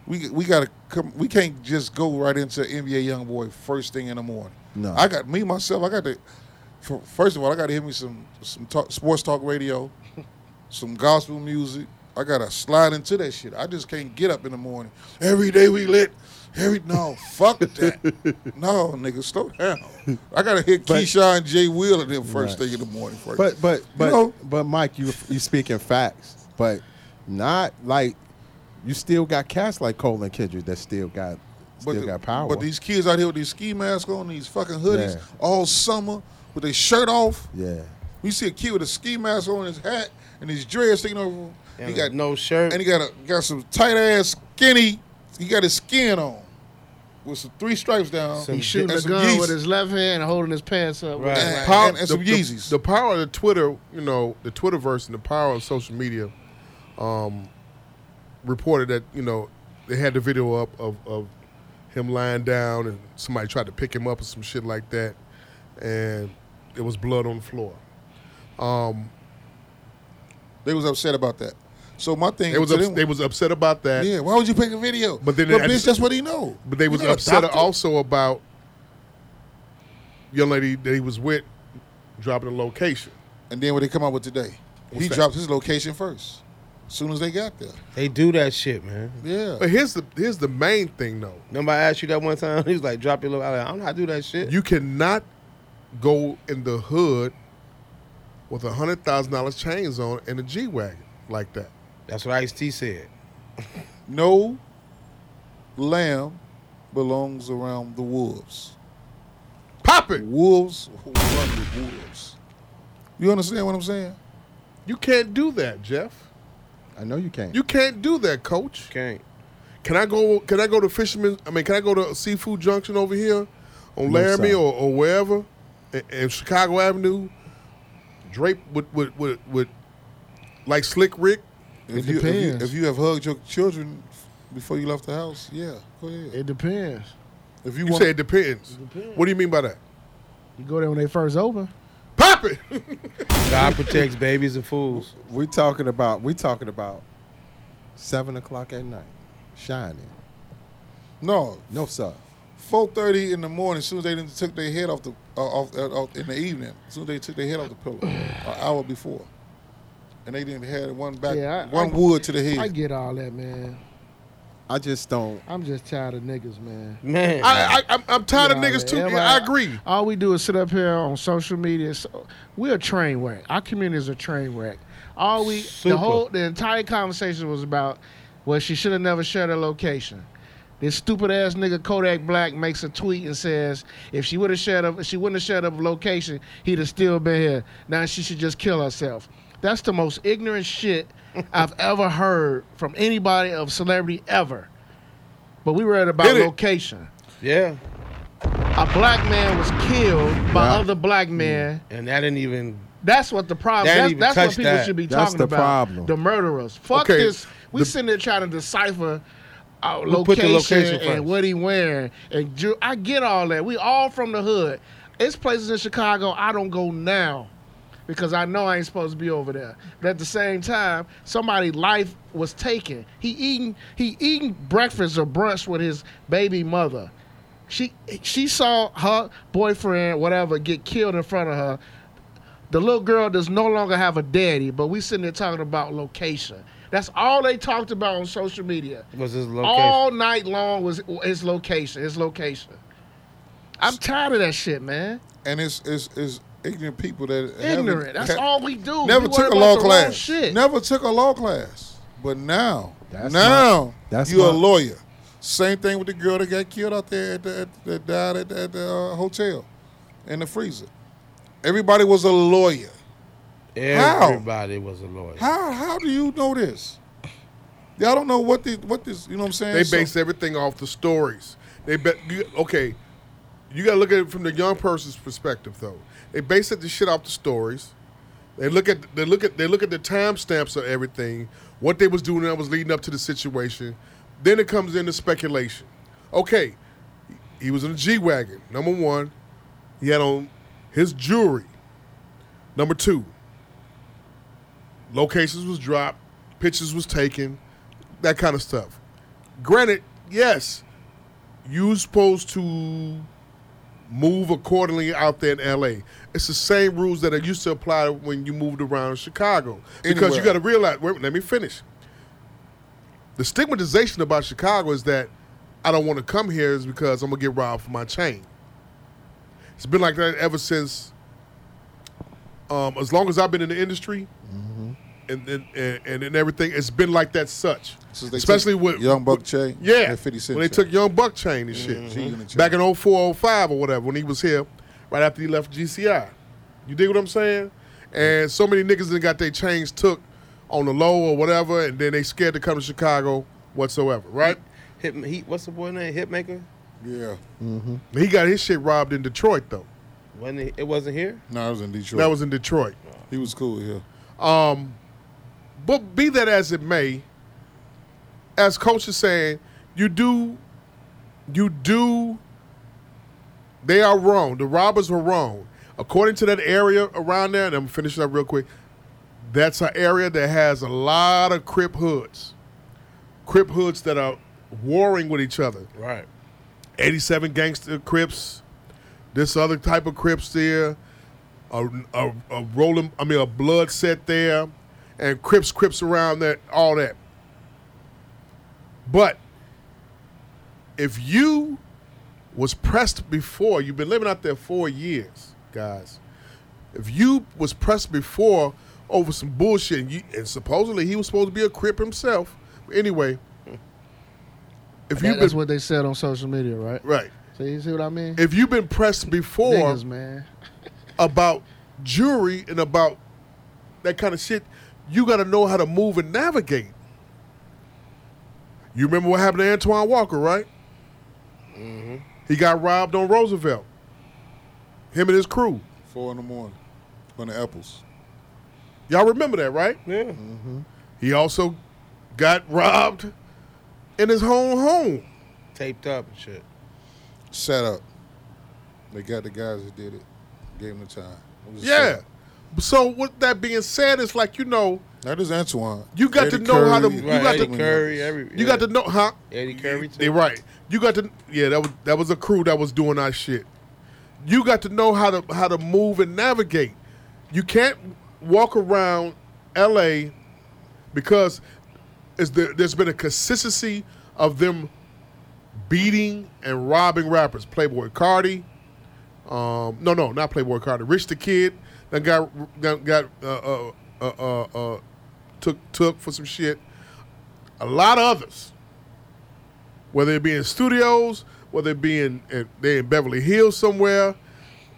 Speaker 9: we we gotta come we can't just go right into NBA YoungBoy first thing in the morning.
Speaker 6: No.
Speaker 9: I got me myself, I got to f- first of all, I gotta hear me some some talk, sports talk radio, some gospel music. I gotta slide into that shit. I just can't get up in the morning. Every day we lit. Every no, fuck that. No, nigga, slow down. I gotta hit Keyshawn Jay Will and them first thing in the morning first.
Speaker 6: but but but
Speaker 9: know.
Speaker 6: but Mike, you you speaking facts, but not like you still got cats like Cole and Kendrick that still got
Speaker 9: but
Speaker 6: still
Speaker 9: the-
Speaker 6: got power.
Speaker 9: But these kids out here with these ski masks on, these fucking hoodies
Speaker 6: Yeah.
Speaker 9: all summer with their shirt off.
Speaker 6: yeah,
Speaker 9: We see a kid with a ski mask on, his hat and his dread sticking over.
Speaker 2: And
Speaker 9: he got
Speaker 2: no shirt.
Speaker 9: and he got a got some tight ass skinny. He got his skin on with some three stripes down.
Speaker 2: Some
Speaker 4: He's shooting
Speaker 9: and
Speaker 4: a
Speaker 9: some
Speaker 4: gun
Speaker 9: yeast.
Speaker 4: with his left hand and holding his pants up.
Speaker 2: Right.
Speaker 9: and,
Speaker 2: Pow-
Speaker 9: and- and some
Speaker 3: the,
Speaker 9: Yeezys.
Speaker 3: The power of the Twitter, you know, the Twitterverse and the power of social media, um, reported that you know they had the video up of, of him lying down and somebody tried to pick him up or some shit like that, and it was blood on the floor.
Speaker 9: they was upset about that. So my thing
Speaker 3: They was
Speaker 9: to
Speaker 3: ups-
Speaker 9: them-
Speaker 3: they was upset about that.
Speaker 9: Yeah, why would you pick a video?
Speaker 3: But then
Speaker 9: well,
Speaker 3: they-
Speaker 9: bitch, that's what he know.
Speaker 3: But they
Speaker 9: You
Speaker 3: was
Speaker 9: not a
Speaker 3: upset
Speaker 9: doctor.
Speaker 3: also about young lady that he was with dropping the location.
Speaker 9: And then what they come out with today, he
Speaker 3: that?
Speaker 9: dropped his location first. Soon as they got there,
Speaker 2: They do that shit, man.
Speaker 9: yeah.
Speaker 3: But here's the here's the main thing though.
Speaker 2: Nobody asked you that one time. He was like, "Drop your little." I, like, I don't know how to do that shit.
Speaker 3: You cannot go in the hood with a hundred thousand dollars chains on and a G wagon like that.
Speaker 2: That's what Ice T said.
Speaker 9: No lamb belongs around the wolves.
Speaker 3: Pop it!
Speaker 9: Wolves run with wolves. You understand what I'm saying?
Speaker 3: You can't do that, Jeff.
Speaker 6: I know you can't.
Speaker 3: You can't do that, Coach.
Speaker 2: Can't.
Speaker 3: Can I go? Can I go to Fisherman? I mean, can I go to Seafood Junction over here on Laramie
Speaker 6: sir.
Speaker 3: or, or wherever, and, and Chicago Avenue, draped with with with, with like Slick Rick?
Speaker 9: If
Speaker 4: It
Speaker 9: you, if you
Speaker 4: depends.
Speaker 9: if you have hugged your children before you left the house, yeah, go ahead.
Speaker 4: It depends.
Speaker 9: If you,
Speaker 3: You
Speaker 9: want,
Speaker 3: say it depends. What do you mean by that?
Speaker 4: You go there when they first open.
Speaker 3: Pop it!
Speaker 2: God protects babies and fools.
Speaker 6: we talking about we talking about seven o'clock at night, shining.
Speaker 9: no,
Speaker 6: No sir.
Speaker 9: four thirty in the morning. As soon as they done took their head off the uh, off, uh, off in the evening, as soon as they took their head off the pillow, an hour before, and they didn't have one back
Speaker 4: Yeah, I-
Speaker 9: one
Speaker 4: I-
Speaker 9: wood to the head.
Speaker 4: I get all that, man.
Speaker 6: I just don't.
Speaker 4: I'm just tired of niggas, man.
Speaker 2: Man,
Speaker 3: I, I, I'm, I'm tired of
Speaker 4: Nah,
Speaker 3: niggas too.
Speaker 4: man.
Speaker 3: Yeah, I agree.
Speaker 4: All we do is sit up here on social media. So we're a train wreck. Our community is a train wreck. All we
Speaker 2: Super.
Speaker 4: the whole the entire conversation was about well she should have never shared her location. This stupid ass nigga Kodak Black makes a tweet and says if she would have shared up she wouldn't have shared up location, he'd have still been here. Now she should just kill herself. That's the most ignorant shit I've ever heard from anybody of celebrity ever. But we read about
Speaker 3: Hit it.
Speaker 4: location
Speaker 2: yeah,
Speaker 4: a black man was killed by
Speaker 6: Yeah.
Speaker 4: other black men
Speaker 2: and that didn't even
Speaker 4: That's what the problem.
Speaker 2: They
Speaker 4: That's,
Speaker 2: ain't even
Speaker 4: that's what
Speaker 2: touch
Speaker 4: people
Speaker 2: that.
Speaker 4: should be
Speaker 6: That's
Speaker 4: talking
Speaker 6: the
Speaker 4: about.
Speaker 6: problem.
Speaker 4: The murderers. Fuck
Speaker 3: Okay,
Speaker 4: this. We sitting there trying to decipher our
Speaker 2: Who
Speaker 4: location,
Speaker 2: put the location first?
Speaker 4: and what he wearing. And ju- I get all that. We all from the hood. It's places in Chicago I don't go now because I know I ain't supposed to be over there. But at the same time, somebody' life was taken. He eating he eating breakfast or brunch with his baby mother. She she saw her boyfriend whatever get killed in front of her. The little girl does no longer have a daddy, but we sitting there talking about location. That's all they talked about on social media.
Speaker 2: Was his location?
Speaker 4: All night long was his location, his location. I'm tired of that shit, man.
Speaker 9: and it's it's it's ignorant people that haven't-
Speaker 4: Ignorant. That's
Speaker 9: ha-
Speaker 4: all we do. We
Speaker 9: Never
Speaker 4: worry
Speaker 9: took a
Speaker 4: about
Speaker 9: law
Speaker 4: the wrong
Speaker 9: class.
Speaker 4: Shit.
Speaker 9: Never took a law class. But now,
Speaker 6: That's
Speaker 9: now
Speaker 6: my- that's
Speaker 9: you're a
Speaker 6: my-
Speaker 9: lawyer. Same thing with the girl that got killed out there at the, at, that died at the, at the uh, hotel in the freezer. Everybody was a lawyer. How?
Speaker 2: Everybody was a lawyer.
Speaker 9: How how do you know this? Y'all don't know what the what this. You know what I'm saying?
Speaker 3: They
Speaker 9: So-
Speaker 3: base everything off the stories. They bet. You, okay, you got to look at it from the young person's perspective, though. They base it the shit off the stories. They look at they look at they look at the timestamps of everything, what they was doing that was leading up to the situation. Then it comes into speculation. Okay, he was in a G wagon. Number one, he had on his jewelry. Number two, locations was dropped, pictures was taken, that kind of stuff. Granted, yes, you supposed to move accordingly out there in LA. It's the same rules that are used to apply when you moved around in Chicago. Because you
Speaker 9: Anywhere.
Speaker 3: got to realize, wait, let me finish. The stigmatization about Chicago is that I don't want to come here is because I'm going to get robbed for my chain. It's been like that ever since um, as long as I've been in the industry,
Speaker 9: Mm-hmm.
Speaker 3: and, and and and in everything, it's been like that. Such,
Speaker 9: Since they
Speaker 3: especially
Speaker 9: took
Speaker 3: with
Speaker 9: Young Buck
Speaker 3: with-
Speaker 9: Che,
Speaker 3: yeah,
Speaker 9: and 50 Cent
Speaker 3: when they
Speaker 9: Che.
Speaker 3: took Young Buck Chain and shit
Speaker 9: Mhm.
Speaker 3: back in 04, 05 or whatever when he was here, right after he left GCI. You dig what I'm saying? And so many niggas that got their chains took on the low or whatever, and then they scared to come to Chicago whatsoever, right?
Speaker 2: Hit, he, what's the boy name? Hitmaker?
Speaker 9: yeah.
Speaker 3: He got his shit robbed in Detroit though.
Speaker 2: Wasn't it, it wasn't here?
Speaker 9: No, I was in Detroit.
Speaker 3: That was in Detroit.
Speaker 9: he was cool here.
Speaker 3: Um, but be that as it may, as coach is saying, you do, you do. They are wrong. The robbers were wrong, according to that area around there. And I'm finishing up real quick. That's an area that has a lot of Crip hoods, Crip hoods that are warring with each other.
Speaker 2: Right.
Speaker 3: 87 gangster Crips, this other type of Crips there, a, a, a rolling, I mean, a blood set there, and Crips, Crips around that, all that. But if you was pressed before, you've been living out there four years, guys. If you was pressed before over some bullshit, and, you, and supposedly he was supposed to be a Crip himself, anyway. If
Speaker 4: That-
Speaker 3: you've
Speaker 4: that's
Speaker 3: been
Speaker 4: what they said on social media, right?
Speaker 3: right,
Speaker 4: So you see what I mean?
Speaker 3: if you've been pressed before
Speaker 4: Niggas, man.
Speaker 3: about jewelry and about that kind of shit, you got to know how to move and navigate. You remember what happened to Antoine Walker, right?
Speaker 4: Mm-hmm.
Speaker 3: He got robbed on Roosevelt. Him and his crew.
Speaker 9: Four in the morning, on the apples.
Speaker 3: Y'all remember that, right?
Speaker 2: Yeah.
Speaker 4: Mm-hmm.
Speaker 3: He also got robbed in his own home.
Speaker 2: Taped up and shit.
Speaker 9: Shut up. They got the guys that did it. Gave them the time. It was a
Speaker 3: Yeah.
Speaker 9: shut up.
Speaker 3: So with that being said, it's like you know,
Speaker 9: That is Antoine.
Speaker 3: You got to
Speaker 9: Eddie
Speaker 3: know how to-
Speaker 9: Curry,
Speaker 3: You
Speaker 2: Right.
Speaker 3: got
Speaker 2: Eddie
Speaker 3: to-
Speaker 2: Curry. Every,
Speaker 3: you got to know, huh?
Speaker 2: Eddie Curry too.
Speaker 3: They right. You got to yeah. That was that was a crew that was doing our shit. You got to know how to how to move and navigate. You can't walk around L.A. because is there, there's been a consistency of them beating and robbing rappers. Playboy Cardi, um, no, no, not Playboy Cardi. Rich the Kid that got got, got uh, uh, uh, uh, uh, took took for some shit. A lot of others whether it be in studios, whether it be in, in they in Beverly Hills somewhere.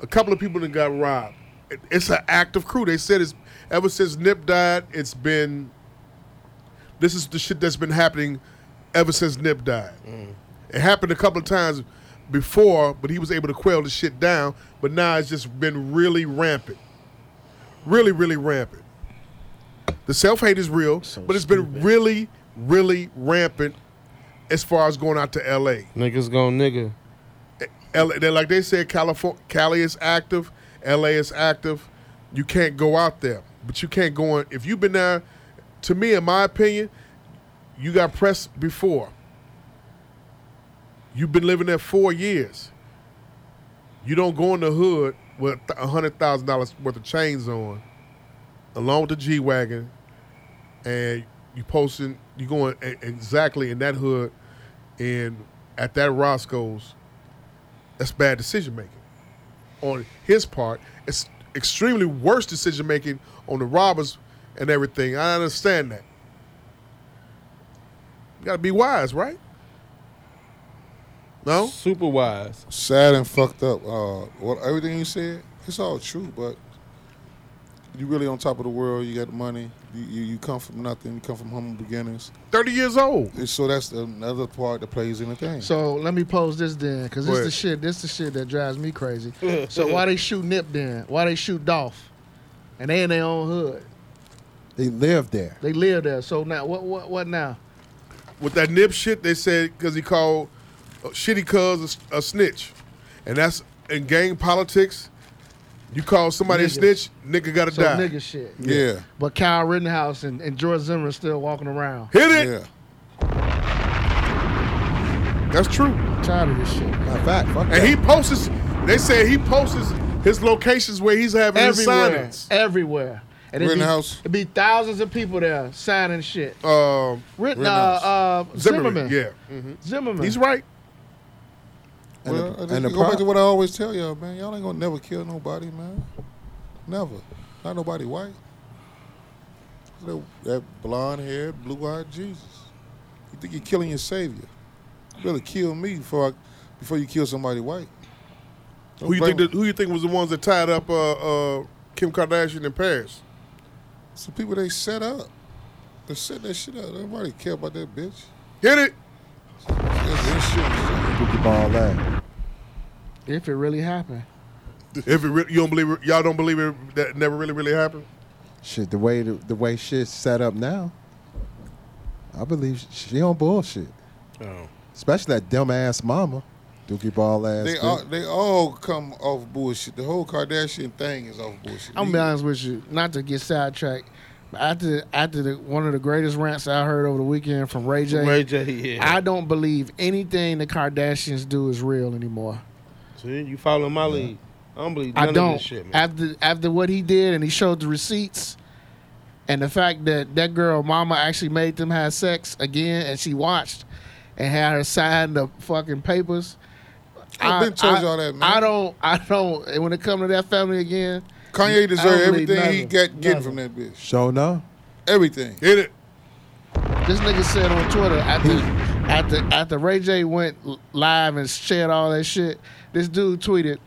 Speaker 3: A couple of people that got robbed. It- It's an active crew. They said it's ever since Nip died. It's been this is the shit that's been happening ever since Nip died. It happened a couple of times before, but he was able to quell the shit down. But now it's just been really rampant. really, really rampant. The self hate is real, but it's been really, really rampant as far as going out to L.A.
Speaker 2: Niggas gone nigga.
Speaker 3: LA, they, like they said, California, Cali is active, LA is active. You can't go out there, but you can't go in. If you've been there, to me, in my opinion, you got pressed before. You've been living there four years. You don't go in the hood with a hundred thousand dollars worth of chains on, along with the G wagon, and you posting, you going e- exactly in that hood, and at that Roscoe's that's bad decision making on his part. It's extremely worse decision making on the robbers and everything. I understand that. You gotta be wise, right? No?
Speaker 2: Super wise.
Speaker 9: sad and fucked up. Uh, what everything you said, it's all true. But you really on top of the world. You got the money. You, you, you come from nothing. You come from humble beginnings.
Speaker 3: 30 years old.
Speaker 9: And so that's another part that plays in the thing.
Speaker 4: So let me pose this then, because this
Speaker 3: What?
Speaker 4: the shit. This the shit that drives me crazy. so why they shoot Nip then? Why they shoot Dolph? And they in their own hood.
Speaker 6: They live there.
Speaker 4: They live there. So now what? What? What now?
Speaker 3: With that nip shit, they said because he called uh, shitty cuz a, a snitch. And that's in gang politics. You call somebody
Speaker 4: Niggas.
Speaker 3: a snitch, nigga gotta
Speaker 4: So
Speaker 3: die.
Speaker 4: nigga shit.
Speaker 9: yeah,
Speaker 4: But Kyle Rittenhouse and, and George Zimmerman still walking around.
Speaker 3: Hit
Speaker 9: yeah.
Speaker 3: it. That's true.
Speaker 4: tired of this shit.
Speaker 6: Matter of fact, fuck
Speaker 3: And
Speaker 6: that.
Speaker 3: he posts. They said he posts his locations where he's having his
Speaker 4: Everywhere.
Speaker 3: signings.
Speaker 4: Everywhere. And it'd be,
Speaker 9: Rittenhouse.
Speaker 4: it'd be thousands of people there signing shit.
Speaker 3: Um,
Speaker 4: Ritten, uh, uh,
Speaker 9: Rittenhouse.
Speaker 4: Zimmerman. Mm-hmm.
Speaker 3: Zimmerman. Yeah,
Speaker 4: Zimmerman.
Speaker 3: he's right.
Speaker 9: And
Speaker 6: And the-
Speaker 9: well, I
Speaker 6: and
Speaker 9: just
Speaker 6: the
Speaker 9: go back to
Speaker 6: prob-
Speaker 9: what I always tell y'all, man. Y'all ain't gonna never kill nobody, man. Never. Not nobody white. That, that blonde haired, blue eyed Jesus. You think you're killing your savior? You better kill me before I, before you kill somebody white. Don't
Speaker 3: Who you
Speaker 9: blame
Speaker 3: think? that- who you think was the ones that tied up uh, uh, Kim Kardashian in Paris?
Speaker 9: Some people they set up. They set that shit up. Nobody care about that bitch.
Speaker 3: Hit it.
Speaker 9: That's their shit.
Speaker 6: Pookie ball that.
Speaker 4: if it really happened.
Speaker 3: If it re- you don't believe it, y'all don't believe it, that never really really happened.
Speaker 6: Shit, the way the, the way shit's set up now, I believe she on bullshit.
Speaker 2: Oh.
Speaker 6: Especially that dumb ass mama, Dookie ball ass.
Speaker 9: They
Speaker 6: bitch.
Speaker 9: all, they all come off bullshit. The whole Kardashian thing is off bullshit.
Speaker 4: I'm gonna be honest with you, not to get sidetracked. But after after the, one of the greatest rants I heard over the weekend from Ray J,
Speaker 2: Ray J, yeah.
Speaker 4: I don't believe anything the Kardashians do is real anymore.
Speaker 2: See, you following my lead. I don't believe none
Speaker 4: I
Speaker 2: of
Speaker 4: don't.
Speaker 2: this shit, man.
Speaker 4: after after what he did, and he showed the receipts, and the fact that that girl mama actually made them have sex again, and she watched, and had her sign the fucking papers.
Speaker 9: I've been told y'all that, man.
Speaker 4: I don't. I don't. And when it comes to that family again,
Speaker 9: Kanye
Speaker 4: I
Speaker 9: deserved
Speaker 4: don't believe
Speaker 9: everything he
Speaker 4: nothing.
Speaker 9: got getting
Speaker 4: Nothing.
Speaker 9: from that bitch.
Speaker 6: Sure no.
Speaker 9: Everything.
Speaker 3: Hit it.
Speaker 4: This nigga said on Twitter after after after Ray J went l- live and shared all that shit. This dude tweeted,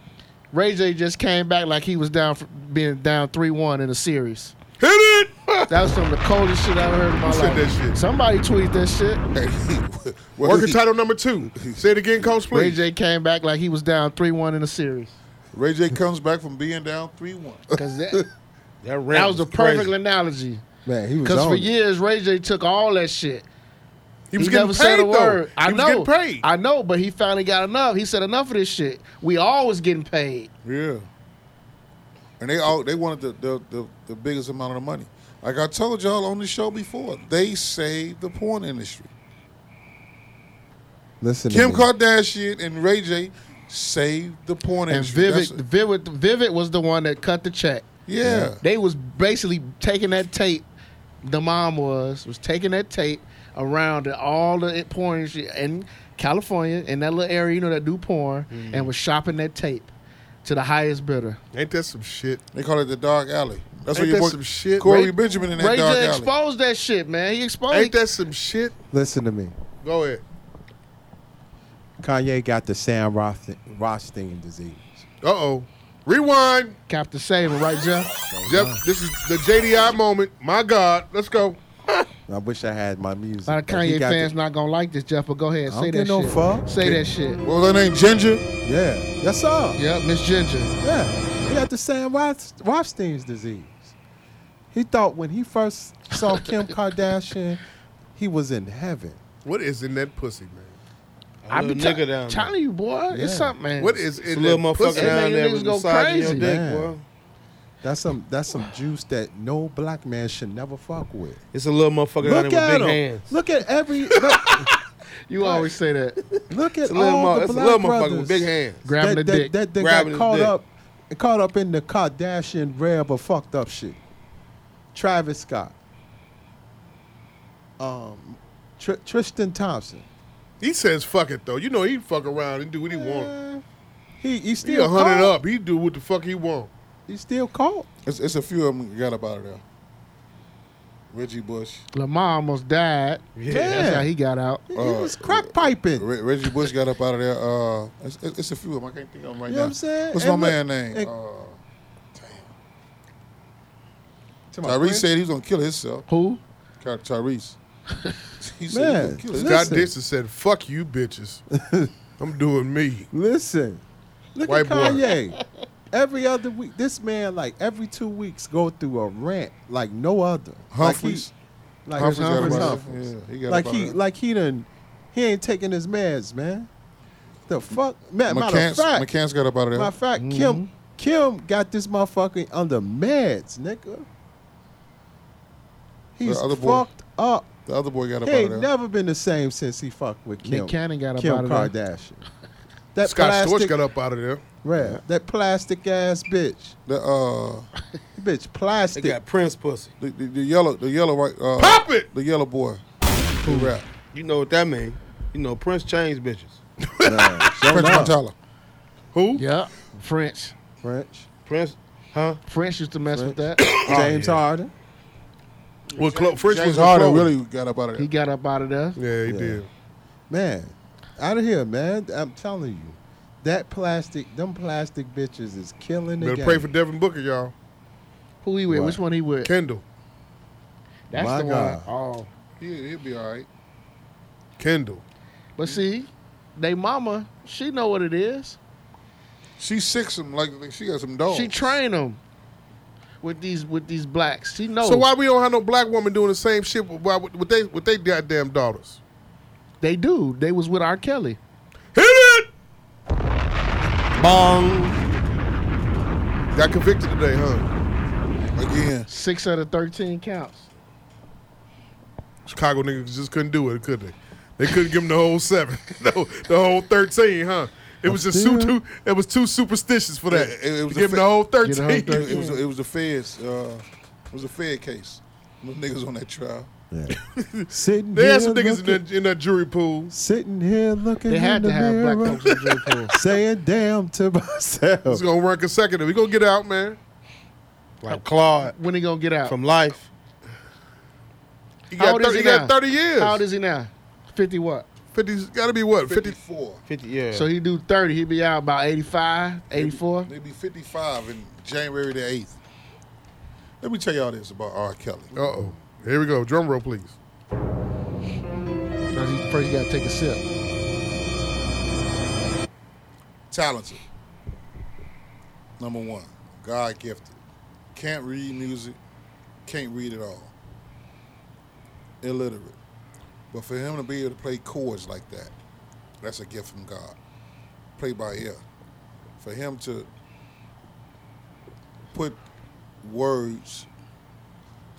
Speaker 4: "Ray J just came back like he was down for being down three one in a series."
Speaker 3: Hit it.
Speaker 4: That was some of the coldest shit I've heard in my
Speaker 3: Who said
Speaker 4: life.
Speaker 3: that shit?
Speaker 4: Somebody tweeted that shit.
Speaker 9: Well,
Speaker 3: Working
Speaker 9: he-
Speaker 3: title number two. Say it again, Coach.
Speaker 4: Ray
Speaker 3: Please.
Speaker 4: J came back like he was down three one in a series.
Speaker 9: Ray J comes back from being down three one.
Speaker 4: Cause that,
Speaker 2: that, rant
Speaker 4: that was a perfect
Speaker 2: crazy.
Speaker 4: analogy.
Speaker 6: Man, he was
Speaker 4: Cause
Speaker 6: on
Speaker 4: for
Speaker 6: it.
Speaker 4: years Ray J took all that shit.
Speaker 3: He was getting paid though.
Speaker 4: I
Speaker 3: he
Speaker 4: know.
Speaker 3: was getting paid.
Speaker 4: I know, but he finally got enough. He said enough of this shit. We always getting paid.
Speaker 9: Yeah. And they all they wanted the, the, the, the biggest amount of the money. Like I told y'all on the show before, they saved the porn industry.
Speaker 6: Listen, to
Speaker 9: Kim
Speaker 6: me.
Speaker 9: Kardashian and Ray J saved the porn
Speaker 4: And
Speaker 9: industry.
Speaker 4: Vivid,
Speaker 9: That's-
Speaker 4: Vivid, Vivid was the one that cut the check.
Speaker 9: yeah.
Speaker 4: They was basically taking that tape. The mom was was taking that tape around to all the porn industry in California in that little area, you know, that do porn,
Speaker 2: Mm-hmm.
Speaker 4: and was shopping that tape to the highest bidder.
Speaker 3: Ain't that some shit?
Speaker 9: They call it the dark alley.
Speaker 3: Ain't
Speaker 9: That's what you
Speaker 3: that
Speaker 9: boy
Speaker 3: some shit?
Speaker 9: Corey
Speaker 3: Ray-
Speaker 9: Benjamin in that
Speaker 4: Ray
Speaker 9: dark
Speaker 4: J
Speaker 9: alley.
Speaker 4: exposed that shit, man. Oh, He exposed.
Speaker 3: Ain't that some shit?
Speaker 6: listen to me.
Speaker 3: Go ahead.
Speaker 6: Kanye got the Sam Rothstein, Rothstein disease.
Speaker 3: Uh oh. Rewind.
Speaker 4: Captain Saber, right, Jeff?
Speaker 3: Jeff, this is the JDI moment. My God, let's go.
Speaker 6: I wish I had my music.
Speaker 4: A lot of
Speaker 6: but he
Speaker 4: Kanye
Speaker 6: got the-
Speaker 4: fans not gonna like this, Jeff. But go ahead,
Speaker 6: I
Speaker 4: say that
Speaker 6: don't get no
Speaker 4: shit.
Speaker 6: fuck.
Speaker 4: Say that shit.
Speaker 9: What was her name? Ginger?
Speaker 6: yeah, that's all.
Speaker 4: Yep, Miss Ginger.
Speaker 6: Yeah, he got the Sam Roth, Rothstein's disease. He thought when he first saw Kim Kardashian, he was in heaven.
Speaker 3: What is in that pussy, man?
Speaker 2: I
Speaker 4: be
Speaker 2: be
Speaker 4: tell-
Speaker 2: nigga down there.
Speaker 4: Telling you, boy,
Speaker 6: Yeah.
Speaker 4: it's something, man.
Speaker 3: What is
Speaker 2: It's a
Speaker 3: in that
Speaker 2: little motherfucker
Speaker 3: pussy?
Speaker 2: down
Speaker 4: Hey,
Speaker 2: there
Speaker 4: niggas
Speaker 2: with
Speaker 4: go
Speaker 2: massaging your
Speaker 4: crazy.
Speaker 2: dick,
Speaker 6: Man.
Speaker 2: boy.
Speaker 6: That's some that's some juice that no black man should never fuck with.
Speaker 2: It's a little motherfucker down there with
Speaker 6: Look at
Speaker 2: big
Speaker 6: him.
Speaker 2: hands.
Speaker 6: Look at every look,
Speaker 4: you always say that.
Speaker 6: look at
Speaker 2: It's a little,
Speaker 6: all
Speaker 2: mo-
Speaker 6: the
Speaker 2: it's a
Speaker 6: black
Speaker 2: little motherfucker
Speaker 6: brothers.
Speaker 2: with big hands.
Speaker 4: Grabbing
Speaker 6: that,
Speaker 4: the
Speaker 6: that,
Speaker 4: dick.
Speaker 6: That, that
Speaker 2: Grabbing
Speaker 6: got
Speaker 2: his
Speaker 6: caught
Speaker 2: dick.
Speaker 6: up, caught up in the Kardashian rab of fucked up shit. Travis Scott, um, Tr- Tristan Thompson.
Speaker 3: He says fuck it though. You know he fuck around and do what he want.
Speaker 4: Uh,
Speaker 6: Eh, He he
Speaker 3: He
Speaker 6: still
Speaker 3: a hundred
Speaker 6: caught.
Speaker 3: up. He do what the fuck he want.
Speaker 6: He still caught.
Speaker 9: It's, it's a few of them that got up out of there. Reggie Bush.
Speaker 4: Lamar almost died.
Speaker 6: Yeah,
Speaker 4: That's how he got out.
Speaker 6: he,
Speaker 9: Uh,
Speaker 6: was crack piping.
Speaker 9: Re- Reggie Bush got up out of there. Uh, it's, it's it's a few of them. I can't think of them right
Speaker 6: You know
Speaker 9: now.
Speaker 6: what I'm saying?
Speaker 9: What's
Speaker 6: And
Speaker 9: my
Speaker 6: look-
Speaker 9: man name?
Speaker 6: and-
Speaker 9: Uh,
Speaker 6: To my
Speaker 9: Tyrese
Speaker 6: friend.
Speaker 9: said he was gonna kill himself.
Speaker 4: Who?
Speaker 9: Ty- Tyrese. he said he was
Speaker 6: Man,
Speaker 9: gonna kill
Speaker 3: Scott
Speaker 9: himself.
Speaker 6: Listen.
Speaker 3: Dixon said fuck you bitches. I'm doing me.
Speaker 6: Listen, look
Speaker 3: White
Speaker 6: at
Speaker 3: boy.
Speaker 6: Kanye. Every other week, this man like every two weeks go through a rant like no other.
Speaker 9: Humphries.
Speaker 6: Like he, like
Speaker 9: Humphries got
Speaker 6: Humphries,
Speaker 9: up out of there.
Speaker 6: Humphries.
Speaker 9: Yeah, he got
Speaker 6: like
Speaker 9: up out
Speaker 6: he
Speaker 9: of there.
Speaker 6: like he done he ain't taking his meds, man. The fuck, man. Matter of
Speaker 9: McCants,
Speaker 6: fact,
Speaker 9: McCants got up out of Mm-hmm.
Speaker 6: matter
Speaker 9: there.
Speaker 6: of fact, Kim Kim got this motherfucker under meds, nigga. He's
Speaker 9: other boy-
Speaker 6: fucked up.
Speaker 9: The other boy got up
Speaker 6: He
Speaker 9: out
Speaker 6: ain't
Speaker 9: of there.
Speaker 6: never been the same since he fucked with Kim.
Speaker 4: Nick Cannon got up
Speaker 6: Kim
Speaker 4: out of there.
Speaker 6: Kardashian. That
Speaker 3: Scott Storch
Speaker 6: plastic,
Speaker 3: got up out of there.
Speaker 6: Right, that plastic ass bitch.
Speaker 9: The uh,
Speaker 6: Bitch,
Speaker 2: They
Speaker 6: plastic.
Speaker 2: got Prince pussy.
Speaker 9: the, the, the yellow, the yellow right. Uh,
Speaker 3: Pop it!
Speaker 9: The yellow boy. Who rap?
Speaker 2: You know what that mean? You know Prince changed bitches.
Speaker 6: Nah, show
Speaker 9: Prince
Speaker 6: up,
Speaker 9: Montala.
Speaker 3: Who?
Speaker 4: Yeah. French.
Speaker 6: French.
Speaker 2: Prince, huh?
Speaker 4: French used to mess with
Speaker 6: French.
Speaker 4: that. Oh,
Speaker 6: James Harden.
Speaker 3: Well, Clo- French
Speaker 9: James
Speaker 3: was
Speaker 9: Harden
Speaker 3: Chloe.
Speaker 9: really got up out of
Speaker 4: he
Speaker 9: there.
Speaker 4: got up out of there.
Speaker 3: Yeah, he did.
Speaker 6: Man, out of here, man. I'm telling you. That plastic, them plastic bitches is killing the
Speaker 3: Better
Speaker 6: game.
Speaker 3: pray for Devin Booker, y'all.
Speaker 4: Who he with?
Speaker 6: Right.
Speaker 4: Which one he with?
Speaker 3: Kendall.
Speaker 4: That's
Speaker 6: My
Speaker 4: the
Speaker 6: God.
Speaker 4: one.
Speaker 9: Yeah, he'll be all right.
Speaker 3: Kendall.
Speaker 4: Oh. But see, they mama, she know what it is.
Speaker 9: She six him like like she got some dogs.
Speaker 4: She train them with these with these blacks. She knows.
Speaker 3: So why we don't have no black woman doing the same shit with, why- with, with they with they goddamn daughters?
Speaker 4: They do. They was with R. Kelly.
Speaker 3: Hit it!
Speaker 2: Bong.
Speaker 3: Got convicted today, huh?
Speaker 9: again.
Speaker 4: Six out of thirteen counts.
Speaker 3: Chicago niggas just couldn't do it, could they? They couldn't give him the whole seven, the, whole- the whole thirteen, huh? It was just too,
Speaker 6: still-
Speaker 3: too. It was too superstitious for that.
Speaker 9: It- it was
Speaker 3: to give him the
Speaker 9: a fa-
Speaker 3: whole
Speaker 4: the
Speaker 3: thirteen.
Speaker 4: whole 13.
Speaker 9: It was it was a feds. Uh, it was a fed case. Those niggas on that trial.
Speaker 6: Yeah. sitting
Speaker 3: they
Speaker 6: here
Speaker 3: had some niggas in
Speaker 6: looking,
Speaker 3: that, in that jury pool.
Speaker 6: sitting here looking
Speaker 4: They
Speaker 6: in
Speaker 4: had
Speaker 6: the
Speaker 4: to have black
Speaker 6: mirror,
Speaker 4: folks in jail pool.
Speaker 6: saying damn to myself.
Speaker 3: It's gonna run consecutive. We gonna get out, man.
Speaker 4: Uh,
Speaker 2: Like Claude
Speaker 4: When he gonna get out?
Speaker 2: from Life.
Speaker 3: He
Speaker 4: How
Speaker 3: got
Speaker 4: old is
Speaker 3: thirty.
Speaker 4: he
Speaker 3: He got
Speaker 4: now?
Speaker 3: thirty years.
Speaker 4: How old is he now? Fifty what?
Speaker 3: Fifty. Got to be what?
Speaker 9: Fifty
Speaker 3: Fifty.
Speaker 9: four.
Speaker 2: 50, yeah.
Speaker 4: So he do thirty. He be out about 85, 84.
Speaker 9: Maybe fifty five in January the eighth. Let me tell y'all this about R. Kelly.
Speaker 3: Uh oh. Here we go. Drum roll, please.
Speaker 4: Now he first got to take a sip.
Speaker 9: Talented. Number one, God gifted. Can't read music. Can't read at all. Illiterate. But for him to be able to play chords like that, that's a gift from God. Play by ear. For him to put words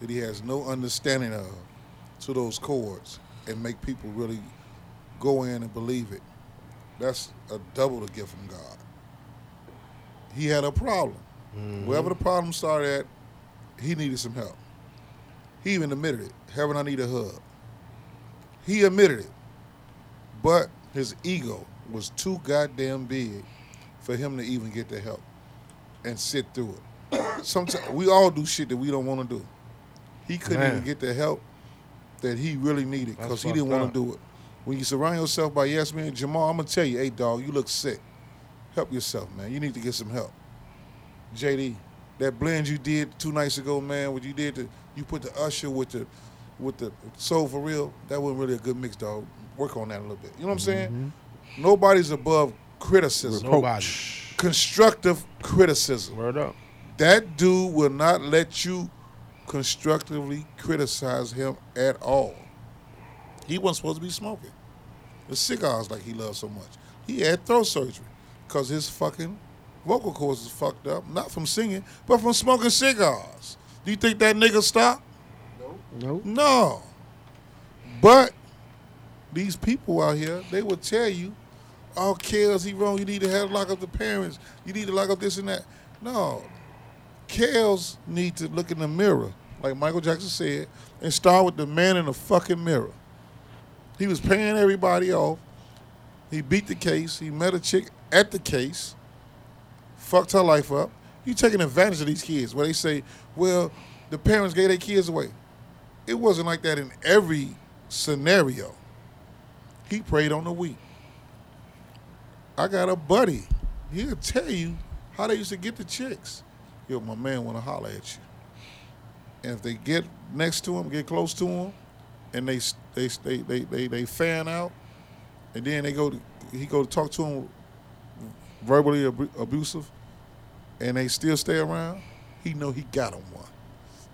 Speaker 9: that he has no understanding of to those chords and make people really go in and believe it. That's a double the gift from God. He had a problem. Wherever the problem started at, he needed some help. He even admitted it. Heaven, I need a hug. He admitted it. But his ego was too goddamn big for him to even get the help and sit through it. Sometimes we all do shit that we don't want to do. He couldn't
Speaker 2: Man.
Speaker 9: even get the help that he really needed
Speaker 2: That's
Speaker 9: because he
Speaker 2: fucked
Speaker 9: didn't want
Speaker 2: up.
Speaker 9: to do it. When you surround yourself by yes men, Jamal, I'm gonna tell you, hey dog, you look sick. Help yourself, man. You need to get some help. JD, that blend you did two nights ago, man, what you did to you put the usher with the with the soul for real, that wasn't really a good mix, dog. Work on that a little bit. You know what I'm saying? Nobody's above criticism.
Speaker 2: Nobody.
Speaker 9: Constructive criticism.
Speaker 2: Word up.
Speaker 9: That dude will not let you constructively criticize him at all. He wasn't supposed to be smoking the cigars like he loves so much. He had throat surgery because his fucking vocal cords is fucked up, not from singing, but from smoking cigars. Do you think that nigga stopped?
Speaker 4: Nope.
Speaker 9: No. But these people out here, they will tell you, oh, Kels, he wrong. You need to have lock up the parents. You need to lock up this and that. No. Kels need to look in the mirror, like Michael Jackson said, and start with the man in the fucking mirror. He was paying everybody off. He beat the case. He met a chick at the case. Fucked her life up. You taking advantage of these kids where they say, well, the parents gave their kids away it wasn't like that in every scenario. He prayed on the weak. I got a buddy. He'll tell you how they used to get the chicks. Yo, my man want to holler at you. And if they get next to him, get close to him, and they they they they they, they fan out, and then they go to he go to talk to him verbally abu- abusive, and they still stay around. He know he got him one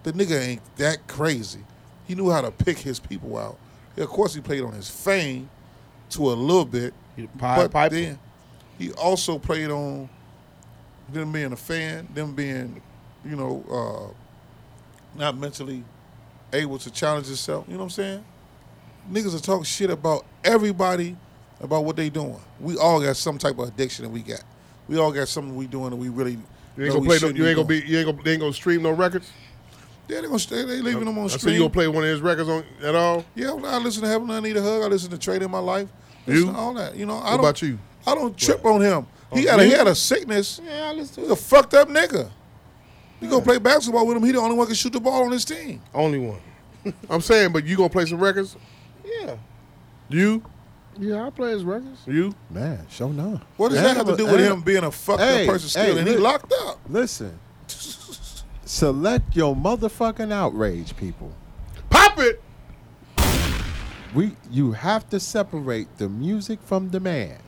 Speaker 9: the nigga ain't that crazy. He knew how to pick his people out. Of course, he played on his fame to a little bit,
Speaker 2: He the Pied
Speaker 9: but
Speaker 2: Piper.
Speaker 9: then he also played on them being a fan, them being, you know, uh, not mentally able to challenge himself. You know what I'm saying? Niggas are talking shit about everybody about what they doing. We all got some type of addiction that we got. We all got something we doing that we really.
Speaker 3: You ain't gonna
Speaker 9: know we
Speaker 3: play. No,
Speaker 9: shouldn't
Speaker 3: you ain't gonna
Speaker 9: doing.
Speaker 3: be. You ain't gonna. They ain't gonna stream no records.
Speaker 9: Yeah, they gonna stay. They leaving them on
Speaker 3: I
Speaker 9: stream.
Speaker 3: see you gonna play one of his records on at all.
Speaker 9: Yeah, well, I listen to Heaven. I need a hug. I listen to Trade in my life. Listen
Speaker 3: You?
Speaker 9: to all that. You know, I
Speaker 3: What
Speaker 9: don't.
Speaker 3: about you?
Speaker 9: I don't trip on him. He had a he had a sickness.
Speaker 2: Yeah, I listen
Speaker 9: He's a fucked up nigga. You gonna play basketball with him? He the only one can shoot the ball on his team.
Speaker 2: Only one.
Speaker 3: I'm saying, but you gonna play some records?
Speaker 2: Yeah.
Speaker 3: You,
Speaker 4: Yeah, I play his records.
Speaker 3: you.
Speaker 6: Man, show no.
Speaker 9: What does
Speaker 6: Yeah,
Speaker 9: that have to
Speaker 6: but-
Speaker 9: do with
Speaker 6: hey,
Speaker 9: him being a fucked
Speaker 6: hey,
Speaker 9: up person still?
Speaker 6: hey,
Speaker 9: and he
Speaker 6: look.
Speaker 9: locked up.
Speaker 6: Listen, select your motherfucking outrage, people.
Speaker 3: Pop it.
Speaker 6: We you have to separate the music from the man,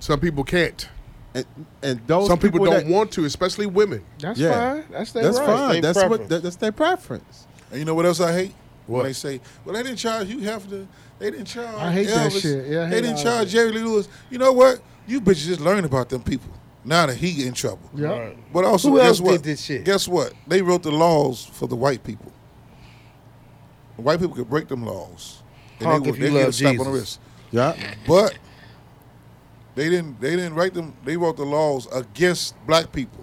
Speaker 3: Some people can't.
Speaker 6: and and those
Speaker 3: Some people, don't
Speaker 6: that-
Speaker 3: want to, especially women.
Speaker 4: That's
Speaker 6: Yeah.
Speaker 4: fine. That's their
Speaker 6: That's
Speaker 4: right.
Speaker 6: fine.
Speaker 2: they
Speaker 6: That's what
Speaker 2: preference.
Speaker 6: that, that's their preference.
Speaker 9: And you know what else I hate?
Speaker 3: What?
Speaker 9: When they say, "Well, they didn't charge you have to. They didn't charge
Speaker 4: I hate that
Speaker 9: Elvis.
Speaker 4: shit. Yeah, I
Speaker 9: they
Speaker 4: hate
Speaker 9: didn't
Speaker 4: all
Speaker 9: charge Jerry Lee Lewis." You know what? You bitches just learn about them people now that he in trouble.
Speaker 4: Yep.
Speaker 9: But also,
Speaker 2: Who
Speaker 9: guess
Speaker 2: else
Speaker 9: what?
Speaker 2: did this shit?
Speaker 9: Guess what? They wrote the laws for the white people. The white people could break them laws,
Speaker 2: Honk
Speaker 9: they
Speaker 2: if you
Speaker 9: they'd get
Speaker 2: love
Speaker 9: a slap on the
Speaker 2: Jesus.
Speaker 9: wrist.
Speaker 6: Yeah,
Speaker 9: But they didn't. They didn't write them. They wrote the laws against black people,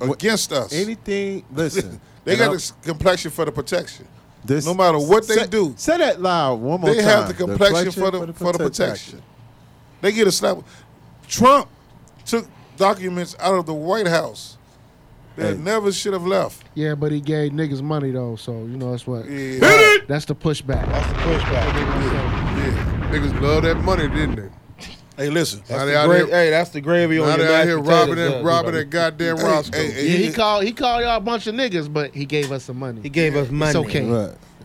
Speaker 9: against us.
Speaker 6: anything. Listen,
Speaker 9: they
Speaker 6: and
Speaker 9: got
Speaker 6: I'm-
Speaker 9: this complexion for the protection.
Speaker 6: this-
Speaker 9: no matter what they
Speaker 6: say-
Speaker 9: do,
Speaker 6: Say that loud one more
Speaker 9: they
Speaker 6: time.
Speaker 9: have the complexion for the for the protection. They get a slap. Trump took documents out of the White House that
Speaker 6: Hey.
Speaker 9: never should have left.
Speaker 4: Yeah, but he gave niggas money though, so you know that's what.
Speaker 9: Yeah.
Speaker 4: That's the pushback.
Speaker 2: That's the pushback.
Speaker 3: Niggas love that money, didn't they?
Speaker 9: Hey, listen.
Speaker 3: Now
Speaker 2: That's
Speaker 3: they
Speaker 2: the
Speaker 3: out
Speaker 2: gra-
Speaker 3: here,
Speaker 2: hey, that's the gravy on your
Speaker 3: now they out
Speaker 2: mashed
Speaker 3: here
Speaker 2: potatoes,
Speaker 3: robbing
Speaker 2: huh,
Speaker 3: that, robbing
Speaker 2: everybody?
Speaker 3: that goddamn
Speaker 9: Hey,
Speaker 3: Roscoe.
Speaker 9: hey, hey.
Speaker 4: Yeah, he called. He called y'all a bunch of niggas, but he gave us some money.
Speaker 2: He gave us money.
Speaker 4: okay.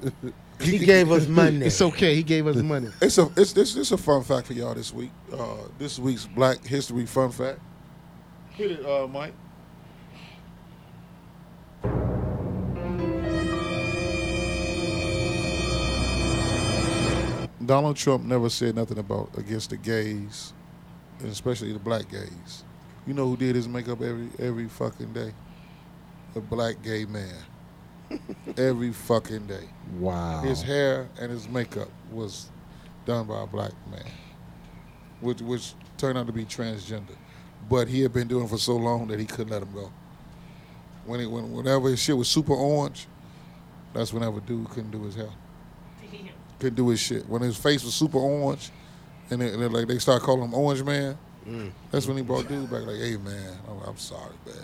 Speaker 6: Right.
Speaker 2: He gave us money.
Speaker 4: It's okay. He gave us money.
Speaker 9: It's a it's this this a fun fact for y'all this week. Uh, this week's Black History fun fact. Hit it, uh, Mike. Donald Trump never said nothing about against the gays, and especially the black gays. You know who did his makeup every every fucking day? A black gay man. every fucking day.
Speaker 6: Wow.
Speaker 9: His hair and his makeup was done by a black man, which which turned out to be transgender. But he had been doing it for so long that he couldn't let him go. When it when whenever his shit was super orange, that's whenever dude couldn't do his hair, couldn't do his shit. When his face was super orange, and they, they, like they start calling him Orange Man,
Speaker 6: Mm.
Speaker 9: that's when he brought dude back. Like, hey man, I'm, I'm sorry, man,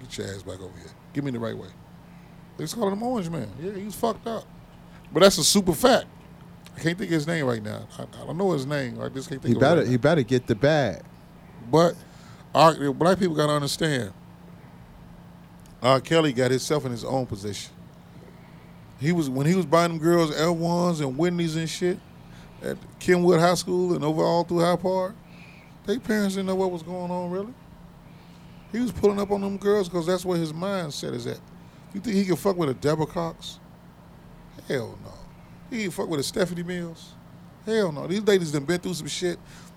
Speaker 9: get your ass back over here. Give me the right way. They just calling him Orange Man. Yeah, he was fucked up. But that's a super fact. I can't think of his name right now. I, I don't know his name. I just can't think
Speaker 6: He
Speaker 9: of it right
Speaker 6: better
Speaker 9: now.
Speaker 6: he better get the bag.
Speaker 9: But our, the black people got to understand. R. Kelly got himself in his own position. He was when he was buying them girls L ones and Whitney's and shit at Kenwood High School and over all through High Park. They parents didn't know what was going on really. He was pulling up on them girls because that's where his mindset is at. You think he can fuck with a Deborah Cox? Hell no. He can fuck with a Stephanie Mills? Hell no. These ladies done been through some shit,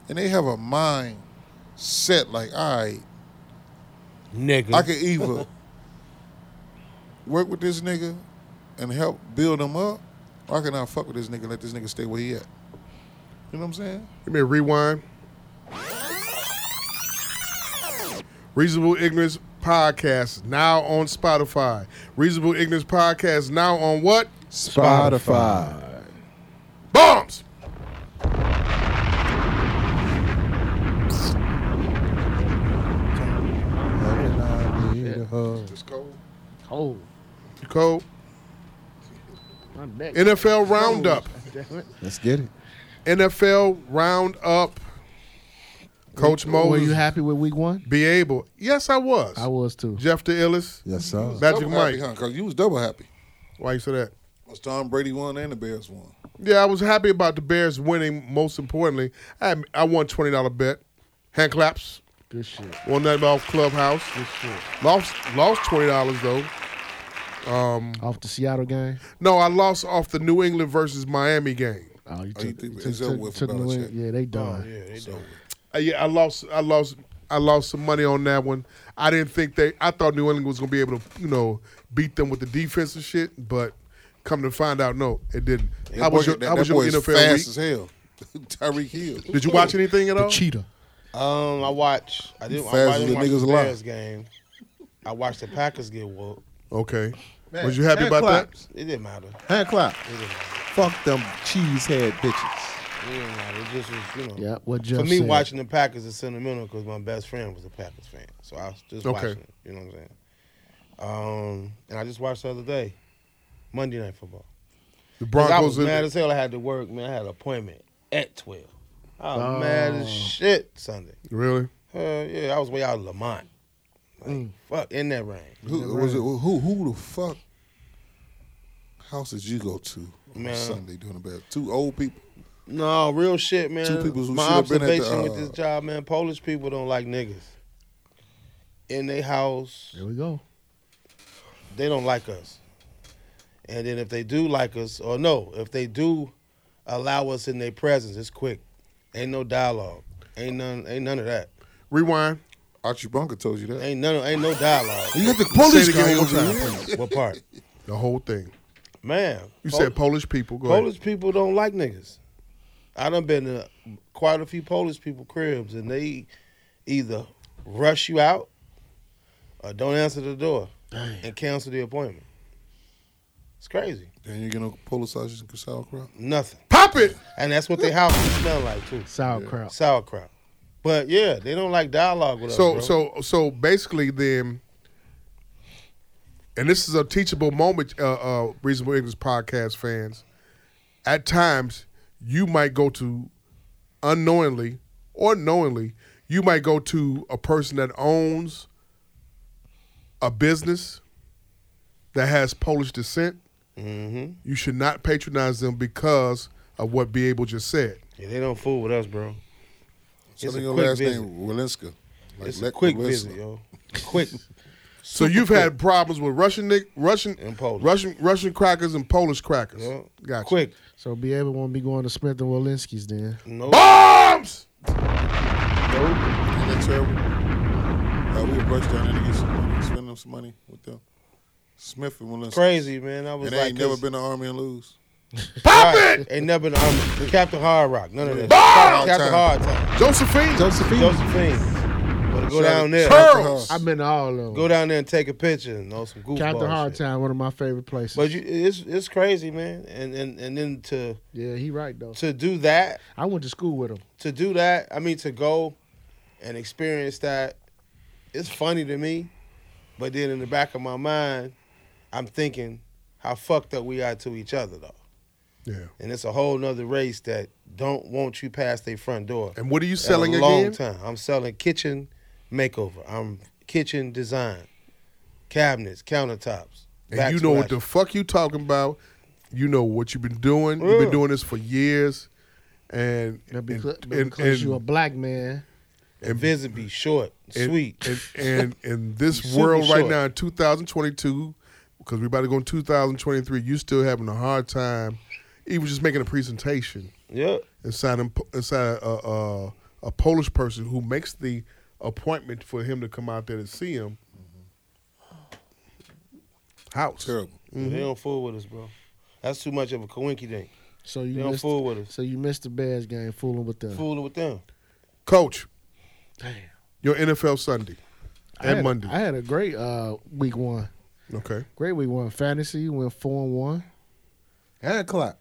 Speaker 9: and they have a mind set like, all right,
Speaker 2: Nigga.
Speaker 9: I could either work with this nigga and help build him up, or I can not fuck with this nigga and let this nigga stay where he at. You know what I'm saying?
Speaker 3: Give me a rewind. Reasonable Ignorance Podcast now on Spotify. Reasonable Ignorance Podcast now on what?
Speaker 6: Spotify.
Speaker 3: Bombs!
Speaker 6: Heaven, I need a hug.
Speaker 3: It's cold.
Speaker 4: Oh,
Speaker 3: You cold?
Speaker 4: my neck.
Speaker 3: NFL Roundup.
Speaker 6: Let's get it.
Speaker 3: NFL Roundup. Coach
Speaker 4: Were you
Speaker 3: Moses.
Speaker 4: happy with week one?
Speaker 3: Be able. Yes, I was.
Speaker 4: I was too.
Speaker 3: Jeff the Illis.
Speaker 6: Yes, sir.
Speaker 3: Magic
Speaker 9: double happy,
Speaker 3: Mike.
Speaker 9: huh? Because you was double happy.
Speaker 3: Why you say that?
Speaker 9: Was Tom Brady one and the Bears one?
Speaker 3: Yeah, I was happy about the Bears winning. Most importantly, I I won twenty dollar bet, hand claps,
Speaker 4: Good shit.
Speaker 3: won that off clubhouse. Lost lost twenty dollars though. Um,
Speaker 4: Off the Seattle game.
Speaker 3: No, I lost off the New England versus Miami game.
Speaker 4: Oh, you took,
Speaker 9: you
Speaker 4: you
Speaker 9: think
Speaker 4: took,
Speaker 9: it's over
Speaker 4: took-
Speaker 9: with
Speaker 4: took
Speaker 9: for
Speaker 4: New
Speaker 9: Belichick?
Speaker 4: England. Yeah, they done.
Speaker 3: Uh, yeah, I lost I lost I lost some money on that one. I didn't think they. I thought New England was gonna be able to you know beat them with the defense and shit, but come to find out, no, it didn't. How was your
Speaker 9: That-
Speaker 3: How
Speaker 9: that
Speaker 3: was your
Speaker 9: boy is
Speaker 3: NFL
Speaker 9: fast as
Speaker 3: week?
Speaker 9: hell. Tyreek Hill.
Speaker 3: Did you watch anything at all?
Speaker 4: Cheetah.
Speaker 2: Um, I watch. I didn't.
Speaker 9: Fast
Speaker 2: I
Speaker 9: as
Speaker 2: didn't
Speaker 9: a
Speaker 2: watch
Speaker 9: nigga's
Speaker 2: the
Speaker 9: alive.
Speaker 2: Bears game. I watched the Packers get whooped.
Speaker 3: Okay. was you happy about that?
Speaker 2: It didn't matter.
Speaker 6: Hand clap. Fuck them cheesehead bitches.
Speaker 2: It didn't matter. It just was, you know.
Speaker 4: Yeah, what Jeff
Speaker 2: For me,
Speaker 4: said.
Speaker 2: watching the Packers is sentimental because my best friend was a Packers fan, so I was just
Speaker 3: Okay.
Speaker 2: watching it. You know what I'm saying? Um, and I just watched the other day, Monday Night Football.
Speaker 3: The
Speaker 2: 'Cause I
Speaker 3: Broncos.
Speaker 2: was
Speaker 3: in-
Speaker 2: mad as hell. I had to work, man. I had an appointment at twelve. I was mad as shit Sunday.
Speaker 3: Really?
Speaker 2: Uh, yeah, I was way out of Lamont. Like, Fuck in that rain,
Speaker 9: Who was it? Who who the fuck house did you go to on
Speaker 2: Man.
Speaker 9: Sunday doing the best? Two old people.
Speaker 2: No, real shit, man.
Speaker 9: Two people who
Speaker 2: My
Speaker 9: should've been at the,
Speaker 2: observation with
Speaker 9: uh,
Speaker 2: this job, man, Polish people don't like niggas. In their house,
Speaker 4: There we go.
Speaker 2: they don't like us. And then if they do like us, or no, if they do allow us in their presence, it's quick. Ain't no dialogue. Ain't none. Ain't none of that.
Speaker 3: Rewind.
Speaker 9: Archie Bunker told you that.
Speaker 2: Ain't none. Ain't no dialogue.
Speaker 9: You got the
Speaker 3: Say
Speaker 9: police
Speaker 3: it again one
Speaker 9: guy over
Speaker 3: more
Speaker 9: here.
Speaker 3: time, please.
Speaker 2: what part,
Speaker 3: The whole thing.
Speaker 2: man?
Speaker 3: You
Speaker 2: Pol-
Speaker 3: said Polish people. Go
Speaker 2: Polish people don't like niggas. I done been to quite a few Polish people cribs, and they either rush you out or don't answer the door and cancel the appointment. It's crazy.
Speaker 9: Then you get no Polish sausage and sauerkraut.
Speaker 2: Nothing.
Speaker 3: ahead. Pop it.
Speaker 2: And that's what they house smell like too.
Speaker 4: Sauerkraut.
Speaker 2: Sauerkraut. But yeah, they don't like dialogue with
Speaker 3: So
Speaker 2: us. bro.
Speaker 3: so so basically then. And this is a teachable moment, uh, uh, reasonable English podcast fans. At times, you might go to unknowingly or knowingly, you might go to a person that owns a business that has Polish descent.
Speaker 2: mm-hmm.
Speaker 3: You should not patronize them because of what Be Able just said.
Speaker 2: yeah, they don't fool with us, bro.
Speaker 9: So
Speaker 2: It's
Speaker 9: then
Speaker 2: a
Speaker 9: your
Speaker 2: quick
Speaker 9: last
Speaker 2: visit.
Speaker 9: name Wilinska. Like
Speaker 2: It's a
Speaker 9: let-
Speaker 2: quick
Speaker 9: Wilinska.
Speaker 2: visit, yo. Quick.
Speaker 3: So you've had problems with Russian nick, Russian
Speaker 2: And Polish.
Speaker 3: Russian Russian crackers and Polish crackers.
Speaker 2: Yeah.
Speaker 3: Gotcha.
Speaker 2: Quick.
Speaker 4: So be able won't be going to Smith and Walensky's then.
Speaker 2: No.
Speaker 3: Bombs.
Speaker 9: Ain't that terrible? Uh, we approached down there to get some money, spend them some money with them. Smith and Wilinska.
Speaker 2: Crazy, man. I was
Speaker 9: And they
Speaker 2: like,
Speaker 9: ain't never
Speaker 2: this-
Speaker 9: been to army and lose.
Speaker 3: Pop
Speaker 2: Right.
Speaker 3: it.
Speaker 2: Ain't never been on the Captain Hard Rock. None of that.
Speaker 3: Bombs!
Speaker 2: Captain Hard Time.
Speaker 3: Josephine.
Speaker 6: Josephine.
Speaker 2: Josephine. Wanna go down there.
Speaker 3: Pearls.
Speaker 4: I've been to all of them.
Speaker 2: Go down there and take a picture and know some goofball
Speaker 4: Captain Hard
Speaker 2: shit.
Speaker 4: Time, one of my favorite places.
Speaker 2: But you, it's it's crazy, man. And and and then to
Speaker 4: yeah, he right though.
Speaker 2: to do that,
Speaker 4: I went to school with him.
Speaker 2: to do that, I mean to go and experience that, it's funny to me. But then in the back of my mind, I'm thinking how fucked up we are to each other though.
Speaker 3: Yeah.
Speaker 2: And it's a whole nother race that don't want you past their front door.
Speaker 3: And what are you selling
Speaker 2: a long
Speaker 3: again?
Speaker 2: time. I'm selling kitchen makeover. I'm kitchen design, cabinets, countertops.
Speaker 3: And you know what the
Speaker 2: backsplash.
Speaker 3: fuck you talking about. You know what you've been doing. You've
Speaker 2: Yeah.
Speaker 3: been doing this for years. And
Speaker 4: That because,
Speaker 3: and-
Speaker 4: that because
Speaker 3: and-
Speaker 4: you a black man.
Speaker 2: the visit be short,
Speaker 3: and-
Speaker 2: sweet.
Speaker 3: And and in this
Speaker 2: Super
Speaker 3: world right
Speaker 2: short.
Speaker 3: now in 2022, because we're about to go in 2023. You still having a hard time, even just making a presentation
Speaker 2: Yeah.
Speaker 3: inside him- inside a, a, a Polish person who makes the appointment for him to come out there to see him. House.
Speaker 9: Terrible.
Speaker 3: Mm-hmm.
Speaker 2: They don't fool with us, bro. That's too much of a coinky dink.
Speaker 4: So you
Speaker 2: They don't
Speaker 4: missed,
Speaker 2: fool with us.
Speaker 4: So you missed the Bears game fooling with them.
Speaker 2: Fooling with them.
Speaker 3: Coach,
Speaker 4: Damn.
Speaker 3: your NFL Sunday
Speaker 4: I
Speaker 3: and
Speaker 4: had-
Speaker 3: Monday.
Speaker 4: I had a great uh, week one.
Speaker 3: okay.
Speaker 4: Great week one. Fantasy went four and one.
Speaker 6: Hand o'clock.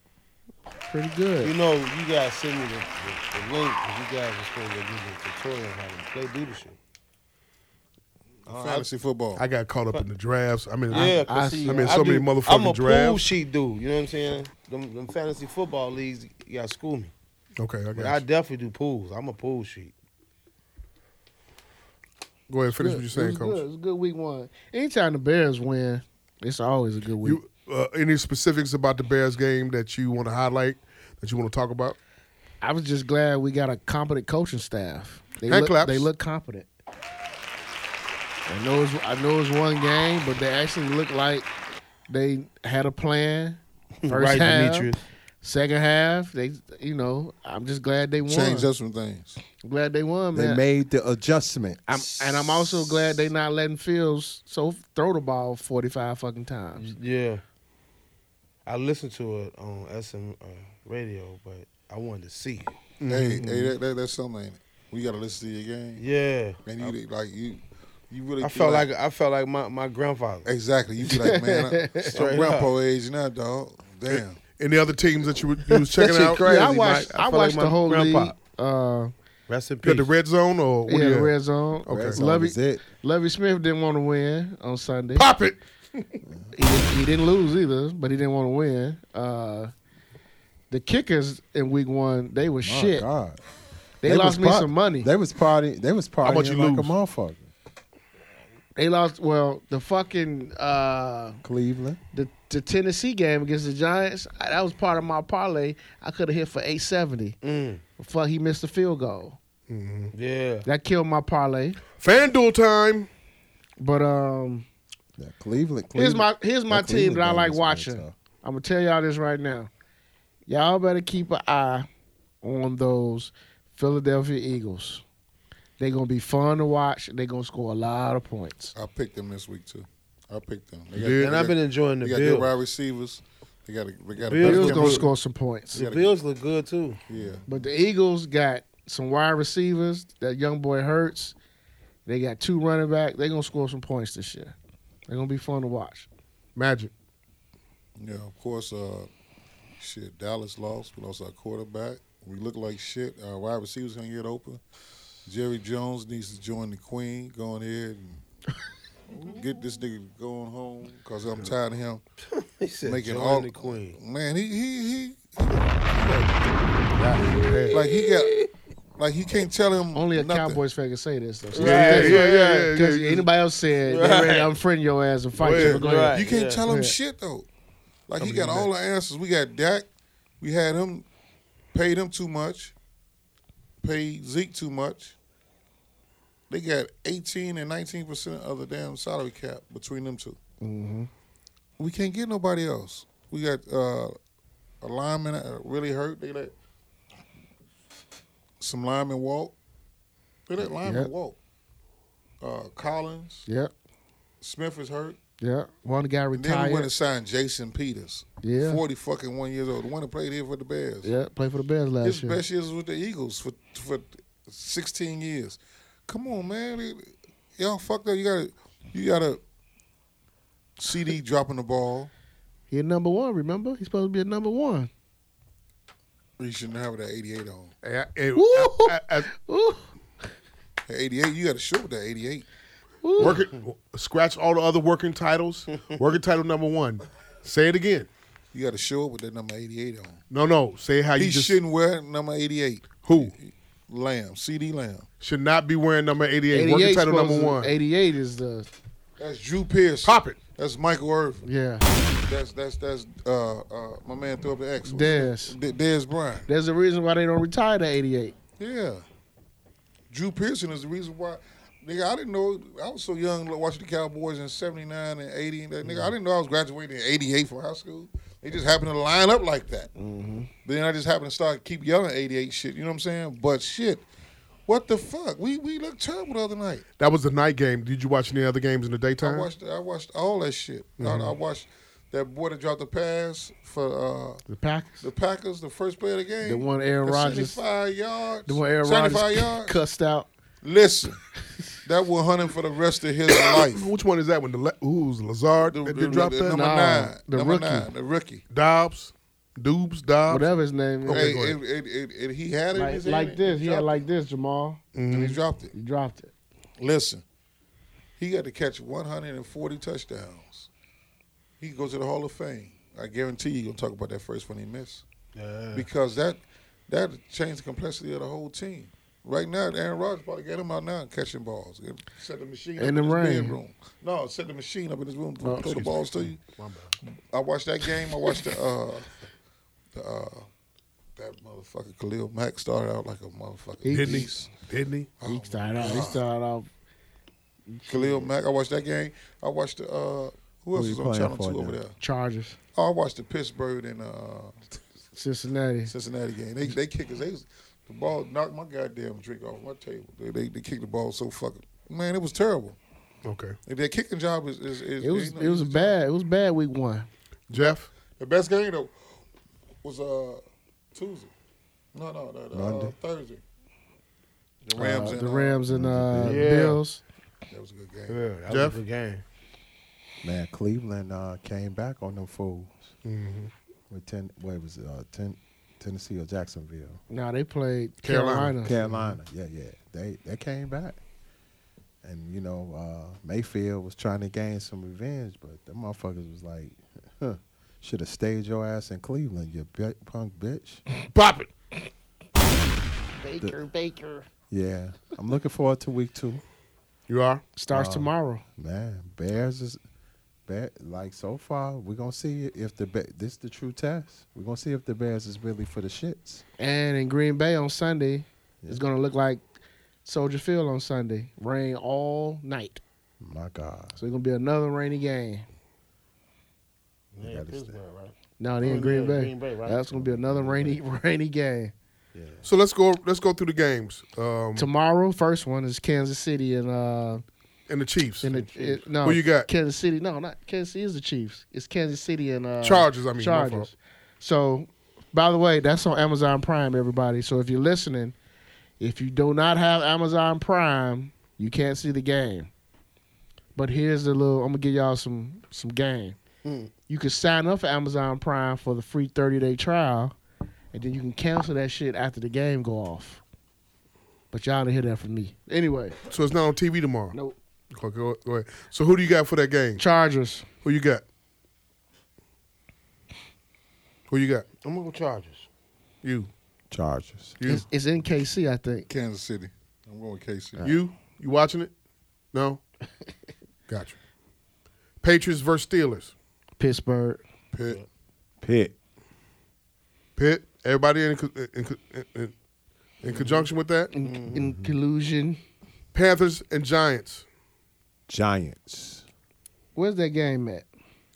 Speaker 4: Pretty
Speaker 2: You
Speaker 4: good.
Speaker 2: know, you guys send me the, the, the link 'cause you guys are supposed to give me a tutorial on how to play do the shit. Oh, I-
Speaker 9: Fantasy football.
Speaker 3: I got caught up in the drafts. I mean,
Speaker 2: Yeah,
Speaker 3: I,
Speaker 2: cause see,
Speaker 3: I mean, so many
Speaker 2: do-
Speaker 3: motherfucking
Speaker 2: I'm a pool
Speaker 3: drafts.
Speaker 2: sheet dude. You know what I'm saying? Them, them fantasy football leagues, you gotta school me.
Speaker 3: okay, I got
Speaker 2: But
Speaker 3: you.
Speaker 2: I definitely do pools. I'm a pool sheet.
Speaker 3: Go ahead, finish what you're
Speaker 4: it
Speaker 3: saying,
Speaker 4: was
Speaker 3: Coach.
Speaker 4: good. It was a good week one. Anytime the Bears win, it's always a good week.
Speaker 3: You uh, any specifics about the Bears game that you want to highlight that you want to talk about?
Speaker 4: I was just glad we got a competent coaching staff. They
Speaker 3: Hand
Speaker 4: look,
Speaker 3: claps.
Speaker 4: They look competent. I know it's I know it's one game, but they actually look like they had a plan. First
Speaker 2: Right,
Speaker 4: half,
Speaker 2: Demetrius.
Speaker 4: second half, they you know I'm just glad they won.
Speaker 9: Change up some things.
Speaker 4: I'm glad they won,
Speaker 6: They
Speaker 4: man.
Speaker 6: made the adjustment.
Speaker 4: I'm, and I'm also glad they not letting Fields so throw the ball 45 fucking times.
Speaker 2: Yeah. I listened to it on SM uh, radio, but I wanted to see it.
Speaker 9: Hey, hey, that, that, that's something. Ain't it? We gotta listen to your game.
Speaker 2: Mm-hmm. Yeah.
Speaker 9: And you like you, you really.
Speaker 2: I
Speaker 9: feel
Speaker 2: felt like I felt like my, my grandfather.
Speaker 9: exactly. You be like, man, I,
Speaker 2: Straight
Speaker 9: I'm grandpa age now, dog. Damn.
Speaker 3: Any other teams that you, were- you was checking
Speaker 2: shit
Speaker 3: out?
Speaker 2: crazy.
Speaker 4: yeah, I
Speaker 2: Mike.
Speaker 4: watched,
Speaker 2: I
Speaker 4: I
Speaker 2: feel like
Speaker 4: watched
Speaker 2: my
Speaker 4: the whole
Speaker 2: grandpa.
Speaker 4: league. Uh,
Speaker 2: Rest in
Speaker 3: You
Speaker 2: peace.
Speaker 3: had the red zone or what
Speaker 4: yeah,
Speaker 3: do you
Speaker 4: the
Speaker 3: have?
Speaker 4: red zone.
Speaker 3: Okay.
Speaker 6: That's
Speaker 4: Lovey,
Speaker 6: always it.
Speaker 4: Lovey Smith didn't want to win on Sunday.
Speaker 3: Pop it.
Speaker 4: He, didn't- he didn't lose either, but he didn't want to win. Uh, the kickers in week one, they were
Speaker 6: My
Speaker 4: shit.
Speaker 6: God.
Speaker 4: They,
Speaker 6: was
Speaker 4: lost me
Speaker 6: part-
Speaker 4: some money. They,
Speaker 6: They was party. They was partying
Speaker 3: much you
Speaker 6: like a
Speaker 3: lose?
Speaker 6: motherfucker.
Speaker 4: lost, well, the fucking. Uh,
Speaker 6: Cleveland.
Speaker 4: the, the Tennessee game against the Giants, I, that was part of my parlay. I could have hit for 870.
Speaker 2: Mm.
Speaker 4: Fuck, he missed the field goal.
Speaker 2: Yeah.
Speaker 4: That killed my parlay.
Speaker 3: FanDuel time.
Speaker 4: But um,
Speaker 6: Yeah, Cleveland. Cleveland.
Speaker 4: here's
Speaker 9: Uh,
Speaker 4: my here's my
Speaker 6: that
Speaker 4: team
Speaker 6: Cleveland
Speaker 4: that I
Speaker 6: game
Speaker 4: like
Speaker 6: was very
Speaker 4: watching.
Speaker 6: tough.
Speaker 4: I'm gonna tell y'all this right now. Y'all better keep an eye on those Philadelphia Eagles. They're gonna be fun to watch. They're gonna score a lot of points.
Speaker 9: I picked them this week too. I picked them. They
Speaker 3: Yeah.
Speaker 9: they
Speaker 2: And I've been enjoying the
Speaker 9: They got good wide
Speaker 2: Bills.
Speaker 9: receivers. They got. A, they got. A
Speaker 2: Bills
Speaker 4: Bills
Speaker 9: good-
Speaker 4: gonna score some points.
Speaker 2: The Bills look good too.
Speaker 9: Yeah.
Speaker 4: But the Eagles got some wide receivers. That young boy Hurts. They got two running back. They're gonna score some points this year. They're gonna be fun to watch.
Speaker 3: Magic.
Speaker 9: Yeah, of course. Uh, shit, Dallas lost. We lost our quarterback. We look like shit. Our wide receivers gonna get open. Jerry Jones needs to join the Queen. Go on ahead and get this nigga going home because I'm tired of him
Speaker 2: He said,
Speaker 9: making
Speaker 2: "Join
Speaker 9: all
Speaker 2: the queen.
Speaker 9: Man, he he he. Like, like he got. Like he can't tell him
Speaker 4: Only a
Speaker 9: nothing.
Speaker 4: Cowboys fan can say this though.
Speaker 3: Yeah, yeah, yeah, yeah, yeah,
Speaker 4: Because
Speaker 3: yeah.
Speaker 4: anybody else said, they ready to unfriend your ass and fight you.
Speaker 3: Well,
Speaker 4: But go ahead.
Speaker 2: right.
Speaker 9: You can't
Speaker 2: Yeah.
Speaker 9: tell him
Speaker 4: Yeah.
Speaker 9: shit though. Like he got all the answers. We got Dak. We had him paid him too much. Paid Zeke too much. They got eighteen and nineteen percent of the damn salary cap between them 2 We can't get nobody else. We got uh, a lineman that really hurt. They let some linemen walk. They let linemen
Speaker 4: Yep.
Speaker 9: walk. Uh, Collins,
Speaker 4: Yep,
Speaker 9: Smith is hurt.
Speaker 4: yep. One guy
Speaker 9: And then we went and
Speaker 4: retired.
Speaker 9: signed Jason Peters.
Speaker 4: Yeah.
Speaker 9: Forty fucking one years old. The one that played here for the Bears.
Speaker 4: Yeah, played for the Bears last
Speaker 9: His
Speaker 4: year.
Speaker 9: best years was with the Eagles for for sixteen years. Come on, man. It- Y'all fucked up. You gotta you gotta CD dropping the ball.
Speaker 4: He a number one. Remember, he's supposed to be a number one.
Speaker 9: You shouldn't have that eighty eight on.
Speaker 3: Eh, eh,
Speaker 4: Woo!
Speaker 3: eh, eh,
Speaker 4: Ooh,
Speaker 9: That eighty eight, you gotta shoot with that eighty eight.
Speaker 4: ooh.
Speaker 3: working, scratch all the other working titles. working title number one. Say it again.
Speaker 9: You gotta show up with that number eighty eight on.
Speaker 3: No, no. Say how
Speaker 9: He
Speaker 3: you just
Speaker 9: shouldn't wear number eighty eight.
Speaker 3: who
Speaker 9: Lamb. C D Lamb.
Speaker 3: should not be wearing number eighty-eight.
Speaker 4: 88
Speaker 3: Working title
Speaker 4: supposed
Speaker 3: number
Speaker 4: to-
Speaker 3: one.
Speaker 4: 88 is the
Speaker 9: That's Drew Pierce.
Speaker 3: Pop it.
Speaker 9: That's Michael Irvin.
Speaker 4: yeah.
Speaker 9: That's that's that's uh, uh my man threw up the X.
Speaker 4: Dez.
Speaker 9: D- Dez Bryant.
Speaker 4: There's a reason why they don't retire the 88.
Speaker 9: Yeah. Drew Pearson is the reason why Nigga, I didn't know. I was so young like, watching the Cowboys in '79 and '80. That nigga, I didn't know I was graduating in '88 from high school. They just happened to line up like that. Then I just happened to start keep yelling '88 shit. You know what I'm saying? But shit, what the fuck? We we looked terrible the other night.
Speaker 3: That was the night game. Did you watch any other games in the daytime?
Speaker 9: I watched I watched all that shit. I- I, watched that boy that dropped the pass for uh,
Speaker 4: The Packers.
Speaker 9: the Packers, the first play of the game.
Speaker 4: The one Aaron
Speaker 9: The
Speaker 4: Rodgers.
Speaker 9: 75 yards.
Speaker 4: The one Aaron
Speaker 9: 75
Speaker 4: Rodgers
Speaker 9: yards.
Speaker 4: cussed out.
Speaker 9: Listen, that will hunt him for the rest of his life.
Speaker 3: Which one is that one? The le- who's Lazard
Speaker 9: The,
Speaker 3: that
Speaker 9: the-
Speaker 3: did drop
Speaker 9: the
Speaker 3: that?
Speaker 9: number
Speaker 4: No,
Speaker 9: nine.
Speaker 4: the
Speaker 9: number
Speaker 4: rookie.
Speaker 9: nine, the rookie.
Speaker 3: Dobbs, Dubes, Dobbs.
Speaker 4: Whatever his name is.
Speaker 9: Hey,
Speaker 3: go ahead.
Speaker 9: it, it, it, it, he had it. in
Speaker 4: like,
Speaker 9: his
Speaker 4: like
Speaker 9: hand,
Speaker 4: this.
Speaker 9: he
Speaker 4: Yeah,
Speaker 9: dropped
Speaker 4: like this, Jamal.
Speaker 9: it, and
Speaker 4: Mm-hmm.
Speaker 9: he dropped it.
Speaker 4: He dropped it.
Speaker 9: Listen, he got to catch 140 touchdowns. He can go to the Hall of Fame. I guarantee you, gonna talk about that first one he missed.
Speaker 2: Yeah.
Speaker 9: because that that changed the complexity of the whole team. Right now, Aaron Rodgers probably got him out now and catching balls. Get- Set the machine
Speaker 4: In the
Speaker 9: up in
Speaker 4: rain. Oh,
Speaker 9: his bedroom. No, set the machine up in his room to throw the balls to you. I watched that game. I watched the uh, the uh, that motherfucker Khalil Mack started out like a motherfucker.
Speaker 4: He-
Speaker 3: Didn't he?
Speaker 9: beast.
Speaker 3: Didn't he?
Speaker 9: Oh
Speaker 4: He started off. He started off.
Speaker 9: Khalil Mack. I watched that game. I watched the uh,
Speaker 4: Oh,
Speaker 9: who else
Speaker 6: you
Speaker 9: was on
Speaker 6: playing
Speaker 9: Channel
Speaker 6: for
Speaker 9: Two over
Speaker 6: now?
Speaker 9: there?
Speaker 4: Chargers,
Speaker 9: Oh, I watched the Pittsburgh and uh,
Speaker 4: Cincinnati.
Speaker 9: Cincinnati game. They they kickers. They was, the ball knocked my goddamn drink off my table. They they, they kicked the ball so fucking man, it was terrible.
Speaker 3: Okay.
Speaker 9: And Their kicking job is is, is
Speaker 4: It was
Speaker 9: ain't no
Speaker 4: it was
Speaker 9: easy job.
Speaker 4: bad. It was bad week one.
Speaker 3: Jeff,
Speaker 9: The best game though was uh Tuesday. No, no, no, no, uh,
Speaker 6: Monday.
Speaker 9: Thursday. The
Speaker 4: Uh,
Speaker 9: Rams. and,
Speaker 4: the
Speaker 9: uh,
Speaker 4: Rams and uh,
Speaker 2: Yeah.
Speaker 4: Bills.
Speaker 9: that was a good game.
Speaker 2: Yeah, that
Speaker 3: Jeff?
Speaker 2: was a good game.
Speaker 6: Man, Cleveland uh, came back on them fools.
Speaker 4: Mm-hmm.
Speaker 6: With ten, what was it? Uh, ten, Tennessee or Jacksonville?
Speaker 4: Now they played
Speaker 3: Carolina.
Speaker 4: Carolina.
Speaker 6: Carolina. Yeah, yeah. They they came back, and you know uh, Mayfield was trying to gain some revenge, but the motherfuckers was like, huh, "Should have stayed your ass in Cleveland, you bi- punk bitch."
Speaker 3: pop it.
Speaker 4: Baker, Baker.
Speaker 6: yeah, I'm looking forward to week two. Uh,
Speaker 3: You are.
Speaker 4: Starts tomorrow.
Speaker 6: Man, Bears is bear, like so far. We're gonna see if the Ba- this the true test. We're gonna see if the Bears is really for the shits.
Speaker 4: And in Green Bay on Sunday, it's gonna look like Soldier Field on Sunday. Rain all night.
Speaker 6: My God,
Speaker 4: So it's gonna be another rainy game.
Speaker 2: Yeah,
Speaker 6: gotta
Speaker 2: Pittsburgh, right?
Speaker 4: No, they
Speaker 2: Oh,
Speaker 4: in Green
Speaker 2: yeah,
Speaker 4: Bay.
Speaker 2: Green Bay, right.
Speaker 4: That's gonna be another rainy rainy game.
Speaker 3: So let's go. Let's go through the games. Um,
Speaker 4: Tomorrow, first one is Kansas City and uh
Speaker 3: and the Chiefs.
Speaker 4: and the it, no
Speaker 3: Who you got?
Speaker 4: Kansas City. No, not Kansas City is the Chiefs. It's Kansas City and uh
Speaker 3: Chargers, I mean, my fault.
Speaker 4: Chargers. So by the way, that's on Amazon Prime, everybody. So if you're listening, if you do not have Amazon Prime, you can't see the game. But here's the little I'm gonna give y'all some some game. You can sign up for Amazon Prime for the free 30 day trial, and then you can cancel that shit after the game go off. But y'all didn't hear that from me. Anyway,
Speaker 3: so it's not on TV tomorrow.
Speaker 4: nope.
Speaker 3: Okay, go, go ahead. So who do you got for that game?
Speaker 4: Chargers.
Speaker 3: Who you got? Who you got?
Speaker 2: I'm gonna go Chargers.
Speaker 3: You.
Speaker 6: Chargers.
Speaker 3: You.
Speaker 9: Mm.
Speaker 4: It's, it's in KC, I think.
Speaker 9: Kansas City. I'm going with KC.
Speaker 3: You. You watching it? No. gotcha. Patriots versus Steelers.
Speaker 4: Pittsburgh.
Speaker 3: Pitt.
Speaker 6: Pitt.
Speaker 3: Pitt. Everybody in co- in, co- in, in, in conjunction with that.
Speaker 4: In, in
Speaker 9: Mm-hmm.
Speaker 4: collusion.
Speaker 3: Panthers and Giants.
Speaker 6: Giants.
Speaker 4: Where's that game at?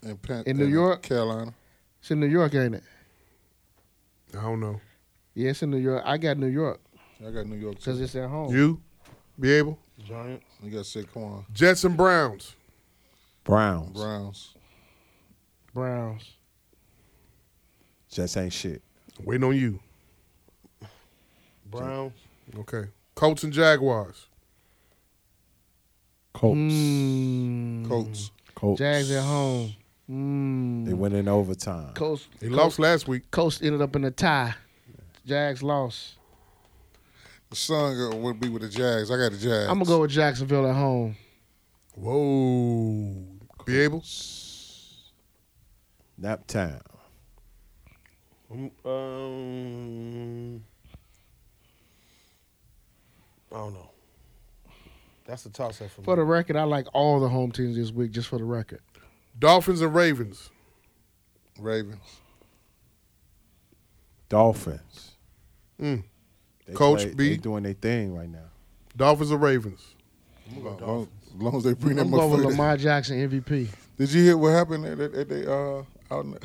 Speaker 9: And Pan-
Speaker 4: In New
Speaker 9: and
Speaker 4: York?
Speaker 9: Carolina.
Speaker 4: It's in New York, ain't it?
Speaker 3: I don't know.
Speaker 4: Yeah, it's in New York. I got New York
Speaker 9: I got New York
Speaker 4: because
Speaker 9: too.
Speaker 4: it's at home.
Speaker 3: You. Be able.
Speaker 2: Giants.
Speaker 9: You got Saquon
Speaker 3: Jets and Browns.
Speaker 4: Mm.
Speaker 6: Browns.
Speaker 9: Browns.
Speaker 4: Browns.
Speaker 6: Just ain't shit.
Speaker 3: Waiting on you.
Speaker 2: Browns.
Speaker 3: Okay. Colts and Jaguars.
Speaker 6: Colts.
Speaker 4: Mm.
Speaker 9: Colts.
Speaker 6: Colts.
Speaker 4: Jags at home. Mm.
Speaker 6: They went in overtime.
Speaker 4: Coast,
Speaker 3: They lost last week.
Speaker 4: Coast ended up in a tie. Jags lost.
Speaker 9: The son go- would be with the Jags. I got the Jags.
Speaker 4: I'm gonna go with Jacksonville at home.
Speaker 3: Whoa. Be able.
Speaker 6: Nap time.
Speaker 2: Um, um, I don't know. That's a toss up for,
Speaker 4: For
Speaker 2: me.
Speaker 4: the record, I like all the home teams this week. Just for the record,
Speaker 3: Dolphins and Ravens.
Speaker 9: Ravens.
Speaker 6: Dolphins.
Speaker 3: Mm.
Speaker 6: They
Speaker 3: Coach
Speaker 6: play-
Speaker 3: B.
Speaker 6: They doing their thing right now.
Speaker 3: Dolphins or Ravens?
Speaker 9: As long, as long as they bring that
Speaker 4: I'm going with
Speaker 9: motherfucker.
Speaker 4: Lamar Jackson MVP.
Speaker 9: Did you hear what happened at, at, at they uh out in the,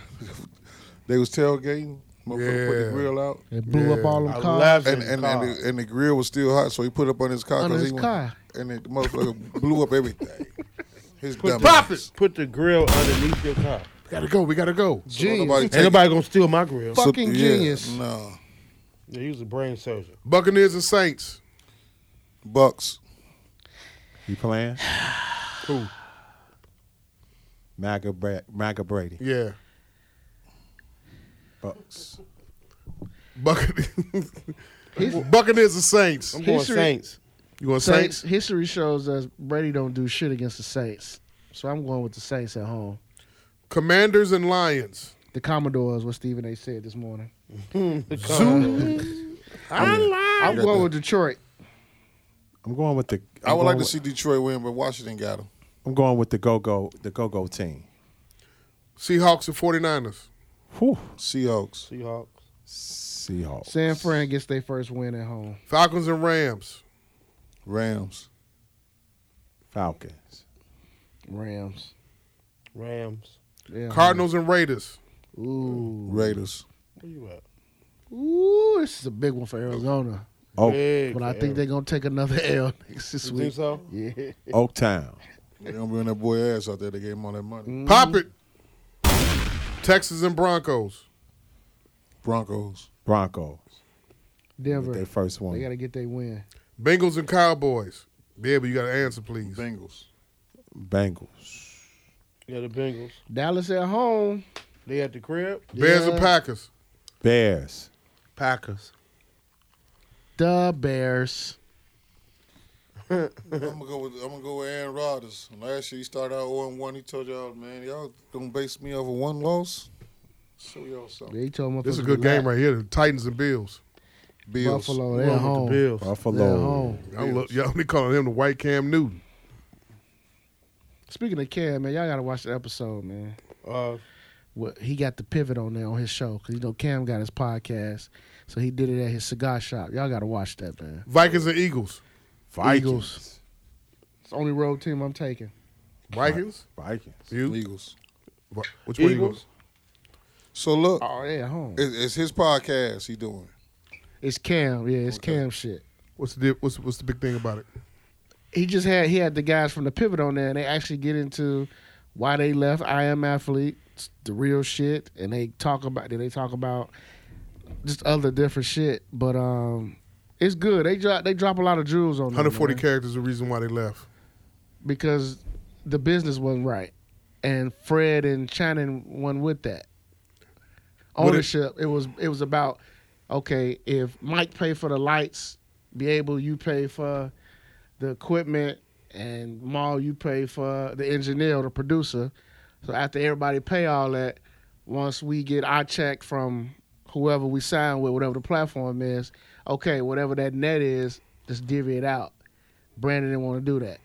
Speaker 9: they was tailgating, motherfucker put the
Speaker 3: Yeah.
Speaker 9: grill out.
Speaker 4: It blew up all
Speaker 2: I
Speaker 4: them
Speaker 2: laughed
Speaker 4: cars.
Speaker 2: at
Speaker 9: And and,
Speaker 2: Car.
Speaker 9: and, the, and the grill was still hot, so he put it up on his car.
Speaker 4: On
Speaker 9: 'cause
Speaker 4: his
Speaker 9: he
Speaker 4: car.
Speaker 9: and it, the motherfucker blew up everything. His
Speaker 2: Put the,
Speaker 9: dumb ass.
Speaker 2: Put the grill underneath your car.
Speaker 3: Gotta go. We gotta go.
Speaker 9: Don't nobody
Speaker 2: Ain't
Speaker 9: take it.
Speaker 2: nobody gonna steal my grill.
Speaker 9: So-
Speaker 4: Fucking
Speaker 9: yeah,
Speaker 4: genius.
Speaker 9: No,
Speaker 2: Yeah, he was a brain surgeon.
Speaker 3: Buccaneers and Saints.
Speaker 9: Bucks.
Speaker 6: You playing? Who? Maga, Bra- Maga Brady.
Speaker 3: Yeah.
Speaker 6: Bucks.
Speaker 3: Buccaneers. Buccaneers and Saints.
Speaker 2: I'm going
Speaker 4: History-
Speaker 2: Saints.
Speaker 3: You going
Speaker 4: Saints.
Speaker 3: Saints?
Speaker 4: History shows us Brady don't do shit against the Saints, so I'm going with the Saints at home.
Speaker 3: Commanders and Lions.
Speaker 4: The Commodores, what Stephen A. said this morning. I'm
Speaker 9: got
Speaker 4: going
Speaker 9: that.
Speaker 4: with Detroit.
Speaker 6: I'm going with the.
Speaker 9: I
Speaker 6: I'm
Speaker 9: would
Speaker 6: going
Speaker 9: like to
Speaker 6: with-
Speaker 9: see Detroit win, but Washington got him.
Speaker 6: I'm going with the go go the go go team.
Speaker 3: Seahawks and 49ers.
Speaker 6: Whew.
Speaker 9: Seahawks.
Speaker 2: Seahawks.
Speaker 6: Seahawks.
Speaker 4: San Fran gets their first win at home.
Speaker 3: Falcons and Rams.
Speaker 9: Rams.
Speaker 6: Falcons.
Speaker 4: Rams.
Speaker 2: Rams.
Speaker 4: Yeah.
Speaker 3: Cardinals and Raiders.
Speaker 4: Ooh.
Speaker 9: Raiders.
Speaker 2: Where you at?
Speaker 4: Ooh, this is a big one for Arizona.
Speaker 6: Oak
Speaker 2: Big
Speaker 4: But Oh, I
Speaker 2: L.
Speaker 4: think they're gonna take another L next this
Speaker 2: You think
Speaker 4: week.
Speaker 2: so?
Speaker 4: Yeah.
Speaker 6: Oaktown.
Speaker 9: They don't bring that boy ass out there. They gave him all that
Speaker 4: Mm. Mm-hmm.
Speaker 9: money.
Speaker 3: Pop it. Texans and Broncos.
Speaker 9: Broncos.
Speaker 6: Broncos.
Speaker 4: Denver.
Speaker 6: With their first one.
Speaker 4: They gotta get their win.
Speaker 3: Bengals and Cowboys. Yeah, but you gotta answer, please.
Speaker 9: Bengals.
Speaker 6: Bengals.
Speaker 2: Yeah, the Bengals.
Speaker 4: Dallas at home.
Speaker 2: They at the crib.
Speaker 3: Bears
Speaker 4: Yeah.
Speaker 3: and Packers.
Speaker 6: Bears.
Speaker 2: Packers.
Speaker 4: The Bears.
Speaker 9: I'm gonna go with I'm gonna go with Aaron Rodgers. Last year he started out 0 1. He told y'all, man, y'all gonna base me over one loss. Show y'all something.
Speaker 4: They told them
Speaker 3: This is a good game right here. The Titans and Bills.
Speaker 9: Bills.
Speaker 4: Buffalo,
Speaker 2: We're
Speaker 4: they're
Speaker 2: going
Speaker 4: home.
Speaker 2: with the Bills.
Speaker 4: They're
Speaker 6: Buffalo.
Speaker 4: home.
Speaker 3: Y'all, look, y'all be calling him the white Cam Newton.
Speaker 4: Speaking of Cam, man, y'all gotta watch the episode, man.
Speaker 2: Uh,
Speaker 4: What he got the pivot on there on his show because you know Cam got his podcast, so he did it at his cigar shop. Y'all gotta watch that, man.
Speaker 3: Vikings and Eagles.
Speaker 6: Vikings.
Speaker 4: It's the only road team I'm taking.
Speaker 3: Vikings?
Speaker 6: Vikings.
Speaker 3: You?
Speaker 9: Eagles.
Speaker 3: Vi- Which way you go?
Speaker 2: Eagles.
Speaker 9: So look,
Speaker 4: Oh, yeah, home.
Speaker 9: it- it's his podcast he doing.
Speaker 4: It's Cam, yeah, it's Cam shit.
Speaker 3: What's the what's what's the big thing about it?
Speaker 4: He just had he had the guys from the pivot on there, and they actually get into why they left. I am athlete, it's the real shit, and they talk about they talk about just other different shit. But um, it's good. They drop they drop a lot of jewels on there,
Speaker 3: 140
Speaker 4: man.
Speaker 3: characters. The reason why they left.
Speaker 4: because the business wasn't right, and Fred and Shannon won with that
Speaker 3: What it-
Speaker 4: ownership. It, was it was about okay if Mike paid for the lights, be able you pay for the equipment, and Maul you pay for the engineer or the producer. So after everybody pay all that, once we get our check from whoever we sign with, whatever the platform is, okay, whatever that net is, just divvy it out. Brandon didn't want to do that.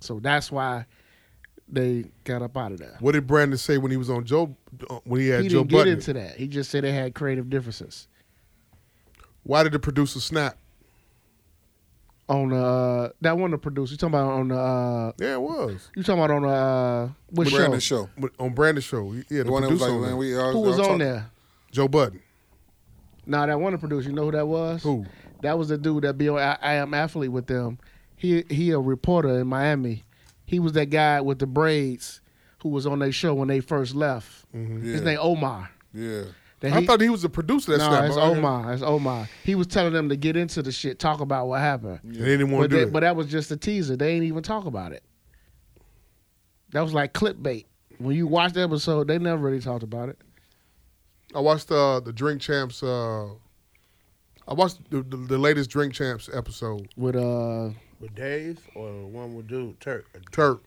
Speaker 4: So that's why they got up out of there.
Speaker 3: What did Brandon say when he was on Joe? uh, When he had
Speaker 4: He
Speaker 3: Joe
Speaker 4: didn't get
Speaker 3: Button?
Speaker 4: into that. He just said they had creative differences
Speaker 3: Why did the producer snap?
Speaker 4: on uh that one the producer. You talking about on the uh
Speaker 3: Yeah, it was
Speaker 4: you talking about on the uh what show?
Speaker 9: Brandon's show.
Speaker 3: But on Brandon's show. Yeah, the,
Speaker 9: The one that was
Speaker 3: producer
Speaker 9: like,
Speaker 3: on there.
Speaker 9: man, we all,
Speaker 4: Who was
Speaker 9: all
Speaker 4: on
Speaker 9: talk-
Speaker 4: there?
Speaker 3: Joe Button.
Speaker 4: Nah, that one the producer. You know who that was?
Speaker 3: Who?
Speaker 4: That was the dude that be on I, I Am Athlete with them. He he a reporter in Miami. He was that guy with the braids who was on their show when they first left. His
Speaker 9: Mm-hmm. Yeah.
Speaker 4: name Omar.
Speaker 9: Yeah.
Speaker 4: That
Speaker 3: I
Speaker 4: he-
Speaker 3: thought he was the producer. That
Speaker 4: no,
Speaker 3: snapped.
Speaker 4: it's
Speaker 3: but I heard-
Speaker 4: Omar. It's Omar. He was telling them to get into the shit, talk about what happened.
Speaker 3: They didn't want
Speaker 4: But,
Speaker 3: to do
Speaker 4: they,
Speaker 3: it.
Speaker 4: but that was just a teaser. They ain't even talk about it. That was like clickbait. When you watch the episode, they never really talked about it.
Speaker 3: I watched uh, the Drink Champs. Uh, I watched the, the, the latest Drink Champs episode.
Speaker 4: With uh,
Speaker 2: with Dave or the one with dude Turk.
Speaker 3: Turk.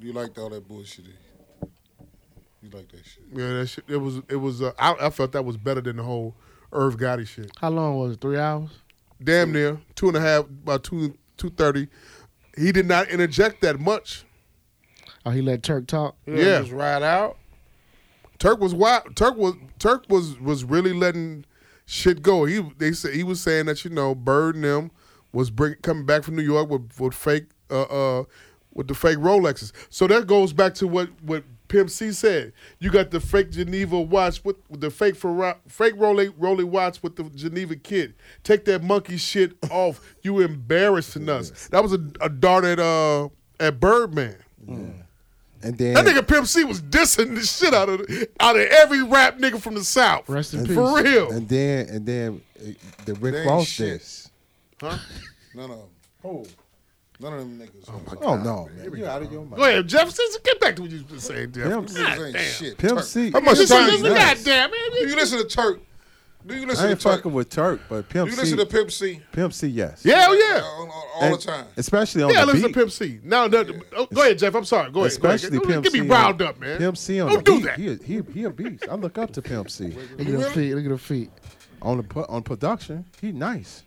Speaker 9: You liked all that bullshit. You like that shit.
Speaker 3: Yeah, that shit, it was it was. Uh, I, I felt that was better than the whole Irv Gotti shit.
Speaker 4: how long was it? Three hours.
Speaker 3: Damn near two and a half, about two two thirty. He did not interject that much.
Speaker 4: Oh, he let Turk talk.
Speaker 2: You
Speaker 3: Yeah.
Speaker 2: just ride out.
Speaker 3: Turk was wild. Turk was Turk was was really letting shit go. He they said he was saying that you know Bird and them was bring, coming back from New York with, with fake uh, uh, with the fake Rolexes. So that goes back to what what Pimp C said. You got the fake Geneva watch with, with the fake Ferra- fake Rolex Rolex watch with the Geneva kid. Take that monkey shit off. You embarrassing us. That was a, a dart at uh at Birdman.
Speaker 6: And then
Speaker 3: That nigga Pimp C was dissing the shit out of out of every rap nigga from the South.
Speaker 4: Rest in
Speaker 3: For
Speaker 4: peace.
Speaker 3: real.
Speaker 6: and then and then uh, the Rick
Speaker 9: Dang
Speaker 6: Ross
Speaker 9: shit.
Speaker 6: diss.
Speaker 9: None of them. Oh. None of them niggas. Oh my
Speaker 6: Oh no, man, you out of your
Speaker 3: Go
Speaker 6: mind.
Speaker 3: ahead, Jeff. Just Get back to what you were saying, Jeff.
Speaker 6: Pimp C-
Speaker 3: God
Speaker 9: Ain't
Speaker 3: damn.
Speaker 9: shit.
Speaker 6: Pimp
Speaker 9: Turk.
Speaker 6: C.
Speaker 3: How much
Speaker 9: Pimp
Speaker 3: time? is
Speaker 9: C is nuts.
Speaker 3: Goddamn,
Speaker 9: Do
Speaker 3: man.
Speaker 9: you listen to Turk? Do you
Speaker 6: I
Speaker 9: listen to
Speaker 6: ain't
Speaker 9: Turk?
Speaker 6: fucking with Turk, but
Speaker 9: Do
Speaker 6: Pimp
Speaker 9: you
Speaker 6: C,
Speaker 9: listen to Pimp C?
Speaker 6: Pimp C, yes.
Speaker 3: Yeah, oh
Speaker 9: All,
Speaker 3: yeah.
Speaker 9: all, all the
Speaker 6: And
Speaker 9: time.
Speaker 6: Especially on
Speaker 3: Yeah,
Speaker 6: the
Speaker 3: listen
Speaker 6: beat.
Speaker 3: to Pimp C. Now, no, oh, go ahead, Jeff. I'm sorry. Go ahead.
Speaker 6: Especially
Speaker 3: go ahead.
Speaker 6: Pimp
Speaker 3: Get
Speaker 6: C.
Speaker 3: me
Speaker 6: on-
Speaker 3: riled up, man.
Speaker 6: Pimp C on
Speaker 3: Don't
Speaker 6: the
Speaker 3: do
Speaker 6: beat.
Speaker 3: that.
Speaker 6: He, he, he a beast. I look up to Pimp C.
Speaker 4: Look at them feet. Look at them feet.
Speaker 6: on the pu- on production, he nice.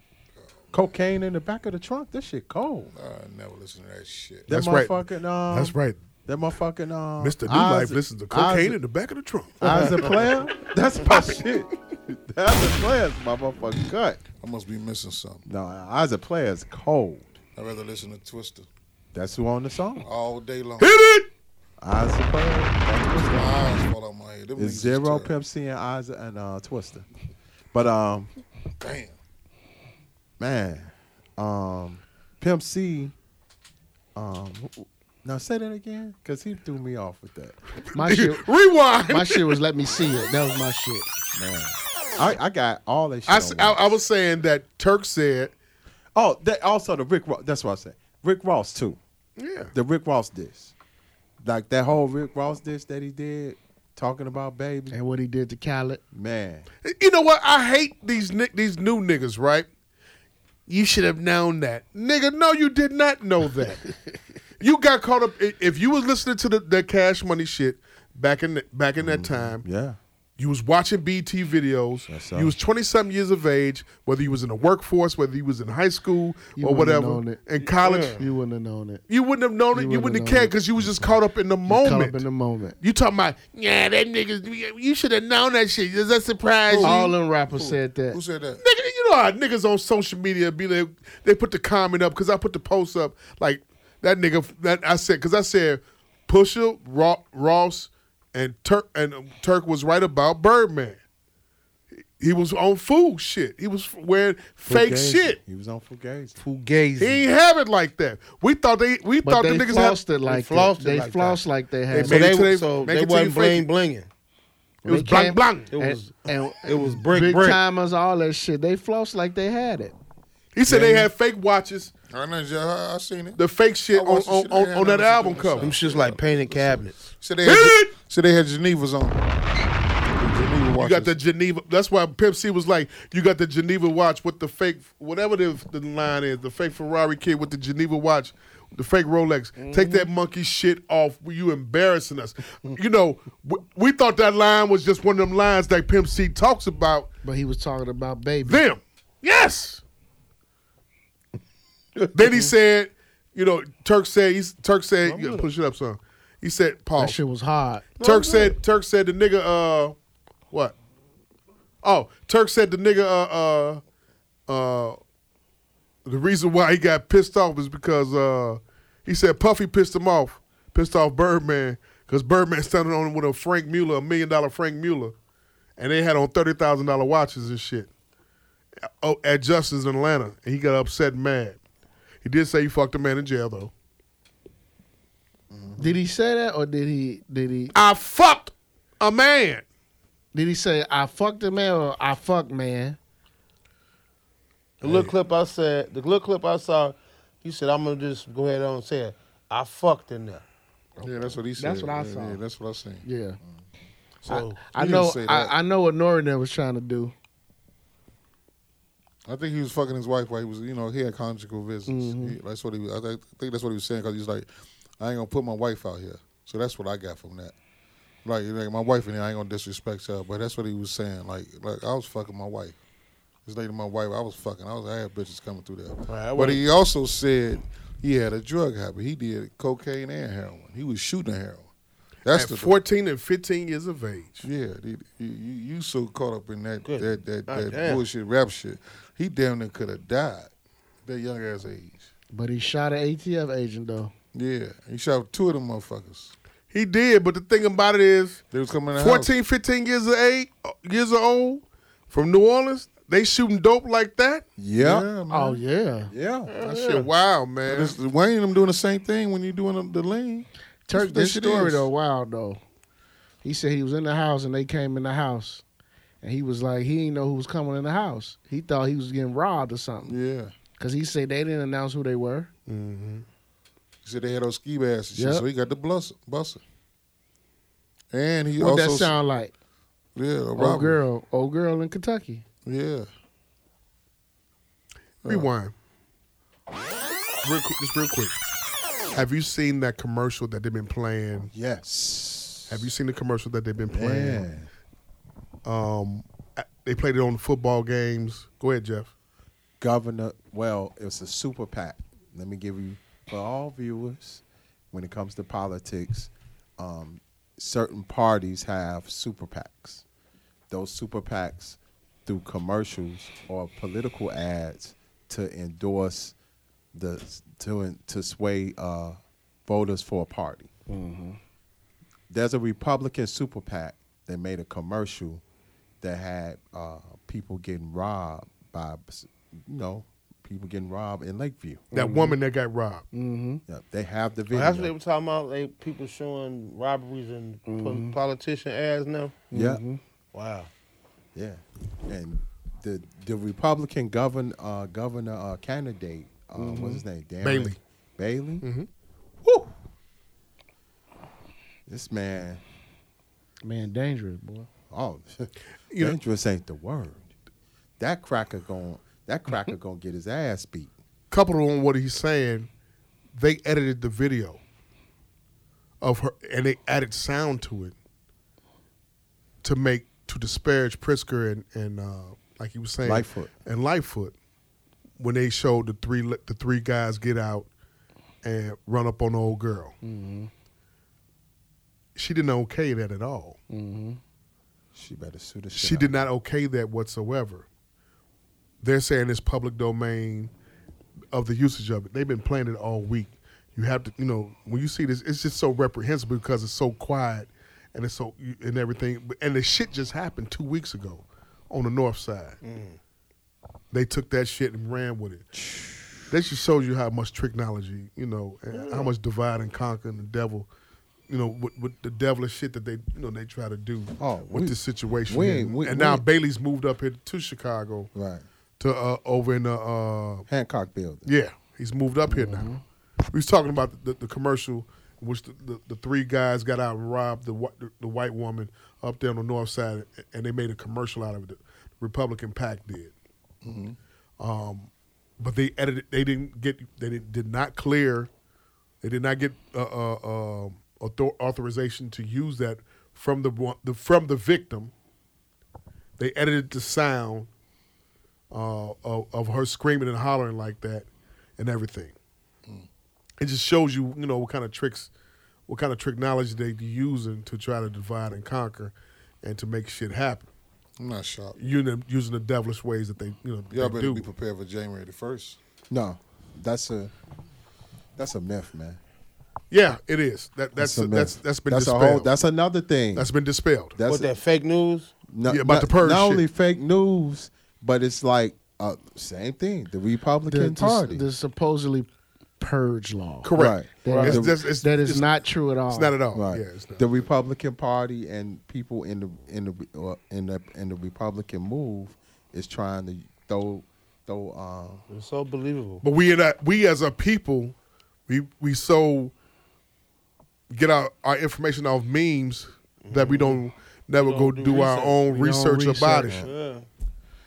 Speaker 6: Cocaine in the back of the trunk. This shit cold.
Speaker 9: I never listen to that shit.
Speaker 6: That
Speaker 3: That's right.
Speaker 6: motherfucking um,
Speaker 3: That's right.
Speaker 6: That motherfucking um,
Speaker 3: Mr. New Life
Speaker 6: Isaac-
Speaker 3: listens to
Speaker 6: Isaac-
Speaker 3: cocaine in the back of the trunk.
Speaker 6: As a player, that's my shit. As a player, is my motherfucking cut.
Speaker 9: I must be missing something.
Speaker 6: No, as a player, is cold.
Speaker 9: I'd rather listen to Twister
Speaker 6: That's who on the song.
Speaker 9: all day long.
Speaker 3: Hit it.
Speaker 6: As a player,
Speaker 9: My eyes fall out my head. Them niggas
Speaker 6: it's
Speaker 9: is
Speaker 6: zero
Speaker 9: terrible.
Speaker 6: Pimp C and Isaac and uh, Twister. But um,
Speaker 9: Damn.
Speaker 6: man, um, Pimp C. Um, now say that again, cause he threw me off with that.
Speaker 4: My shit.
Speaker 3: Rewind.
Speaker 4: My shit was let me see it. That was my shit.
Speaker 6: I, I got all that shit.
Speaker 3: I,
Speaker 6: on
Speaker 3: s- I-
Speaker 6: one.
Speaker 3: I was saying that Turk said,
Speaker 6: oh, that also the Rick Ross. That's what I said. Rick Ross too.
Speaker 3: yeah,
Speaker 6: The Rick Ross diss, like that whole Rick Ross diss that he did, talking about baby.
Speaker 4: And what he did to Khaled.
Speaker 6: Man,
Speaker 3: You know what? I hate these ni- these new niggas, right? You should have known that, nigga. No, you did not know that. you got caught up. i- If you was listening to the, the Cash Money shit back in the, back in that time,
Speaker 6: yeah,
Speaker 3: you was watching BT videos.
Speaker 6: so.
Speaker 3: You was twenty something years of age, whether you was in the workforce, whether you was in high school
Speaker 4: You
Speaker 3: or
Speaker 4: wouldn't have known
Speaker 3: whatever,
Speaker 4: it.
Speaker 3: in college.
Speaker 4: You wouldn't have known it.
Speaker 3: You wouldn't have known it. You,
Speaker 4: You wouldn't
Speaker 3: wouldn't
Speaker 4: have
Speaker 3: have cared
Speaker 4: known it.
Speaker 3: because you was just caught up in the
Speaker 4: You
Speaker 3: moment.
Speaker 4: Caught up in the moment.
Speaker 3: you talking about, yeah, that niggas, you should have known that shit. Does that surprise you?
Speaker 4: All them rappers said
Speaker 9: Who
Speaker 4: that.
Speaker 9: said that?
Speaker 3: Nigga, you know how niggas on social media be like, they put the comment up because I put the post up like that nigga that I said because I said Pusha Ro- Ross and Turk and um, Turk was right about Birdman. He was on fool shit. He was wearing fake
Speaker 6: Fugazi.
Speaker 3: shit.
Speaker 6: He was on Fugazi.
Speaker 3: He ain't have it like that. We thought they we
Speaker 4: But
Speaker 3: thought
Speaker 4: they
Speaker 3: the niggas had
Speaker 4: flossed it like
Speaker 2: they flossed
Speaker 4: that.
Speaker 2: it
Speaker 4: They
Speaker 2: like
Speaker 4: flossed
Speaker 2: that.
Speaker 4: like they
Speaker 3: They
Speaker 4: had.
Speaker 2: So
Speaker 3: made
Speaker 2: they,
Speaker 3: it today-
Speaker 2: so
Speaker 3: make
Speaker 2: they
Speaker 3: it till you
Speaker 2: wasn't
Speaker 3: fake
Speaker 2: bling
Speaker 3: it.
Speaker 2: blinging.
Speaker 3: It was blank blank.
Speaker 2: It was
Speaker 4: and,
Speaker 2: it was brick
Speaker 4: big
Speaker 2: brick.
Speaker 4: timers, all that shit. They flossed like they had it.
Speaker 3: He said they had fake watches,
Speaker 9: I know. yeah, I, I seen it.
Speaker 3: the fake shit
Speaker 9: I
Speaker 3: on,
Speaker 9: watched the
Speaker 3: on,
Speaker 9: shit
Speaker 3: on,
Speaker 9: they
Speaker 3: on
Speaker 9: had
Speaker 3: that
Speaker 9: on
Speaker 3: album
Speaker 9: the
Speaker 3: cover.
Speaker 2: Them shits like painted cabinets.
Speaker 9: So they had,
Speaker 3: Hit it!
Speaker 9: so they had Genevas on. Geneva
Speaker 3: You got the Geneva. That's why Pimp C was like, you got the Geneva watch with the fake, whatever the, the line is, the fake Ferrari kid with the Geneva watch, the fake Rolex. Take that monkey shit off. You embarrassing us. you know, we, we thought that line was just one of them lines that Pimp C talks about
Speaker 4: But he was talking about baby.
Speaker 3: them. Yes. then he said, you know, Turk said, he's, Turk said, yeah, push it up, son. He said,
Speaker 4: That
Speaker 3: pause.
Speaker 4: shit was hard.
Speaker 3: Turk said Turk said the nigga uh what? Oh, Turk said the nigga uh uh uh the reason why he got pissed off is because uh he said Puffy pissed him off, pissed off Birdman, because Birdman standing on him with a Frank Mueller, a million dollar Frank Mueller, and they had on thirty thousand dollar watches and shit. Oh, at Justin's in Atlanta, and he got upset and mad. He did say he fucked a man in jail though.
Speaker 4: Did he say that or did he did he
Speaker 3: I fucked a man.
Speaker 4: did he say I fucked a man or I fuck man?
Speaker 2: The little clip I said, the little clip I saw, he said, I'm gonna just go ahead and say it. I fucked in there.
Speaker 9: Yeah, that's what he said.
Speaker 4: That's what I
Speaker 9: yeah,
Speaker 4: saw.
Speaker 9: Yeah, that's what I seen.
Speaker 4: Yeah.
Speaker 2: So
Speaker 4: I
Speaker 9: didn't
Speaker 4: know
Speaker 9: say that.
Speaker 4: I, I know what Norton was trying to do.
Speaker 9: I think he was fucking his wife while he was, you know, he had conjugal visits. He- that's what he. Was, I, think, I think that's what he was saying because he's like, I ain't gonna put my wife out here. So that's what I got from that. Like, like, my wife and I ain't gonna disrespect her, but that's what he was saying. Like, like I was fucking my wife. This lady, my wife, I was fucking. I was, I had bitches coming through there.
Speaker 2: Right, I
Speaker 9: but he also said he had a drug habit. He did cocaine and heroin. He was shooting heroin. That's
Speaker 3: at
Speaker 9: the
Speaker 3: 14 and 15 years of age.
Speaker 9: Yeah, the- you, you you so caught up in that
Speaker 2: Good.
Speaker 9: that that,
Speaker 2: Ah,
Speaker 9: that
Speaker 2: damn.
Speaker 9: bullshit rap shit. He damn near could have died That young ass age.
Speaker 4: But he shot an ATF agent though.
Speaker 9: Yeah, he shot two of them motherfuckers.
Speaker 3: He did, but the thing about it is,
Speaker 9: They was coming out.
Speaker 3: 14, 15 years of age, uh, years of old, from New Orleans, they shooting dope like that.
Speaker 9: Yeah,
Speaker 6: Yeah.
Speaker 9: man.
Speaker 4: Oh yeah,
Speaker 6: Yeah.
Speaker 3: That shit, wow,
Speaker 9: And
Speaker 3: man.
Speaker 9: it's- Wayne and them doing the same thing when you doing the, the lean.
Speaker 4: Turk.
Speaker 9: That
Speaker 4: This
Speaker 9: shit
Speaker 4: story
Speaker 9: is.
Speaker 4: though, wild though. He said he was in the house and they came in the house, and he was like, he didn't know who was coming in the house. He thought he was getting robbed or something,
Speaker 9: Yeah. Mm-hmm.
Speaker 4: cause he said they didn't announce who they were.
Speaker 9: He said they had those ski masks and shit,
Speaker 4: Yep.
Speaker 9: so he got the bluster, buster. And he
Speaker 4: What
Speaker 9: also
Speaker 4: that sound like?
Speaker 9: yeah, a
Speaker 4: Old
Speaker 9: robbery.
Speaker 4: girl, old girl in Kentucky.
Speaker 9: Yeah,
Speaker 3: Rewind. Real quick, just real quick. Have you seen that commercial that they've been playing?
Speaker 6: Yes.
Speaker 3: Have you seen the commercial that they've been playing?
Speaker 6: Man.
Speaker 3: Um, uh, they played it on football games. Go ahead, Jeff.
Speaker 6: Governor, well, it's a super PAC. Let me give you, for all viewers, when it comes to politics, um, certain parties have super PACs. Those super PACs, through commercials or political ads, to endorse the to to sway uh, voters for a party. There's a Republican super PAC that made a commercial that had uh, people getting robbed by, you know, people getting robbed in Lakeview.
Speaker 3: That
Speaker 9: Mm-hmm.
Speaker 3: woman that got robbed.
Speaker 6: Yeah, they have the
Speaker 2: Well,
Speaker 6: video.
Speaker 2: Oh, that's what they were talking about. Like people showing robberies and
Speaker 4: Mm-hmm.
Speaker 2: po- politician ads now.
Speaker 6: yeah,
Speaker 2: Mm-hmm. Wow.
Speaker 6: yeah, and the the Republican govern uh, governor uh, candidate, uh, what's his name?
Speaker 3: Mm-hmm.
Speaker 6: Darren
Speaker 3: Bailey.
Speaker 6: Bailey. Mm-hmm. Woo! This man,
Speaker 4: Man, dangerous boy.
Speaker 6: oh,
Speaker 3: You know-
Speaker 6: dangerous ain't the word. That cracker going, that cracker gonna get his ass beat.
Speaker 3: Coupled on what he's saying, they edited the video of her and they added sound to it to make to disparage Prisker and and uh, like he was saying
Speaker 6: Lightfoot.
Speaker 3: and Lightfoot when they showed the three li- the three guys get out and run up on the old girl. She didn't okay that at all.
Speaker 6: She better sue the shit
Speaker 3: She
Speaker 6: out
Speaker 3: did not okay that whatsoever. They're saying it's public domain of the usage of it. They've been playing it all week. You have to, you know, when you see this, it's just so reprehensible because it's so quiet and it's so and everything. And the shit just happened two weeks ago on the north side.
Speaker 6: Mm.
Speaker 3: They took that shit and ran with it. That just shows you how much technology, you know, and how much divide and conquer and the devil, you know, with, with the devilish shit that they, you know, they try to do
Speaker 6: Oh,
Speaker 3: with
Speaker 6: we-
Speaker 3: this situation.
Speaker 6: we
Speaker 3: here.
Speaker 6: ain't- we-
Speaker 3: and
Speaker 6: we
Speaker 3: now
Speaker 6: ain't-
Speaker 3: Bailey's moved up here to Chicago,
Speaker 6: Right.
Speaker 3: to uh, over in the uh,
Speaker 6: Hancock building.
Speaker 3: yeah, he's moved up here now. We was talking about the, the, commercial in which the, the, the three guys got out and robbed the, whi- the the white woman up there on the north side, and they made a commercial out of it. The Republican pack did, um, but they edited. They didn't get. They did, did not clear. They did not get uh, uh, uh, author, authorization to use that from the, wa- the from the victim. They edited the sound uh, of, of her screaming and hollering like that and everything. It just shows you, you know, what kind of tricks, what kind of trick knowledge they be using to try to divide and conquer and to make shit happen.
Speaker 9: I'm not shocked.
Speaker 3: You know, using the devilish ways that they, you know,
Speaker 9: Y'all
Speaker 3: they
Speaker 9: better
Speaker 3: do.
Speaker 9: be prepared for January the first.
Speaker 6: No, that's a that's a myth, man.
Speaker 3: Yeah, it is. That that's
Speaker 6: a myth.
Speaker 3: that's that's been
Speaker 6: that's
Speaker 3: dispelled.
Speaker 6: A whole, that's another thing.
Speaker 3: that's been dispelled.
Speaker 6: that's
Speaker 2: What that fake news?
Speaker 6: no-
Speaker 3: yeah, about
Speaker 6: not-
Speaker 3: the purge
Speaker 6: Not
Speaker 3: shit.
Speaker 6: only fake news, but it's like uh, same thing. The
Speaker 4: The,
Speaker 6: Republican
Speaker 4: the,
Speaker 6: Party.
Speaker 4: the supposedly purge law.
Speaker 3: Correct.
Speaker 6: Right.
Speaker 4: That
Speaker 6: Right.
Speaker 4: is-
Speaker 3: It's just- it's-
Speaker 4: that is
Speaker 3: it's-
Speaker 4: not true at all.
Speaker 3: It's not at all.
Speaker 6: Right.
Speaker 3: Yeah, it's not.
Speaker 6: the Republican Party and people in the in the uh, in the in the Republican move is trying to throw throw um
Speaker 2: It's so believable.
Speaker 3: But we in a, we as a people, we we so get our, our information off memes that we don't never
Speaker 2: don't
Speaker 3: go
Speaker 2: do
Speaker 3: do, our
Speaker 2: research.
Speaker 3: own
Speaker 4: We don't
Speaker 3: research, about it.
Speaker 4: research.
Speaker 2: Yeah.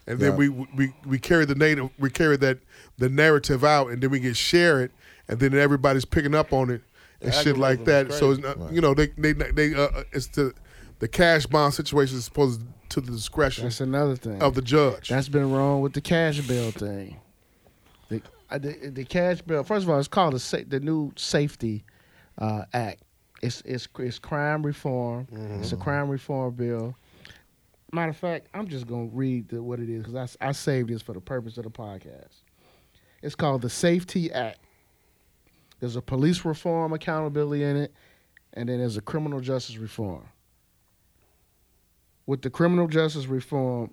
Speaker 3: And
Speaker 6: Yeah.
Speaker 3: then we, we we carry the native we carry that the narrative out and then we get share it and then everybody's picking up on it
Speaker 2: The
Speaker 3: and shit like
Speaker 2: algorithm
Speaker 3: that.
Speaker 2: is
Speaker 3: So it's not, you know they they they uh, it's the the cash bond situation is supposed to the discretion
Speaker 4: That's another thing.
Speaker 3: of the judge.
Speaker 4: That's been wrong with the cash bail thing. The, uh, the, the cash bail. First of all, it's called the sa- the new safety uh, act. It's it's it's crime reform. It's a crime reform bill. Matter of fact, I'm just gonna read the, what it is because I, s- I saved this for the purpose of the podcast. It's called the Safety Act. There's a police reform accountability in it, and then there's a criminal justice reform. With the criminal justice reform,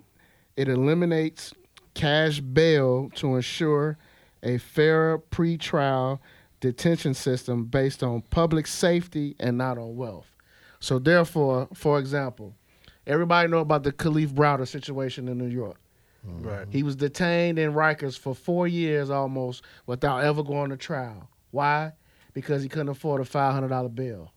Speaker 4: it eliminates cash bail to ensure a fairer pretrial detention system based on public safety and not on wealth. So therefore, for example, everybody know about the Khalif Browder situation in New York.
Speaker 2: Right.
Speaker 4: He was detained in Rikers for four years almost without ever going to trial. Why? Because he couldn't afford a five hundred dollar bill.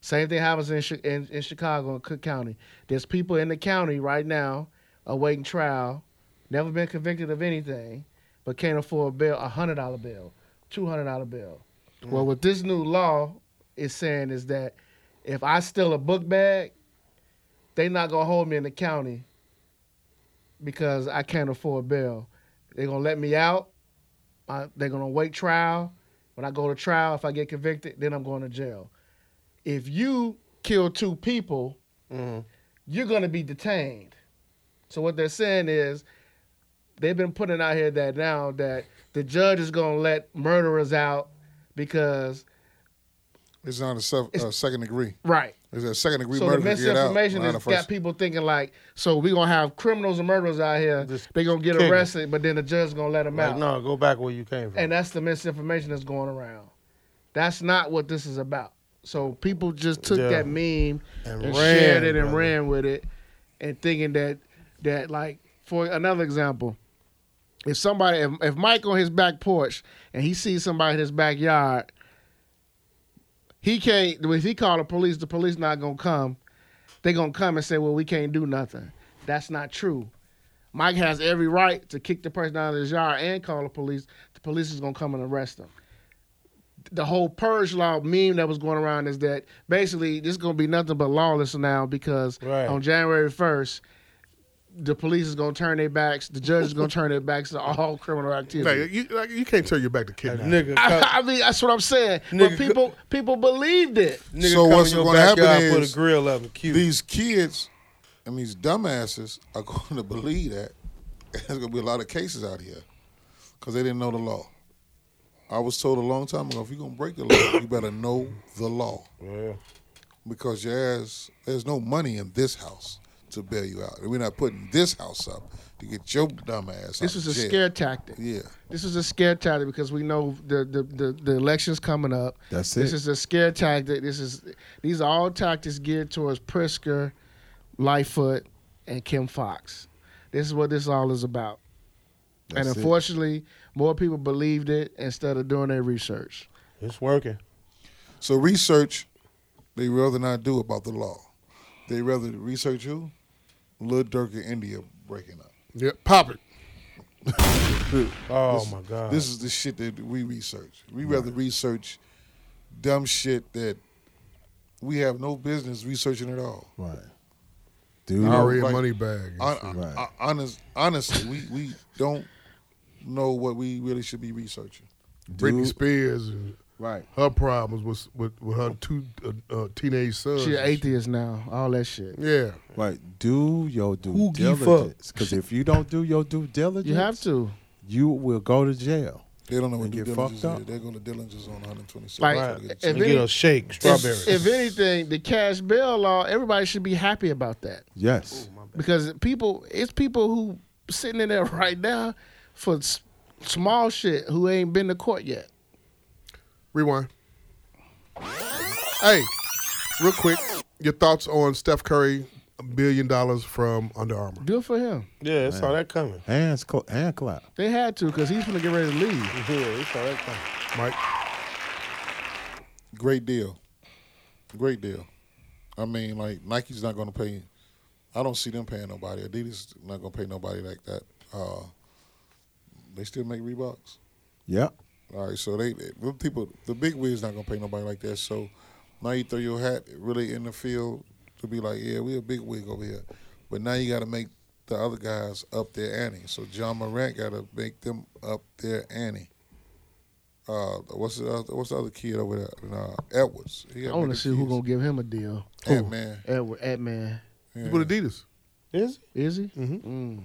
Speaker 4: Same thing happens in, Chi- in in Chicago and Cook County. There's people in the county right now awaiting trial, never been convicted of anything, but can't afford a bill, a hundred dollar bill, two hundred dollar bill. Well, what this new law is saying is that if I steal a book bag, they not gonna hold me in the county because I can't afford bail. They're gonna let me out. I, they're gonna wait trial. When I go to trial, if I get convicted, then I'm going to jail. If you kill two people,
Speaker 2: Mm-hmm.
Speaker 4: you're gonna be detained. So what they're saying is, they've been putting out here that now that the judge is gonna let murderers out because
Speaker 9: It's not a sef- uh, second degree.
Speaker 4: right.
Speaker 9: It's a second degree
Speaker 4: So the
Speaker 9: murder. to get out,
Speaker 4: misinformation
Speaker 9: not
Speaker 4: has
Speaker 9: a
Speaker 4: got
Speaker 9: first-
Speaker 4: people thinking like, so we're gonna have criminals and murderers out here. They're gonna get
Speaker 2: kick 'em.
Speaker 4: arrested, but then the judge's gonna let them
Speaker 2: Like,
Speaker 4: out.
Speaker 2: no, go back where you came from.
Speaker 4: And that's the misinformation that's going around. That's not what this is about. So people just took
Speaker 2: Yeah.
Speaker 4: that meme and,
Speaker 2: And
Speaker 4: shared
Speaker 2: ran,
Speaker 4: it and
Speaker 2: brother.
Speaker 4: ran with it and thinking that that like for another example, if somebody if, if Mike on his back porch and he sees somebody in his backyard, he can't if he call the police, the police not gonna come. They gonna come and say, Well, we can't do nothing. That's not true. Mike has every right to kick the person out of his yard and call the police. The police is gonna come and arrest him. The whole purge law meme that was going around is that basically this is gonna be nothing but lawless now because
Speaker 2: Right.
Speaker 4: on January first, the police is gonna turn their backs. The judge is gonna turn their backs to all criminal
Speaker 3: Like,
Speaker 4: activity.
Speaker 3: you, like, you can't turn your back to
Speaker 2: Like,
Speaker 3: kidnapping.
Speaker 2: nigga, come,
Speaker 4: I, I mean, that's what I'm saying.
Speaker 2: Nigga,
Speaker 4: but people people believed it.
Speaker 2: nigga
Speaker 9: So
Speaker 2: come
Speaker 9: what's
Speaker 2: in your
Speaker 9: gonna happen
Speaker 2: backyard, put
Speaker 9: is
Speaker 2: a grill up and cute.
Speaker 9: These kids and these dumbasses are going to believe that. There's going to be a lot of cases out here because they didn't know the law. I was told a long time ago if you're going to break the law, you better know the law
Speaker 2: yeah.
Speaker 9: because your ass, there's no money in this house to bail you out. And we're not putting this house up to get your dumb ass
Speaker 4: This
Speaker 9: out
Speaker 4: was
Speaker 9: of
Speaker 4: a
Speaker 9: jail.
Speaker 4: scare tactic.
Speaker 9: Yeah.
Speaker 4: This is a scare tactic because we know the the, the, the election's coming up.
Speaker 6: That's
Speaker 4: This
Speaker 6: it.
Speaker 4: is a scare tactic. This is these are all tactics geared towards Prisker, Lightfoot, and Kim Fox. This is what this all is about.
Speaker 6: That's
Speaker 4: and
Speaker 6: it.
Speaker 4: unfortunately, more people believed it instead of doing their research.
Speaker 2: It's working.
Speaker 9: So research, they rather not do about the law. They rather research who? Lil Durk and India breaking up.
Speaker 3: Yeah, pop it.
Speaker 2: Oh my god.
Speaker 9: This is the shit that we research. We rather research dumb shit that we have no business researching at all.
Speaker 6: Right. Dude,
Speaker 3: Ari and
Speaker 9: Right.
Speaker 3: Moneybag.
Speaker 9: Hon-
Speaker 6: Right.
Speaker 9: hon- honest, honestly, we, we don't know what we really should be researching.
Speaker 3: Britney Spears and
Speaker 6: right.
Speaker 3: her problems was with, with her two uh, uh, teenage sons.
Speaker 4: She's an atheist now. All that shit.
Speaker 3: Yeah.
Speaker 6: Right. Do your due
Speaker 2: Who give up?
Speaker 6: diligence. Because if you don't do your due diligence,
Speaker 4: You have to.
Speaker 6: You will go to jail.
Speaker 9: They don't know what
Speaker 6: They
Speaker 9: due
Speaker 6: get
Speaker 9: diligence
Speaker 6: fucked
Speaker 9: is.
Speaker 6: up.
Speaker 9: They're going to diligence on 126.
Speaker 4: Like,
Speaker 2: right.
Speaker 4: if
Speaker 2: You
Speaker 4: any-
Speaker 2: get a shake, strawberry.
Speaker 4: If, if anything, the cash bail law, everybody should be happy about that.
Speaker 6: Yes.
Speaker 2: Oh,
Speaker 4: because people it's people who sitting in there right now for s- small shit who ain't been to court yet
Speaker 3: Rewind. Hey, real quick, your thoughts on Steph Curry, a billion dollars from Under Armour.
Speaker 4: good for him
Speaker 2: yeah, it's all that coming.
Speaker 6: Hands cl- hand clap.
Speaker 4: they had to because he's gonna get ready to leave
Speaker 2: Yeah, it's all that coming.
Speaker 3: Mike,
Speaker 9: Great deal. Great deal. I mean, like Nike's not going to pay. I don't see them paying nobody. Adidas is not going to pay nobody like that. Uh, they still make Reeboks.
Speaker 6: Yep.
Speaker 9: All right, so they, they them people, the big wigs not going to pay nobody like that. So now you throw your hat really in the field to be like, yeah, we a big wig over here, but now you got to make the other guys up their ante. So John Morant got to make them up their ante. Uh, what's the other, what's the other kid over there? Uh, Edwards. He
Speaker 4: i
Speaker 9: gotta
Speaker 4: want to
Speaker 9: make
Speaker 4: see
Speaker 9: the
Speaker 4: who
Speaker 9: kids.
Speaker 4: gonna give him a deal
Speaker 9: Ant-Man.
Speaker 4: edward Ant man
Speaker 3: you put Adidas.
Speaker 2: Is it?
Speaker 4: is he
Speaker 9: You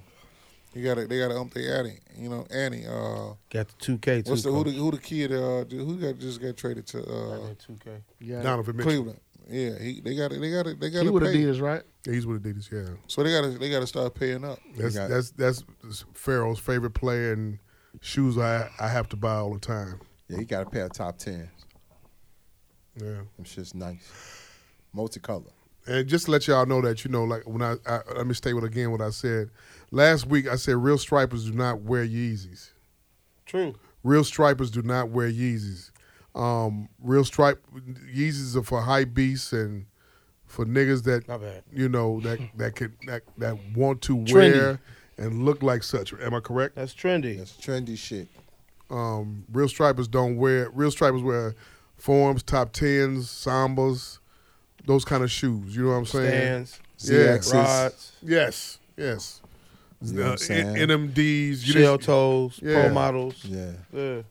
Speaker 9: gotta, they gotta ump their Annie. You know, Annie. Uh,
Speaker 2: Got the 2K, too.
Speaker 9: what's the who, the
Speaker 2: coach.
Speaker 9: who the kid? Uh, who got just got traded to uh,
Speaker 2: Got that 2K.
Speaker 4: Yeah.
Speaker 3: Donovan Mitchell.
Speaker 9: Cleveland? Yeah, he, they got to They got to They got
Speaker 4: He
Speaker 9: to
Speaker 4: would
Speaker 9: pay.
Speaker 4: Adidas, right?
Speaker 3: Yeah, he's with Adidas. Yeah,
Speaker 9: So they got to. They got to start paying up.
Speaker 3: that's
Speaker 6: got-
Speaker 3: that's that's Pharaoh's favorite player and shoes I I have to buy all the time.
Speaker 6: Yeah, he got a pair of top tens.
Speaker 3: Yeah.
Speaker 6: Them shit's nice, multicolor.
Speaker 3: And just to let y'all know that you know, like when I, I let me state what again what I said last week. I said real stripers do not wear Yeezys.
Speaker 2: True.
Speaker 3: Real stripers do not wear Yeezys. Um, real stripe Yeezys are for high beasts and for niggas that
Speaker 2: My bad.
Speaker 3: you know that that could that, that want to
Speaker 2: Trendy.
Speaker 3: wear and look like such. Am I correct?
Speaker 2: That's trendy.
Speaker 6: That's trendy shit.
Speaker 3: Um, real stripers don't wear real stripers wear forms, top tens, sambas, those kind of shoes. You know what I'm saying?
Speaker 2: Stands,
Speaker 3: Yeah.
Speaker 6: ZXs.
Speaker 2: rods,
Speaker 3: Yes, yes.
Speaker 6: You know what I'm
Speaker 3: Uh,
Speaker 6: saying?
Speaker 3: N- NMDs, you
Speaker 2: shell
Speaker 3: just-
Speaker 2: toes,
Speaker 3: Yeah.
Speaker 2: pro models.
Speaker 6: yeah.
Speaker 2: Yeah.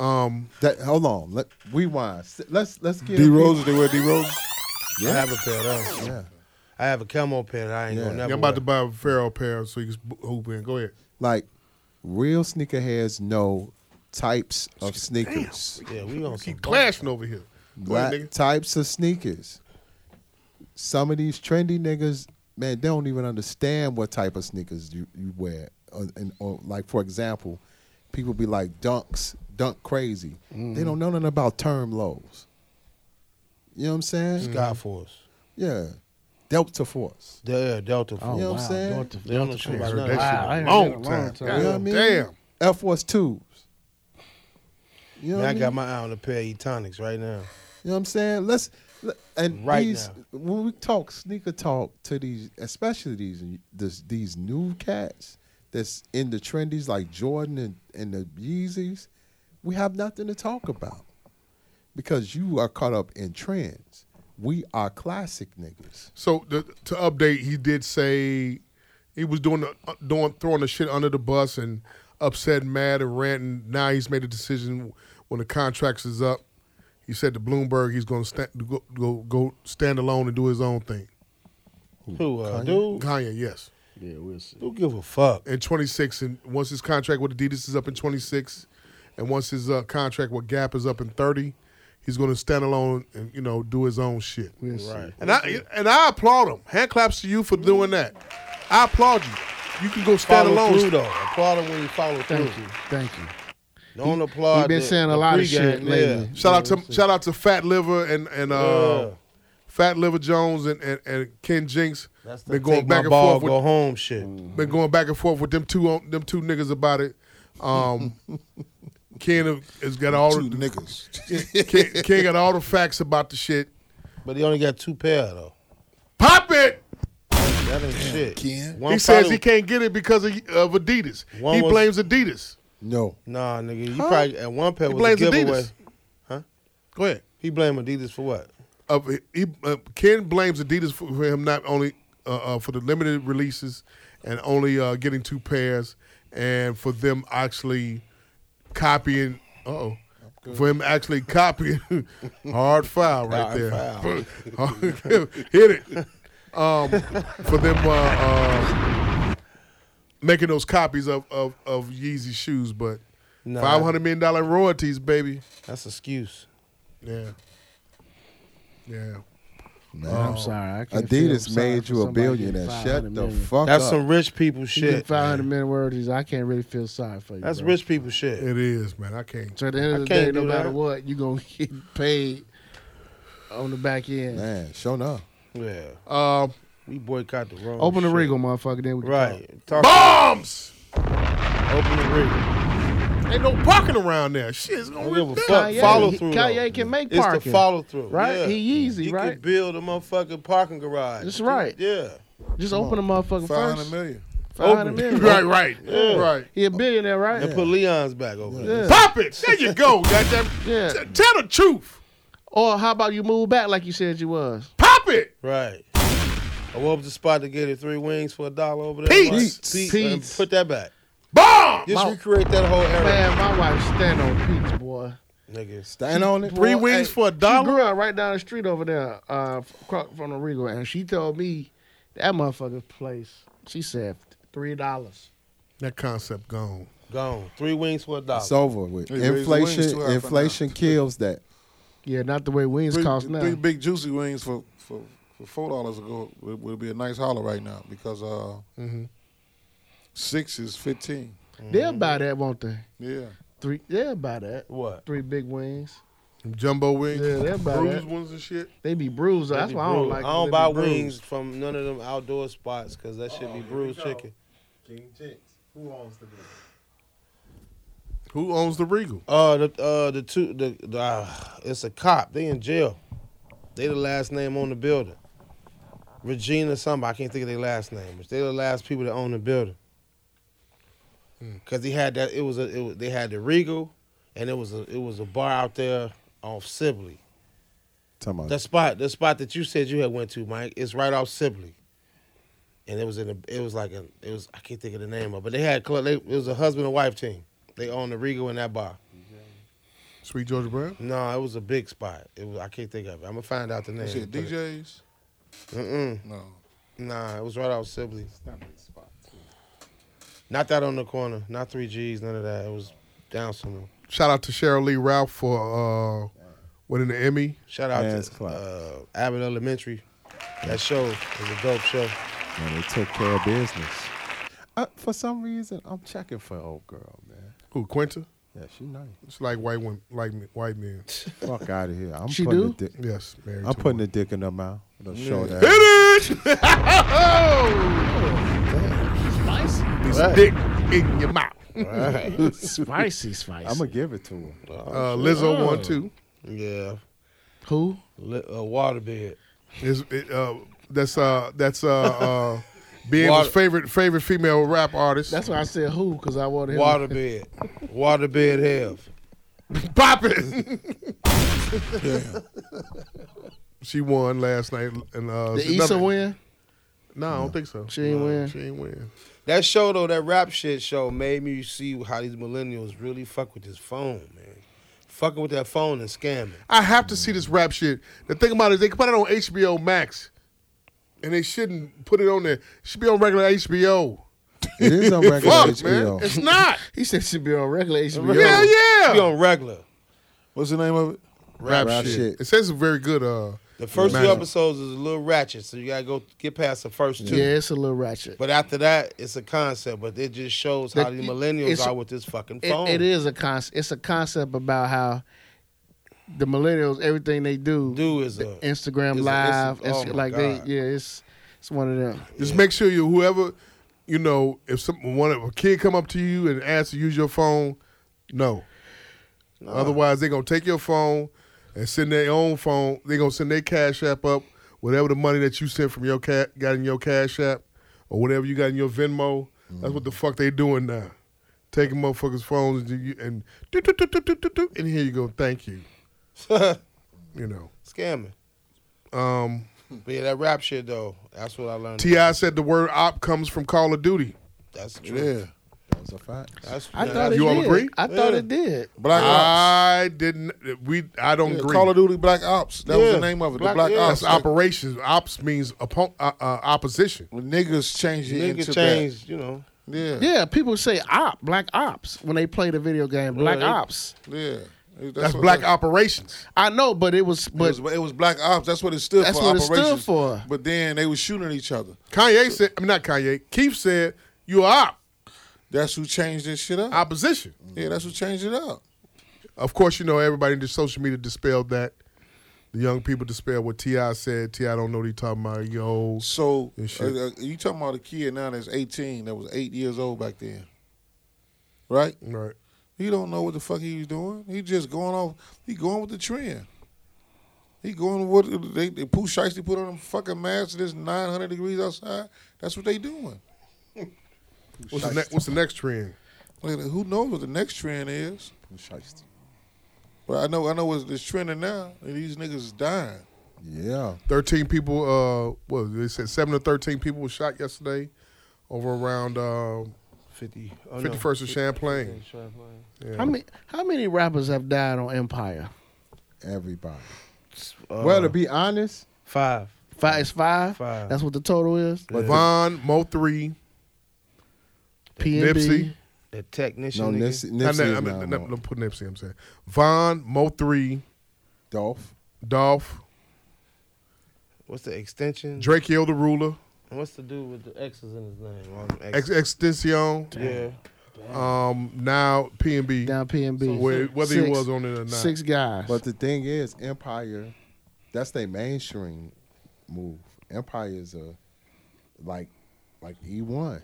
Speaker 3: um,
Speaker 6: That, hold on. Let rewind. S- Let's let's get
Speaker 9: D Roses, they wear D Roses.
Speaker 2: I have a pair of those.
Speaker 6: Yeah.
Speaker 2: I have a camo pair that I ain't
Speaker 6: Yeah.
Speaker 2: gonna
Speaker 6: Yeah,
Speaker 2: never
Speaker 3: yeah, I'm about to
Speaker 2: wear.
Speaker 3: buy a Pharaoh pair so you can sp- hoop in. Go ahead.
Speaker 6: Like real sneakerheads know types of sneakers.
Speaker 2: Yeah, we on some
Speaker 3: Keep clashing over here. Go ahead,
Speaker 6: Black
Speaker 3: nigga.
Speaker 6: types of sneakers. Some of these trendy niggas, man, they don't even understand what type of sneakers you, you wear. Or, and, or like for example, people be like dunks, dunk crazy. They
Speaker 2: Mm.
Speaker 6: don't know nothing about term lows. You know what I'm saying?
Speaker 2: Sky Force.
Speaker 6: Yeah. Delta Force.
Speaker 2: Yeah, uh, Oh, Delta Force.
Speaker 6: You know what I'm saying?
Speaker 2: They don't know shit about
Speaker 3: Heard
Speaker 2: nothing.
Speaker 3: that shit
Speaker 4: Wow, I ain't
Speaker 3: long
Speaker 4: heard that in a long
Speaker 3: time.
Speaker 4: time.
Speaker 6: You know what I mean?
Speaker 3: Damn.
Speaker 6: Air Force Twos. You
Speaker 2: Man,
Speaker 6: know, what
Speaker 2: I
Speaker 6: I mean?
Speaker 2: got my eye on a pair of Etonics right now.
Speaker 6: you know what I'm saying? Let's let- and
Speaker 2: Right
Speaker 6: these
Speaker 2: now.
Speaker 6: when we talk sneaker talk to these, especially these this, these new cats that's in the trendies like Jordan and, and the Yeezys, we have nothing to talk about because you are caught up in trends. We are classic niggas.
Speaker 3: So the, to update, he did say he was doing the, uh, doing throwing the shit under the bus and upset, mad, and ranting. Now he's made a decision when the contracts is up. He said to Bloomberg he's going to stand, go, go go stand alone and do his own thing.
Speaker 2: Who, uh, dude?
Speaker 3: Kanye, yes.
Speaker 10: Yeah, we'll see.
Speaker 2: Who give a fuck?
Speaker 3: in 26, and once his contract with Adidas is up in 26, and once his uh, contract with Gap is up in 30, he's going to stand alone and you know do his own shit.
Speaker 2: Right.
Speaker 3: And I and I applaud him. Hand claps to you for doing that. I applaud you. You can go stand
Speaker 2: Follow through
Speaker 3: alone.
Speaker 2: though. Applaud him when you follow through.
Speaker 4: Thank you. Thank you.
Speaker 2: Don't applaud.
Speaker 4: he been
Speaker 2: the-
Speaker 4: saying a
Speaker 2: the
Speaker 4: lot of
Speaker 2: pregame,
Speaker 4: shit
Speaker 2: yeah.
Speaker 4: lately.
Speaker 3: Shout out to shout out to Fat Liver and and uh,
Speaker 2: Yeah.
Speaker 3: Fat Liver Jones and, and, and Ken Jinx.
Speaker 2: That's the
Speaker 3: Been going
Speaker 2: take my
Speaker 3: back and
Speaker 2: ball,
Speaker 3: forth with
Speaker 2: go home shit.
Speaker 3: been going back and forth with them two on- them two niggas about it. Um, Ken has got all
Speaker 9: Two
Speaker 3: the
Speaker 9: niggas.
Speaker 3: King, King got all the facts about the shit.
Speaker 2: But he only got two pair though.
Speaker 3: Pop it!
Speaker 2: That ain't shit.
Speaker 9: Ken.
Speaker 2: One
Speaker 3: he says
Speaker 2: probably-
Speaker 3: he can't get it because of, of Adidas.
Speaker 2: One
Speaker 3: he
Speaker 2: was-
Speaker 3: blames Adidas.
Speaker 6: No,
Speaker 2: Nah, nigga, you probably at one pair
Speaker 3: He
Speaker 2: was a
Speaker 3: blames
Speaker 2: giveaway.
Speaker 3: Adidas. Go ahead.
Speaker 2: He blamed Adidas for what?
Speaker 3: Uh, he, uh, Ken blames Adidas for, for him not only uh, uh, for the limited releases and only uh, getting two pairs, and for them actually copying. Uh oh. For him actually copying, hard foul right there. Hit it. Um, for them uh, uh, making those copies of, of, of Yeezy shoes, but
Speaker 2: Nah.
Speaker 3: five hundred million dollar royalties, baby.
Speaker 2: That's excuse.
Speaker 3: Yeah, yeah.
Speaker 6: man.
Speaker 4: I'm sorry. I can't feel
Speaker 6: Adidas
Speaker 4: sorry
Speaker 6: made
Speaker 4: for
Speaker 6: you a
Speaker 4: somebody getting
Speaker 6: billionaire.
Speaker 4: 500
Speaker 6: Shut the
Speaker 4: million.
Speaker 6: fuck
Speaker 2: That's
Speaker 6: up.
Speaker 2: some rich people
Speaker 4: You get
Speaker 2: shit.
Speaker 4: 500 million words. I can't really feel sorry for you.
Speaker 2: That's
Speaker 4: bro.
Speaker 2: rich people shit.
Speaker 3: It is, man. I can't.
Speaker 4: So at the end of
Speaker 2: I
Speaker 4: the day,
Speaker 2: can't
Speaker 4: no
Speaker 2: do
Speaker 4: matter
Speaker 2: that.
Speaker 4: what, you gonna get paid on the back end.
Speaker 6: man, show enough.
Speaker 2: Yeah,
Speaker 3: Um,
Speaker 2: we boycott the wrong.
Speaker 4: Uh, Open the
Speaker 2: shit.
Speaker 4: regal, motherfucker. Then we can
Speaker 2: Right. Talk
Speaker 3: bombs.
Speaker 2: Open the regal.
Speaker 3: Ain't no parking around there. Shit, it's
Speaker 2: I
Speaker 3: gonna
Speaker 2: don't give a
Speaker 3: be
Speaker 2: fuck.
Speaker 4: Kanye-
Speaker 2: follow through.
Speaker 4: Kanye can make
Speaker 2: it's
Speaker 4: parking.
Speaker 2: the follow through,
Speaker 4: Right?
Speaker 2: Yeah.
Speaker 4: He Yeezy,
Speaker 2: He
Speaker 4: right?
Speaker 2: could build a motherfucking parking garage.
Speaker 4: That's right.
Speaker 2: Yeah.
Speaker 4: talk. Just open the motherfucker
Speaker 9: Five hundred
Speaker 4: first.
Speaker 9: million.
Speaker 4: Five hundred million.
Speaker 3: right, right, right.
Speaker 4: He a billionaire, right?
Speaker 2: And put Leon's back over there.
Speaker 4: Yeah.
Speaker 3: Pop it. There you go. Goddamn.
Speaker 4: Yeah.
Speaker 3: T- tell the truth.
Speaker 4: Or how about you move back like you said you was?
Speaker 3: Pop it.
Speaker 2: Right. I woke up the spot to get it three wings for a dollar over there.
Speaker 3: Pete's.
Speaker 2: Like,
Speaker 4: Pete's.
Speaker 2: Pete,
Speaker 4: Pete's.
Speaker 2: and put that back.
Speaker 3: Bomb.
Speaker 2: Just recreate that whole era,
Speaker 4: Man, my wife stand on peaks, boy.
Speaker 2: niggas.
Speaker 6: Stand on it.
Speaker 3: Three wings for a
Speaker 4: She
Speaker 3: dollar.
Speaker 4: grew up right down the street over there, uh, across from the Regal, and she told me that motherfucker place. She said three dollars.
Speaker 3: That concept gone.
Speaker 2: Gone. Three wings for a dollar.
Speaker 6: It's over with.
Speaker 9: They raised the wings
Speaker 6: Inflation
Speaker 9: too high for
Speaker 6: inflation
Speaker 9: now.
Speaker 6: kills that.
Speaker 4: Yeah, not the way wings
Speaker 9: Three,
Speaker 4: cost now.
Speaker 9: three big juicy wings for for, for four dollars ago would, would be a nice holler right now because uh six is fifteen.
Speaker 4: They'll buy that, won't they?
Speaker 9: Yeah,
Speaker 4: Three. They'll buy that.
Speaker 2: What?
Speaker 4: Three big wings.
Speaker 3: Them jumbo wings,
Speaker 4: Yeah, they'll buy
Speaker 3: bruised
Speaker 4: that.
Speaker 3: ones and shit.
Speaker 4: They be bruised. That's
Speaker 2: They
Speaker 4: why I don't
Speaker 2: bruised.
Speaker 4: like.
Speaker 2: I
Speaker 4: 'cause
Speaker 2: don't
Speaker 4: they
Speaker 2: buy
Speaker 4: be bruised.
Speaker 2: wings from none of them outdoor spots because that should be bruised chicken.
Speaker 6: King Chicks. Who owns the business?
Speaker 3: Who owns the Regal?
Speaker 2: Uh, the uh the two the, the uh, it's a cop. They in jail. They the last name on the building. Regina somebody. I can't think of their last name. But they the last people that own the building. Cause he had that. It was a. It was, they had the Regal, and it was a. It was a bar out there off Sibley.
Speaker 6: Talking about
Speaker 2: That spot. The spot that you said you had went to, Mike. It's right off Sibley. And it was in. A, it was like a. It was. I can't think of the name of. it, But they had. club- They, it was a husband and wife team. They owned the Regal in that bar.
Speaker 3: Sweet Georgia Brown.
Speaker 2: No, it was a big spot. It was I can't think of it. I'm gonna find out the name.
Speaker 9: That shit
Speaker 2: but it-
Speaker 9: DJs.
Speaker 2: Mm-mm.
Speaker 9: No,
Speaker 2: Nah, it was right out Sibley. Not that on the corner. Not three G's. None of that. It was down somewhere.
Speaker 3: Shout out to Cheryl Lee Ralph for uh, winning the Emmy.
Speaker 2: Shout out
Speaker 6: Man's
Speaker 2: to
Speaker 6: Club.
Speaker 2: uh, Abbott Elementary. That show was a dope show.
Speaker 6: man, they took care of business. I, Uh, for some reason, I'm checking for old girl, man.
Speaker 3: Who Quinta?
Speaker 6: Yeah, she nice.
Speaker 3: It's like white women, like me- white men.
Speaker 6: Fuck out of here. I'm
Speaker 4: She
Speaker 6: putting
Speaker 4: do?
Speaker 6: a dick.
Speaker 3: Yes, married
Speaker 6: I'm
Speaker 3: to
Speaker 6: putting
Speaker 3: one.
Speaker 6: a dick in her mouth. It'll show that.
Speaker 3: this dick in your mouth.
Speaker 4: Spicy, spicy.
Speaker 6: I'm gonna give it to her.
Speaker 3: Uh, Lizzo won too.
Speaker 2: Yeah,
Speaker 4: Who?
Speaker 2: Li- uh, waterbed.
Speaker 3: Is it, uh, that's uh that's uh, uh being
Speaker 2: Water-
Speaker 3: his favorite favorite female rap artist.
Speaker 4: That's why I said who because I wanted him.
Speaker 2: Waterbed. waterbed Health.
Speaker 3: pop it. She won last night, and uh,
Speaker 4: The
Speaker 3: it's
Speaker 4: Issa
Speaker 3: another-
Speaker 4: win.
Speaker 3: No, I don't think so.
Speaker 4: She ain't
Speaker 3: No,
Speaker 4: win.
Speaker 3: She ain't win.
Speaker 2: That show though, that rap shit show made me see how these millennials really fuck with this phone, man. Fucking with that phone and scamming.
Speaker 3: I have to see this rap shit. The thing about it is they can put it on HBO Max, and they shouldn't put it on there. It should be on regular HBO.
Speaker 6: It is on regular
Speaker 3: Fuck, man,
Speaker 6: HBO.
Speaker 3: it's not.
Speaker 4: He said she'd be on regular HBO.
Speaker 3: yeah, yeah.
Speaker 2: Be on regular.
Speaker 9: what's the name of it?
Speaker 3: rap,
Speaker 6: Rap
Speaker 3: shit.
Speaker 6: shit.
Speaker 3: It says it's very good. Uh,
Speaker 2: The first two
Speaker 3: Imagine.
Speaker 2: episodes is a little ratchet, so you gotta go get past the first two.
Speaker 4: Yeah, it's a little ratchet.
Speaker 2: But after that, it's a concept. But it just shows how
Speaker 4: That-
Speaker 2: the
Speaker 4: it-
Speaker 2: millennials
Speaker 4: it's-
Speaker 2: are with this fucking
Speaker 4: It-
Speaker 2: phone.
Speaker 4: it is a concept. It's a concept about how the millennials, everything they do,
Speaker 2: Do is a
Speaker 4: Instagram
Speaker 2: is a-
Speaker 4: live,
Speaker 2: it's- oh my
Speaker 4: Insta- like
Speaker 2: God.
Speaker 4: they, yeah, it's it's one of them.
Speaker 3: Just make sure you whoever, you know, if some one of a kid come up to you and ask to use your phone, no. Otherwise, they're gonna take your phone and send their own phone. They're gonna send their cash app up, whatever the money that you sent from your cat got in your cash app, or whatever you got in your Venmo. That's what the fuck they doing now. Taking motherfuckers' phones and, you- and do, do, do, do, do, do, do, and here you go, thank you. you know,
Speaker 2: scamming.
Speaker 3: um,
Speaker 2: But yeah, that rap shit though, that's what I learned.
Speaker 3: Ti said the word "op" comes from Call of Duty.
Speaker 2: That's true.
Speaker 9: Yeah,
Speaker 6: That was a fact.
Speaker 2: That's
Speaker 4: I
Speaker 2: yeah,
Speaker 4: thought
Speaker 2: that's-
Speaker 4: it
Speaker 3: You all
Speaker 4: did.
Speaker 3: agree?
Speaker 4: I thought it did.
Speaker 9: Black
Speaker 3: Ah,
Speaker 9: Ops.
Speaker 3: I didn't. We. I don't
Speaker 9: Yeah,
Speaker 3: agree.
Speaker 9: Call of Duty Black Ops. That was
Speaker 2: Yeah.
Speaker 9: the name of it.
Speaker 2: Black-
Speaker 9: the Black
Speaker 2: yeah.
Speaker 9: Ops.
Speaker 3: That's operations. Ops means oppo- uh, uh, opposition.
Speaker 9: When niggas changed it
Speaker 2: Nigga
Speaker 9: into
Speaker 2: changed, you know.
Speaker 9: that. Yeah, yeah.
Speaker 4: Yeah, people say op, black ops when they play the video game, black
Speaker 2: they-
Speaker 4: ops.
Speaker 9: That's,
Speaker 3: That's
Speaker 9: what
Speaker 3: black
Speaker 9: that-
Speaker 3: operations.
Speaker 4: I know, but it was
Speaker 9: It
Speaker 4: but
Speaker 9: was, it was Black Ops. That's what it stood
Speaker 4: That's
Speaker 9: for.
Speaker 4: what it stood
Speaker 9: operations.
Speaker 4: for.
Speaker 9: But then they were shooting at each other.
Speaker 3: Kanye said. I mean, not Kanye. Keith said, "You are op
Speaker 9: That's who changed this shit up.
Speaker 3: opposition."
Speaker 9: Yeah, that's who changed it up.
Speaker 3: Of course, you know everybody in the social media dispelled that. The young people dispelled what Ti said. Ti don't know what he talking about. Yo,
Speaker 9: So
Speaker 3: And shit.
Speaker 9: uh, uh, you talking about a kid now that's 18 that was eight years old back then, right?
Speaker 3: right.
Speaker 9: He don't know what the fuck he was doing. He just going off. He going with the trend. He going with what they, they Pooh Shiesty put on them fucking masks. It's 900 degrees outside. That's what they doing.
Speaker 3: What's the, ne- what's the next trend?
Speaker 9: Like, who knows what the next trend is? But I know I know what's this trending now. And these niggas is dying.
Speaker 6: Yeah.
Speaker 3: Thirteen people. Uh, what was it? they said seven to thirteen people were shot yesterday over around uh,
Speaker 2: 50, oh, no.
Speaker 3: 51st of Champlain.
Speaker 2: Champlain.
Speaker 4: how many how many rappers have died on Empire?
Speaker 6: Everybody.
Speaker 2: Uh,
Speaker 6: well, to be honest,
Speaker 2: five.
Speaker 4: Five is five.
Speaker 2: Five.
Speaker 4: That's what the total is.
Speaker 3: Von Mo three,
Speaker 4: PNB.
Speaker 3: Nipsey.
Speaker 2: The technician.
Speaker 6: No,
Speaker 2: nigga.
Speaker 6: Nipsey,
Speaker 3: I
Speaker 6: Nipsey
Speaker 3: mean,
Speaker 6: is
Speaker 3: I mean,
Speaker 6: not
Speaker 3: no,
Speaker 6: on.
Speaker 3: no, put Nipsey. I'm saying Von, Mo Three,
Speaker 6: Dolph.
Speaker 3: Dolph,
Speaker 2: What's the
Speaker 6: Mm.
Speaker 2: extension?
Speaker 3: Drakeo the Ruler,
Speaker 2: And What's the dude with the X's in his name? All them
Speaker 3: Ex-
Speaker 2: X's.
Speaker 3: Extension,
Speaker 2: Yeah.
Speaker 3: um, now P and B,
Speaker 4: Down PNB.
Speaker 3: where- whether
Speaker 4: six,
Speaker 3: he was on it or not.
Speaker 4: Six guys.
Speaker 6: But the thing is, Empire, that's their mainstream move. Empire is a like like E one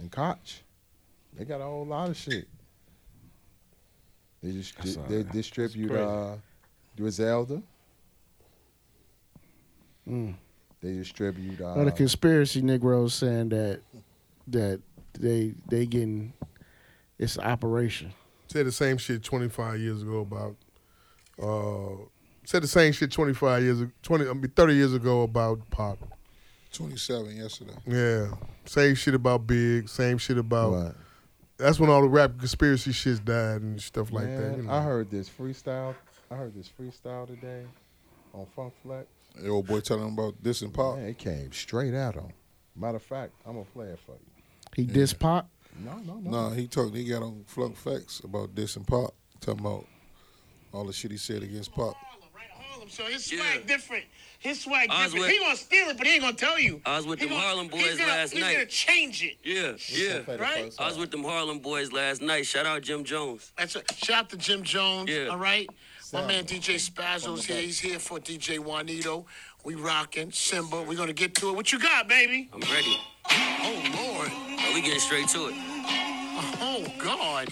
Speaker 6: and Koch. They got a whole lot of shit. They just they distribute uh Griselda. They distribute uh,
Speaker 4: Well, the Mm. conspiracy Negroes saying that that they they getting it's an operation.
Speaker 3: said the same shit 25 years ago about, uh, said the same shit 25 years, ag- 20, I mean 30 years ago about Pop.
Speaker 9: 27 yesterday.
Speaker 3: Yeah, same shit about Big, same shit about.
Speaker 6: what?
Speaker 3: That's when all the rap conspiracy shits died and stuff like that.
Speaker 6: Man,
Speaker 3: you know.
Speaker 6: I heard this freestyle. I heard this freestyle today on Funk Flex.
Speaker 9: The old boy telling him about this and pop.
Speaker 6: Man, it came straight out on. Matter of fact, I'm gonna play it for you.
Speaker 4: He dissed Pop.
Speaker 6: No, no, no.
Speaker 9: No, he talked. He got on Flunk Facts about this and pop. Talking about all the shit he said against pop.
Speaker 10: Harlem, right? Harlem. So his swag
Speaker 5: Yeah.
Speaker 10: different. His swag
Speaker 5: I was
Speaker 10: different.
Speaker 5: with-
Speaker 10: he gonna steal it, but he ain't gonna tell you.
Speaker 5: I was with
Speaker 10: He
Speaker 5: them
Speaker 10: gonna-
Speaker 5: Harlem
Speaker 10: he's
Speaker 5: boys
Speaker 10: gonna-
Speaker 5: last
Speaker 10: He's gonna
Speaker 5: night.
Speaker 10: change it.
Speaker 5: Yeah, yeah.
Speaker 10: Right?
Speaker 5: I was with them Harlem boys last night. Shout out Jim Jones.
Speaker 10: That's it. Shout out to Jim Jones.
Speaker 5: Yeah.
Speaker 10: All right. My man DJ Spazzo's here. He's here for DJ Juanito. We rocking Simba. We're gonna get to it. What you got, baby?
Speaker 5: I'm ready.
Speaker 10: Oh Lord.
Speaker 5: Now we getting straight to it.
Speaker 10: Oh God.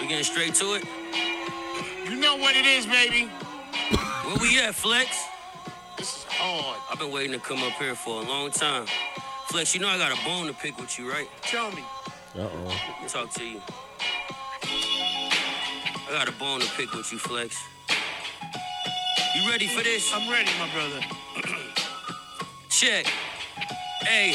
Speaker 5: We getting straight to it.
Speaker 10: You know what it is, baby.
Speaker 5: Where we at, Flex?
Speaker 10: This is hard.
Speaker 5: I've been waiting to come up here for a long time. Flex, you know I got a bone to pick with you, right?
Speaker 10: Tell me.
Speaker 5: Talk to you. I got a bone to pick with you, Flex. You ready for this?
Speaker 10: I'm ready, my brother.
Speaker 5: Check. Hey,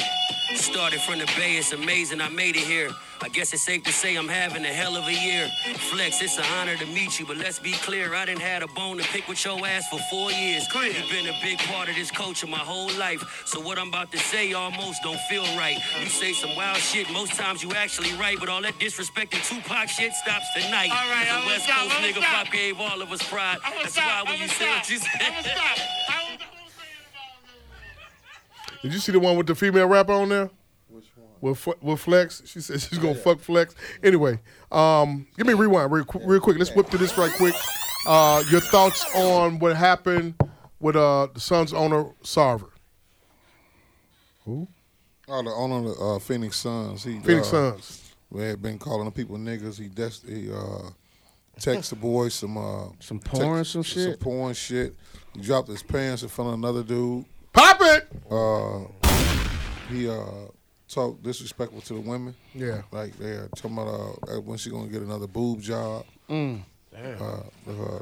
Speaker 5: started from the bay, it's amazing I made it here. I guess it's safe to say I'm having a hell of a year. Flex, it's an honor to meet you, but let's be clear, I didn't had a bone to pick with your ass for four years.
Speaker 10: Clear.
Speaker 5: You've been a big part of this culture my whole life, so what I'm about to say almost don't feel right. You say some wild shit, most times you actually right, but all that disrespect and Tupac shit stops tonight.
Speaker 10: All right,
Speaker 5: As a
Speaker 10: I'ma
Speaker 5: West
Speaker 10: stop,
Speaker 5: Coast
Speaker 10: I'ma
Speaker 5: nigga,
Speaker 10: stop.
Speaker 5: Pop gave all of us pride.
Speaker 10: I'm gonna
Speaker 5: That's
Speaker 10: stop.
Speaker 5: why
Speaker 10: I'm
Speaker 5: when you
Speaker 10: gonna
Speaker 5: say
Speaker 10: stop.
Speaker 5: what you said.
Speaker 10: I'm gonna stop. I was, I was saying about
Speaker 3: Did you see the one with the female rapper on there? Which one? Oh, With, F- with Flex. She said she's gonna fuck Flex. Anyway, um, give me a rewind real, qu- real quick. Let's whip through this right quick. Uh, your thoughts on what happened with uh, the Suns owner Sarver,
Speaker 9: Oh, the owner of the uh, Phoenix Suns. He
Speaker 3: Phoenix
Speaker 9: uh,
Speaker 3: Suns.
Speaker 9: We had been calling the people niggas. He des- he uh, text the boy some uh,
Speaker 4: Some porn, some
Speaker 9: Some
Speaker 4: shit?
Speaker 9: porn shit. He dropped his pants in front of another dude.
Speaker 3: Pop it.
Speaker 9: He uh, talked disrespectful to the women.
Speaker 3: Yeah.
Speaker 9: like they're talking about uh, when she gonna get another boob job.
Speaker 4: Mm.
Speaker 9: Uh, uh,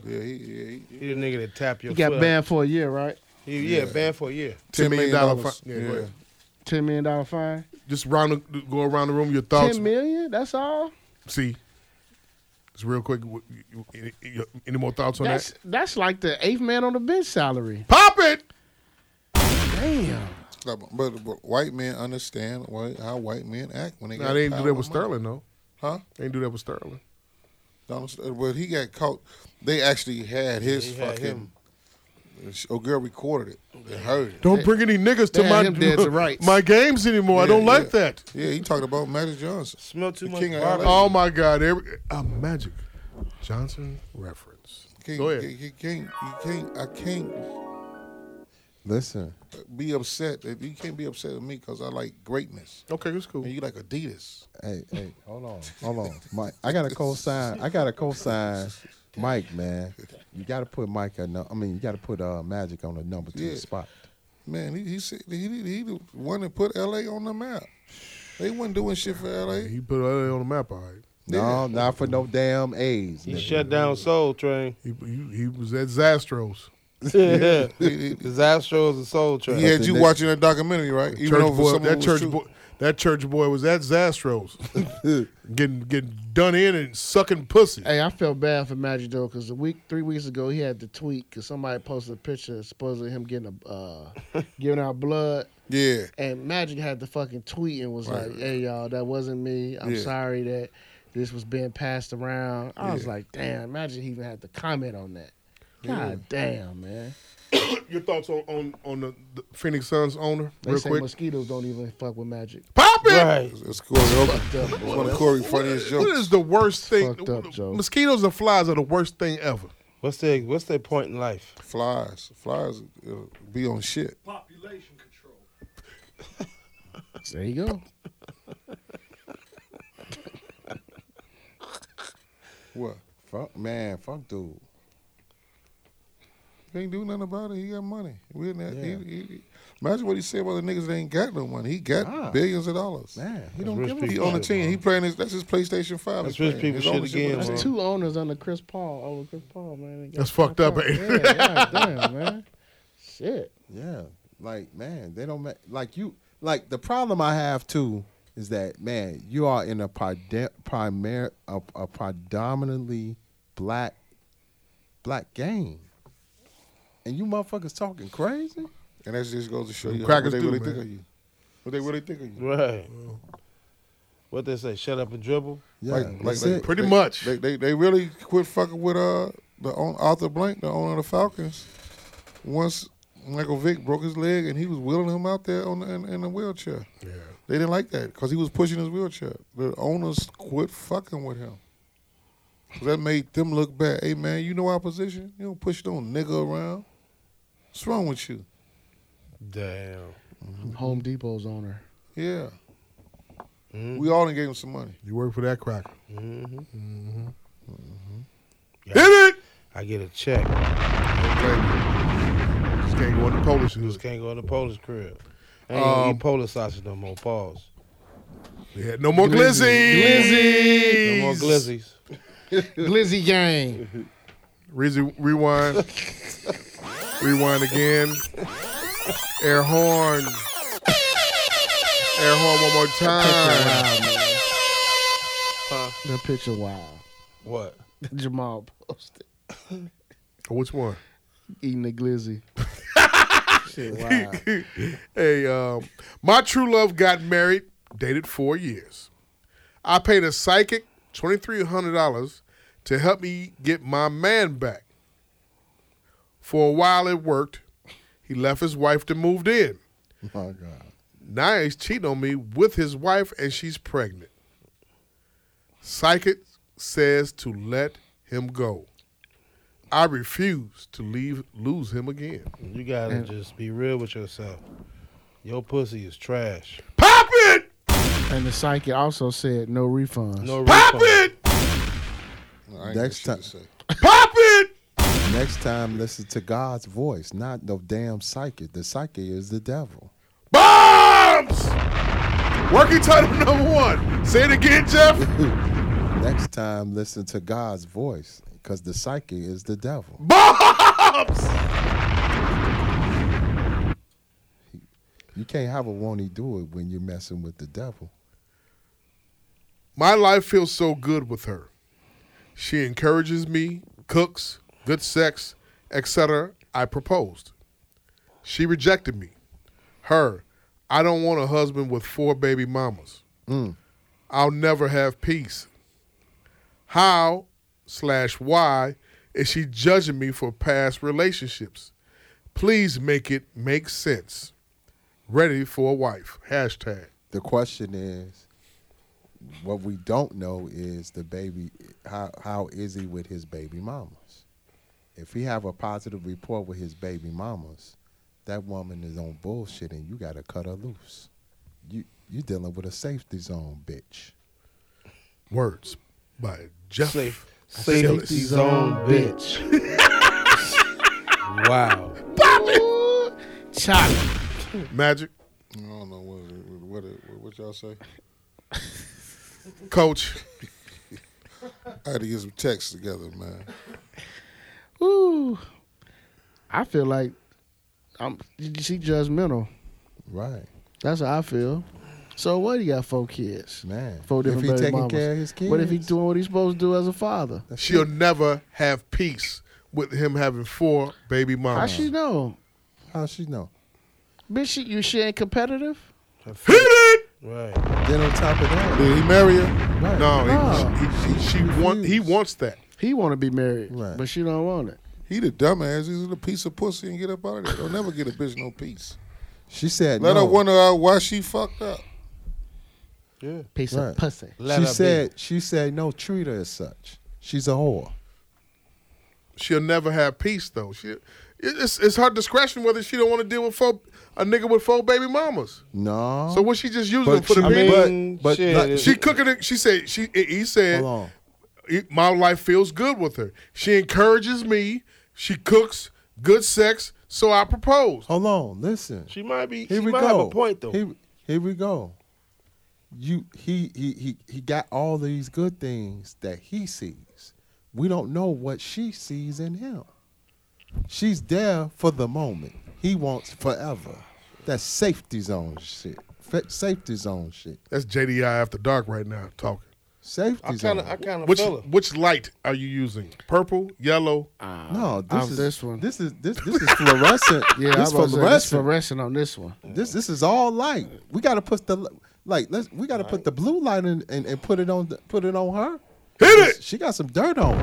Speaker 9: yeah, he, yeah, he,
Speaker 2: He the nigga that tap your
Speaker 4: He got
Speaker 2: foot.
Speaker 4: banned for a year, right?
Speaker 2: He, yeah, banned for a year.
Speaker 3: $10 million
Speaker 9: $10
Speaker 3: fi- yeah, go ahead.
Speaker 4: Ten million dollar fine.
Speaker 3: Just round the, go around the room. Your thoughts.
Speaker 4: Ten million? That's all.
Speaker 3: See, just real quick. wh- you- you- Any, you- any more thoughts on
Speaker 4: That's
Speaker 3: that?
Speaker 4: that's like the eighth man on the bench salary.
Speaker 3: Pop it.
Speaker 4: Damn.
Speaker 9: But, but, but white men understand why, how white men act when they.
Speaker 3: Now
Speaker 9: got
Speaker 3: they didn't do
Speaker 9: power
Speaker 3: that
Speaker 9: and
Speaker 3: with
Speaker 9: money.
Speaker 3: Sterling though.
Speaker 9: huh?
Speaker 3: They didn't do that with Sterling.
Speaker 9: Donald Sterling. But he got caught. They actually had his
Speaker 2: had
Speaker 9: fucking. Oh, girl recorded it. They heard it.
Speaker 3: Don't bring any niggas to
Speaker 4: they had him dead to
Speaker 3: my
Speaker 4: rights.
Speaker 3: my games anymore. I
Speaker 9: Yeah,
Speaker 3: don't
Speaker 9: yeah.
Speaker 3: like that.
Speaker 9: Yeah, he talked about Magic Johnson.
Speaker 2: Smell too
Speaker 9: The
Speaker 2: much
Speaker 9: king of
Speaker 2: barbecue.
Speaker 9: LA.
Speaker 3: Oh my God! Every, a magic Johnson reference.
Speaker 9: Can't,
Speaker 3: Go ahead.
Speaker 9: You, you can't. You can't. I can't
Speaker 6: Listen,
Speaker 9: be upset. You can't be upset with me because I like greatness.
Speaker 3: Okay, that's cool.
Speaker 9: And you like Adidas.
Speaker 6: hey, hey, hold on, hold on, Mike. I got a co-sign. I got a co-sign, Mike. Man, you got to put Mike. A num- I mean, you got to put uh, Magic on the number two
Speaker 9: Yeah.
Speaker 6: spot.
Speaker 9: Man, he he said he he the one that put LA on the map. They wasn't doing shit for LA.
Speaker 3: He put LA on the map, all right.
Speaker 6: No, not for no damn A's.
Speaker 2: He
Speaker 6: nigga.
Speaker 2: shut down Soul Train.
Speaker 3: He, he, he was at Zastros.
Speaker 2: Yeah. His Astros and Soul Train.
Speaker 9: He had
Speaker 6: the
Speaker 9: you
Speaker 6: next-
Speaker 9: watching a documentary, right?
Speaker 3: Church
Speaker 9: though
Speaker 3: boy,
Speaker 9: some of it
Speaker 3: that
Speaker 9: was
Speaker 3: church
Speaker 9: true.
Speaker 3: boy, that church boy was at Zastros, getting getting done in and sucking pussy.
Speaker 4: Hey, I felt bad for Magic though, because a week, three weeks ago, he had the tweet because somebody posted a picture supposedly him getting a uh, giving out blood,
Speaker 9: Yeah.
Speaker 4: And Magic had the fucking tweet and was
Speaker 9: Right.
Speaker 4: like, "Hey y'all, that wasn't me. I'm
Speaker 9: Yeah.
Speaker 4: sorry that this was being passed around." I was
Speaker 9: Yeah.
Speaker 4: like, "Damn, Magic even had to comment on that." God damn, man.
Speaker 3: Your thoughts on on, on the, the Phoenix Suns owner,
Speaker 4: They
Speaker 3: real
Speaker 4: say
Speaker 3: quick?
Speaker 4: mosquitoes don't even fuck with Magic.
Speaker 3: Pop it!
Speaker 2: Right.
Speaker 9: It's Corey Oakley.
Speaker 4: Fucked up,
Speaker 9: It's
Speaker 4: boy.
Speaker 9: one of Corey's funniest
Speaker 3: What
Speaker 9: jokes.
Speaker 3: is the worst thing?
Speaker 4: Fucked up, Joe.
Speaker 3: Mosquitoes and flies are the worst thing ever.
Speaker 2: What's their What's their point in life?
Speaker 9: Flies. Flies uh, be on shit.
Speaker 11: Population control.
Speaker 4: There you go.
Speaker 9: What?
Speaker 6: Fuck, man, fuck dude.
Speaker 9: He ain't do nothing about it. He got money. We in that. he-
Speaker 6: Yeah.
Speaker 9: he- he- imagine what he said about the niggas that ain't got no money. He got
Speaker 6: Nah.
Speaker 9: billions of dollars.
Speaker 6: Man, he don't
Speaker 2: rich
Speaker 6: give a
Speaker 9: He
Speaker 2: people
Speaker 6: fuck.
Speaker 9: on the
Speaker 2: shit,
Speaker 9: team.
Speaker 2: bro.
Speaker 9: He playing his. That's his PlayStation Five.
Speaker 2: That's
Speaker 9: He's
Speaker 2: rich people
Speaker 9: playing. His
Speaker 2: shit
Speaker 9: ownership
Speaker 2: again,
Speaker 9: of the
Speaker 2: bro.
Speaker 4: That's
Speaker 9: team.
Speaker 4: two owners under Chris Paul. Over Chris Paul, man. They got
Speaker 3: That's fucked up, ain't it?
Speaker 4: Yeah, God damn, man. Shit.
Speaker 6: Yeah, like man, they don't ma- like you. Like the problem I have too is that man, you are in a pride- primar- a, a predominantly black black game, and you motherfuckers talking crazy.
Speaker 9: And that just goes to show you
Speaker 3: Crackers
Speaker 9: what they
Speaker 3: do,
Speaker 9: really
Speaker 3: man.
Speaker 9: think of you. What they really think of you.
Speaker 2: Right. What they say? Shut up and dribble.
Speaker 6: Yeah,
Speaker 9: Like- like-
Speaker 6: that's
Speaker 9: like
Speaker 6: it.
Speaker 3: Pretty
Speaker 9: They-
Speaker 3: much.
Speaker 9: They, they they really quit fucking with uh the own, Arthur Blank, the owner of the Falcons. Once Michael Vick broke his leg and he was wheeling him out there on the, in, in a wheelchair. Yeah. They didn't like that because he was pushing his wheelchair. The owners quit fucking with him. 'Cause That made them look bad. Hey man, you know our position. You don't push no nigga around. What's wrong with you?
Speaker 2: Damn.
Speaker 4: Home Depot's owner.
Speaker 9: Yeah.
Speaker 6: Mm-hmm.
Speaker 9: We all done gave him some money.
Speaker 3: You work for that cracker.
Speaker 2: Mm-hmm.
Speaker 3: Mm-hmm.
Speaker 2: I get a check.
Speaker 3: Just can't go in the Polish hood.
Speaker 2: Just can't go in the Polish crib. I ain't gonna
Speaker 3: Um,
Speaker 2: eat Polish sausage no more. Pause.
Speaker 3: Yeah, no more glizzy.
Speaker 2: No more glizzies.
Speaker 4: Glizzy Gang.
Speaker 3: Rizzy, rewind. rewind again. Air horn. Air horn one more time.
Speaker 4: The picture wow.
Speaker 2: What?
Speaker 4: Jamal posted
Speaker 3: Which one?
Speaker 4: eating the glizzy. Shit, wow.
Speaker 3: Hey, um, my true love got married, dated four years. I paid a psychic twenty three hundred dollars to help me get my man back. For a while, it worked. He left his wife to moved in.
Speaker 6: My God,
Speaker 3: Now he's cheating on me with his wife and she's pregnant. Psychic says to let him go. I refuse to leave lose him again.
Speaker 2: You gotta just be real with yourself. Your pussy is trash.
Speaker 3: Pop it!
Speaker 4: and the psychic also said no refunds.
Speaker 2: No
Speaker 3: Pop
Speaker 2: refund.
Speaker 3: it!
Speaker 9: I ain't
Speaker 6: Next
Speaker 9: got
Speaker 6: time-
Speaker 9: shit to say.
Speaker 3: Pop it!
Speaker 6: next time listen to God's voice, not no damn psychic. The psychic is the devil.
Speaker 3: Bombs! Working title number one. Say it again, Jeff.
Speaker 6: Next time listen to God's voice, because the psychic is the devil.
Speaker 3: Bombs!
Speaker 6: You can't have a won't he do it when you're messing with the devil.
Speaker 3: My life feels so good with her. She encourages me, cooks, good sex, etc. I proposed. She rejected me. Her, I don't want a husband with four baby mamas. I'll never have peace. How slash why is she judging me for past relationships? Please make it make sense. Ready for a wife. Hashtag.
Speaker 6: The question is, what we don't know is the baby. How how is he with his baby mamas? If he have a positive rapport with his baby mamas, that woman is on bullshit, and you gotta cut her loose. You you dealing with a safety zone, bitch.
Speaker 3: Words by Jeff.
Speaker 2: Safe.
Speaker 3: Phyllis.
Speaker 2: Safety zone, bitch. wow.
Speaker 4: Chocolate.
Speaker 3: Magic.
Speaker 9: I don't know what it- what it- what y'all say.
Speaker 3: Coach.
Speaker 9: I had to get some texts together, man.
Speaker 4: Ooh. I feel like I'm she judgmental.
Speaker 6: Right,
Speaker 4: That's how I feel. So what? He got four kids.
Speaker 6: man.
Speaker 4: Four different
Speaker 6: if he
Speaker 4: baby
Speaker 6: taking
Speaker 4: mamas.
Speaker 6: care of his kids,
Speaker 4: What if he doing what he's supposed to do as a father?
Speaker 3: She'll never have peace with him having four baby
Speaker 4: How
Speaker 3: mamas.
Speaker 4: she know?
Speaker 6: How she know?
Speaker 4: Bitch, she- you she ain't competitive.
Speaker 2: Right.
Speaker 6: Then on top of that,
Speaker 3: Did he marry her?
Speaker 6: Right.
Speaker 3: No,
Speaker 4: No.
Speaker 3: He, he, he, she want, he wants that.
Speaker 4: He want to be married,
Speaker 6: Right.
Speaker 4: but she don't want it.
Speaker 9: He the dumbass. He's a piece of pussy and get up out of there. Don't never get a bitch no peace.
Speaker 6: she said
Speaker 9: Let
Speaker 6: no.
Speaker 9: her wonder
Speaker 3: uh,
Speaker 9: out why she fucked up.
Speaker 4: Piece
Speaker 6: Right.
Speaker 4: of pussy.
Speaker 2: Let
Speaker 6: she
Speaker 2: her be.
Speaker 6: said she said no. Treat her as such. She's a whore.
Speaker 3: She'll never have peace though. She, it- it's, it's her discretion whether she don't want to deal with four, a nigga with four baby mamas.
Speaker 6: No.
Speaker 3: So what she just using them
Speaker 6: Uh-huh. but
Speaker 3: for
Speaker 6: she,
Speaker 3: the period?
Speaker 6: but, but
Speaker 2: shit,
Speaker 6: not-
Speaker 2: it's-
Speaker 3: She cooking it. She said she. He said,
Speaker 6: Hold on.
Speaker 3: "He- "My life feels good with her. She encourages me. She cooks good sex, so I propose."
Speaker 6: hold on. Listen.
Speaker 2: She might be.
Speaker 6: Here
Speaker 2: she
Speaker 6: we
Speaker 2: might
Speaker 6: go.
Speaker 2: have a point though.
Speaker 6: Here, here we go. You he, he he he got all these good things that he sees. We don't know what she sees in him. She's there for the moment. He wants forever. That's safety zone shit. Fa- safety zone shit.
Speaker 3: That's JDI after dark right now talking.
Speaker 6: Safety
Speaker 2: I
Speaker 6: zone.
Speaker 2: kind of, I kind of
Speaker 3: Which
Speaker 2: feel her.
Speaker 3: which light are you using? Purple, yellow.
Speaker 6: no, Oh, this
Speaker 4: I'm
Speaker 6: is
Speaker 4: this one.
Speaker 6: This is this this is fluorescent.
Speaker 4: Yeah,
Speaker 6: this
Speaker 4: I was fluorescent. This
Speaker 6: fluorescent.
Speaker 4: fluorescent on this one.
Speaker 6: This this is all light. We gotta put the like let's we gotta put the blue light in and, and put it on the, put it on her.
Speaker 3: Hit it
Speaker 6: She got some dirt on. her.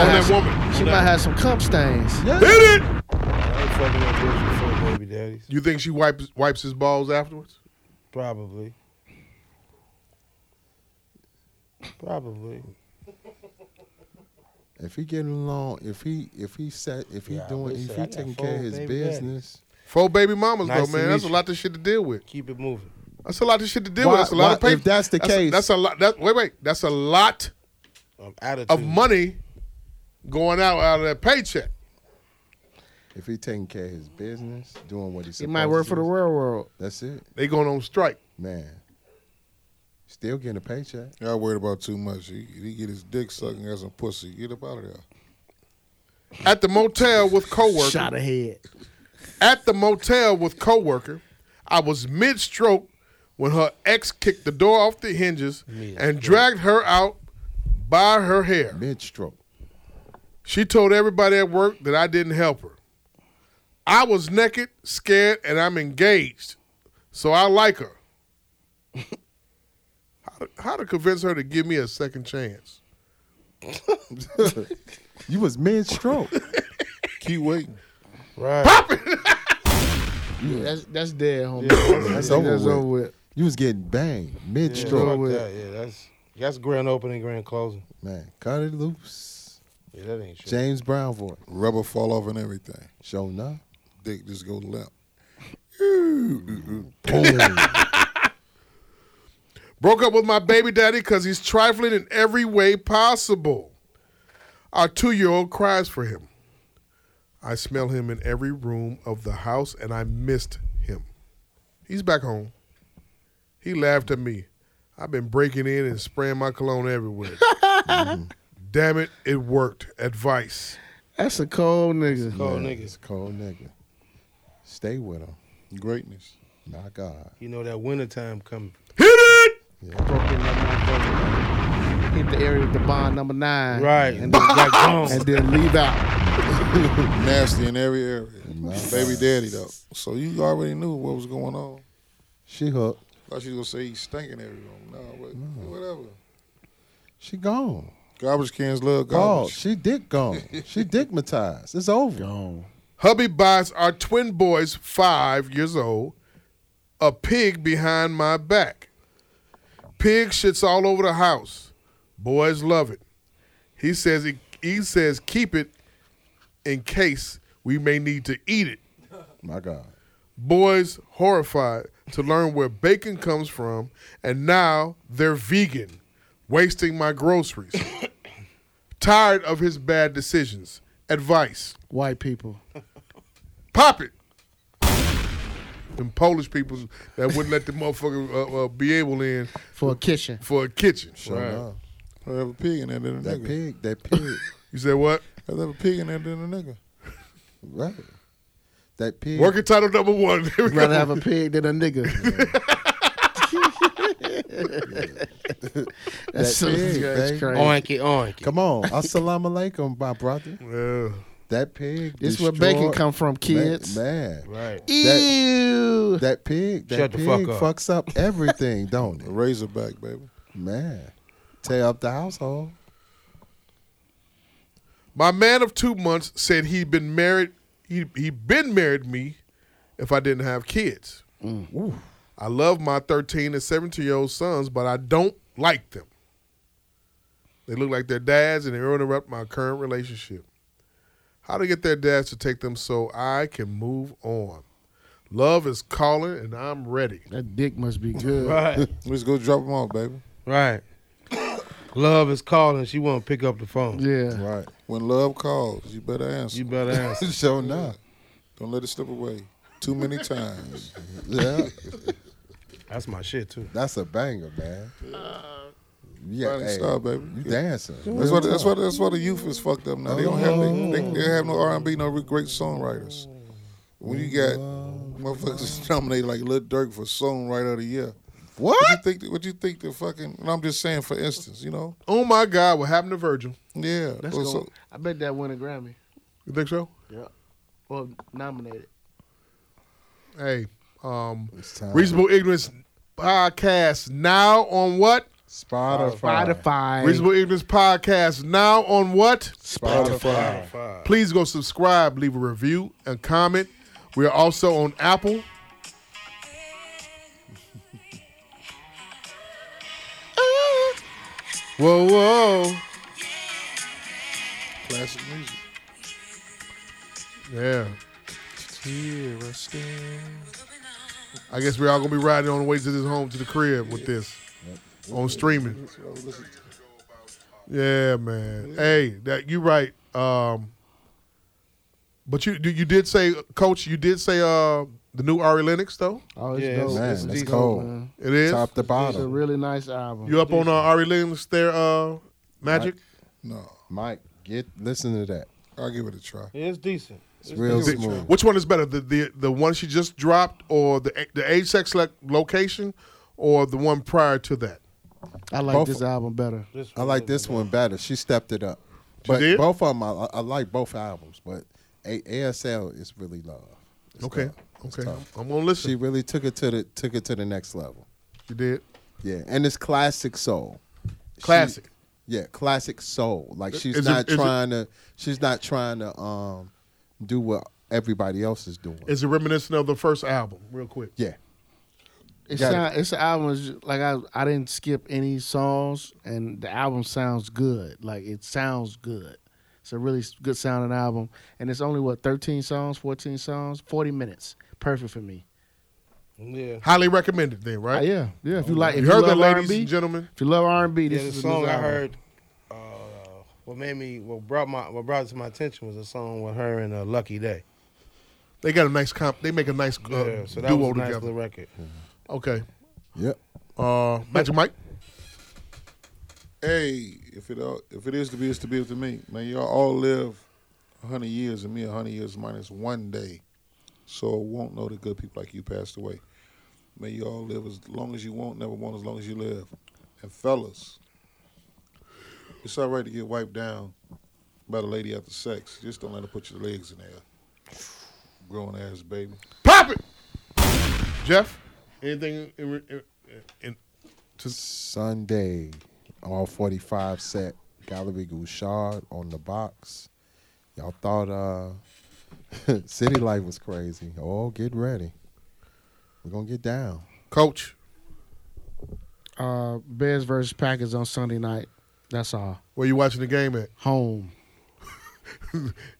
Speaker 3: on that woman.
Speaker 4: She might have some cum stains.
Speaker 6: Yeah.
Speaker 3: Hit it.
Speaker 2: I ain't fucking that bitch before, baby daddies.
Speaker 3: You think she wipes wipes his balls afterwards?
Speaker 2: Probably. Probably.
Speaker 6: If he getting along, if he if he set if he
Speaker 2: Yeah, I
Speaker 6: doing
Speaker 2: wish
Speaker 6: if
Speaker 2: that
Speaker 6: he
Speaker 2: I got
Speaker 6: taking care of
Speaker 2: four
Speaker 6: his
Speaker 2: baby
Speaker 6: business,
Speaker 3: Four baby mamas
Speaker 2: Nice
Speaker 3: though,
Speaker 2: to
Speaker 3: man.
Speaker 2: meet
Speaker 3: That's a
Speaker 2: you.
Speaker 3: lot of shit to deal with.
Speaker 2: Keep it moving.
Speaker 3: That's a lot of shit to deal
Speaker 6: Why-
Speaker 3: with. That's a lot
Speaker 6: why-
Speaker 3: of paper.
Speaker 6: if that's the
Speaker 3: a-
Speaker 6: case-
Speaker 3: that's a lot. That wait, wait. That's a lot
Speaker 2: Um, attitude.
Speaker 6: Mm.
Speaker 3: of money going out out of that paycheck.
Speaker 6: if he taking care of his business, doing what he's
Speaker 4: It might work for the railroad.
Speaker 6: That's it,
Speaker 3: They going on strike.
Speaker 6: man. Still getting a paycheck.
Speaker 9: Y'all worried about too much. He, he get his dick sucked and got some pussy. Get up out of there.
Speaker 3: At the motel with coworker.
Speaker 4: Shot ahead.
Speaker 3: At the motel with coworker, I was mid-stroke when her ex kicked the door off the hinges and dragged her out by her hair.
Speaker 6: Mid stroke.
Speaker 3: She told everybody at work that I didn't help her. I was naked, scared, and I'm engaged, so I like her. how, to, how to convince her to give me a second chance?
Speaker 6: You was mid stroke.
Speaker 9: Keep waiting.
Speaker 2: Right.
Speaker 4: That's that's dead, homie.
Speaker 6: That's
Speaker 4: I think
Speaker 6: over
Speaker 4: That's
Speaker 6: with.
Speaker 4: over with.
Speaker 6: you was getting banged mid
Speaker 2: Yeah,
Speaker 6: stroke,
Speaker 2: fuck that. yeah, that's that's grand opening, grand closing.
Speaker 6: man. Cut it loose.
Speaker 2: Yeah, that ain't shit.
Speaker 6: James Brown voice.
Speaker 9: Rubber fall off and everything.
Speaker 6: Show enough.
Speaker 9: Dick just go limp.
Speaker 3: Broke up with my baby daddy because he's trifling in every way possible. Our two year old cries for him. I smell him in every room of the house and I missed him. He's back home. He laughed at me. I've been breaking in and spraying my cologne everywhere.
Speaker 6: Mm-hmm.
Speaker 3: Damn it, it worked. Advice.
Speaker 4: That's a cold nigga.
Speaker 2: Cold niggas.
Speaker 6: It's cold nigga. Stay with him.
Speaker 9: Greatness.
Speaker 6: My God.
Speaker 2: You know that wintertime coming.
Speaker 3: Hit it!
Speaker 4: Broke in that motherfucker. Hit the area with the bond number nine.
Speaker 2: Right.
Speaker 4: And then,
Speaker 2: Like bones.
Speaker 4: and then leave out.
Speaker 9: Nasty in every area. Baby daddy though. So you already knew what was going on.
Speaker 6: She hooked.
Speaker 9: Thought she was gonna say he's stinking every room. No, but whatever.
Speaker 6: She gone.
Speaker 9: Garbage cans love
Speaker 6: Oh,
Speaker 9: garbage.
Speaker 6: she dick gone. she dickmatized. It's over.
Speaker 3: Hubby buys our twin boys, five years old, a pig behind my back. Pig shits all over the house. Boys love it. He says he, he says keep it in case we may need to eat it.
Speaker 6: My God.
Speaker 3: Boys horrified to learn where bacon comes from, and now they're vegan, wasting my groceries. Tired of his bad decisions. Advice.
Speaker 4: White people.
Speaker 3: Pop it. Them Polish people that wouldn't let the motherfucker uh, uh, be able in
Speaker 4: For a kitchen.
Speaker 3: for a kitchen.
Speaker 6: Show enough.
Speaker 9: I'd have a pig in there than a
Speaker 6: That
Speaker 9: nigga.
Speaker 6: pig, that pig,
Speaker 3: You said what?
Speaker 9: I'd have a pig in there than a nigga.
Speaker 6: right. That pig.
Speaker 3: Working title number one. There we go.
Speaker 4: Rather have a pig than a nigga.
Speaker 6: That
Speaker 4: That's, so,
Speaker 6: pig,
Speaker 4: that's
Speaker 6: babe.
Speaker 4: crazy.
Speaker 2: Oinky, oinky.
Speaker 6: Come on. Assalamu alaikum, my brother.
Speaker 3: Yeah.
Speaker 6: That pig.
Speaker 4: This where bacon
Speaker 6: destroyed-
Speaker 4: come from,
Speaker 6: Ma-
Speaker 4: kids.
Speaker 6: Man,
Speaker 2: Right.
Speaker 4: E- Ew.
Speaker 6: That, that pig. That
Speaker 2: Shut the
Speaker 6: pig
Speaker 2: fuck up.
Speaker 6: fucks up everything, don't it?
Speaker 9: Razorback, baby.
Speaker 6: Man, tear up the household.
Speaker 3: My man of two months said he'd been married. He he been married me, if I didn't have kids. I love my thirteen and seventeen year old sons, but I don't like them. They look like their dads, and they interrupt my current relationship. How to get their dads to take them so I can move on? Love is calling, and I'm ready.
Speaker 4: That dick must be good.
Speaker 2: Right.
Speaker 9: Let's go drop them off, baby.
Speaker 2: Right. Love is calling. She won't pick up the phone.
Speaker 4: Yeah.
Speaker 6: Right.
Speaker 9: When love calls, you better answer.
Speaker 2: You better ask.
Speaker 6: so enough.
Speaker 9: Don't let it slip away too many times.
Speaker 6: Yeah,
Speaker 2: That's my shit too.
Speaker 6: that's a banger, man.
Speaker 4: Uh,
Speaker 6: Yeah,
Speaker 9: Funny
Speaker 6: hey,
Speaker 9: stuff, baby.
Speaker 6: You dancing?
Speaker 9: That's why. That's why. That's why the youth is fucked up now. They don't have. They, they, they have no R and B, no re- great songwriters. When you got motherfuckers nominated like Lil Durk for songwriter of the year, what you
Speaker 6: What?
Speaker 9: think? What you think the fucking? And I'm just saying, for instance, you know,
Speaker 3: Oh my God, what happened to Virgil?
Speaker 9: yeah.
Speaker 4: That's
Speaker 9: Well,
Speaker 4: going.
Speaker 9: so-
Speaker 4: I bet that won a Grammy.
Speaker 3: You think so?
Speaker 4: Well, nominated.
Speaker 3: Hey, um,
Speaker 6: It's time.
Speaker 3: Reasonable Ignorance podcast now on what?
Speaker 6: Spotify.
Speaker 4: Spotify.
Speaker 3: Reasonable Ignorance podcast now on what?
Speaker 6: Spotify.
Speaker 3: Please go subscribe, leave a review, and comment. We are also on Apple. whoa, whoa.
Speaker 9: classic music.
Speaker 3: Yeah.
Speaker 9: Here I stand.
Speaker 3: I guess we're all going to be riding on the way to this home, to the crib with this on streaming. Yeah, man. Hey, that you right. Um, but you you did say, Coach, you did say uh, the new Ari Lennox, though?
Speaker 4: Oh, it's
Speaker 2: Yeah,
Speaker 4: dope.
Speaker 2: it's-
Speaker 6: Man,
Speaker 4: It's
Speaker 6: that's
Speaker 4: decent,
Speaker 6: cold.
Speaker 4: man.
Speaker 3: It is.
Speaker 6: Top
Speaker 4: It's
Speaker 6: to
Speaker 4: a
Speaker 6: bottom.
Speaker 4: really nice album.
Speaker 3: You up on uh, Ari Lennox there, uh, Magic?
Speaker 9: No,
Speaker 6: Mike, get listen to that.
Speaker 9: I'll give it a try.
Speaker 2: It's decent.
Speaker 6: It's real
Speaker 9: good.
Speaker 6: smooth.
Speaker 3: Which one is better, the, the the one she just dropped, or the the age, sex, le- location, or the one prior to that?
Speaker 4: I like
Speaker 6: Both-
Speaker 4: this album better.
Speaker 6: I like this one better. She stepped it up. But
Speaker 3: did?
Speaker 6: both of them, I, I like both albums. But A- ASL is really love. It's
Speaker 3: Okay,
Speaker 6: tough. It's
Speaker 3: okay,
Speaker 6: tough.
Speaker 3: I'm gonna listen.
Speaker 6: She really took it to the took it to the next level.
Speaker 3: you did
Speaker 6: Yeah, and it's classic soul. She-
Speaker 3: classic.
Speaker 6: yeah, classic soul. Like she's
Speaker 3: Is it-
Speaker 6: not
Speaker 3: is it-
Speaker 6: trying to. She's not trying to um do what everybody else is doing.
Speaker 3: is it reminiscent of the first album, real quick?
Speaker 6: yeah,
Speaker 4: It
Speaker 6: Got it.
Speaker 4: sound, it's an album is like I I didn't skip any songs and the album sounds good. Like it sounds good. It's a really s- good sounding album and it's only what 13 songs, 14 songs, 40 minutes. Perfect for me.
Speaker 2: Yeah.
Speaker 3: Highly recommended, then,
Speaker 4: Uh,
Speaker 3: right?
Speaker 4: yeah. Yeah, if you like if
Speaker 3: Oh, you heard
Speaker 4: love
Speaker 3: that, ladies
Speaker 4: R&B,
Speaker 3: and gentlemen.
Speaker 4: If you love R&B,
Speaker 2: Yeah,
Speaker 4: this
Speaker 2: the
Speaker 4: is
Speaker 2: song
Speaker 4: the
Speaker 2: I heard. Uh, what made me, what brought my, what brought it to my attention was a song with her and uh, Lucky Day.
Speaker 3: They got a nice comp. They make a nice uh,
Speaker 2: Yeah, so that
Speaker 3: duo
Speaker 2: was a nice
Speaker 3: together.
Speaker 2: little record.
Speaker 3: okay,
Speaker 6: yep.
Speaker 3: uh, Magic Mike.
Speaker 9: Hey, if it all, if it is to be, it's to be to me. Man, y'all all live a hundred years, and me a hundred years minus one day, so I won't know the good people like you passed away. May you all live as long as you want, never want as long as you live. And fellas, it's all right to get wiped down by the lady after sex. Just don't let her put your legs in there. Grown ass baby.
Speaker 3: Pop it, Jeff. Anything in, in, in,
Speaker 6: Sunday, all 45 set, Gallery Gouchard on the box. Y'all thought uh city life was crazy. Oh, get ready. We're going to get down.
Speaker 3: Coach?
Speaker 4: uh Bears versus Packers on Sunday night. That's all.
Speaker 3: Where you watching the game at?
Speaker 4: Home.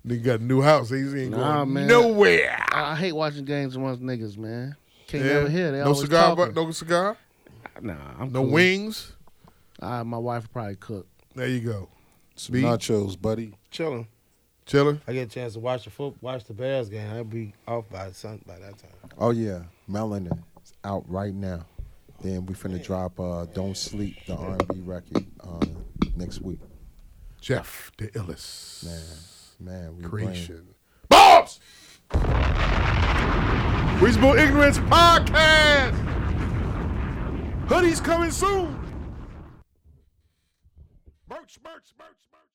Speaker 3: Nigga got a new house. He ain't
Speaker 4: Nah,
Speaker 3: going
Speaker 4: man.
Speaker 3: nowhere.
Speaker 4: I, I hate watching games amongst niggas, man. Can't
Speaker 3: Yeah.
Speaker 4: never hear. They
Speaker 3: no
Speaker 4: always
Speaker 3: cigar, but
Speaker 4: talking.
Speaker 3: no cigar,
Speaker 4: nah, I'm
Speaker 3: no
Speaker 4: cool.
Speaker 3: wings.
Speaker 4: Uh, my wife will probably cook.
Speaker 3: There you go.
Speaker 9: Some nachos, buddy.
Speaker 2: Chilling.
Speaker 3: Chilling.
Speaker 2: I get a chance to watch the foot, watch the Bears game. I'll be off by sun by that time.
Speaker 6: Oh, yeah. Melanin is out right now. Then we finna drop uh Don't Sleep, the R&B record uh, next week.
Speaker 3: Jeff the Illis.
Speaker 6: Man, man, we
Speaker 3: Creation. Bombs! Reasonable Ignorance Podcast! Hoodies coming soon! Merch, merch, merch, merch.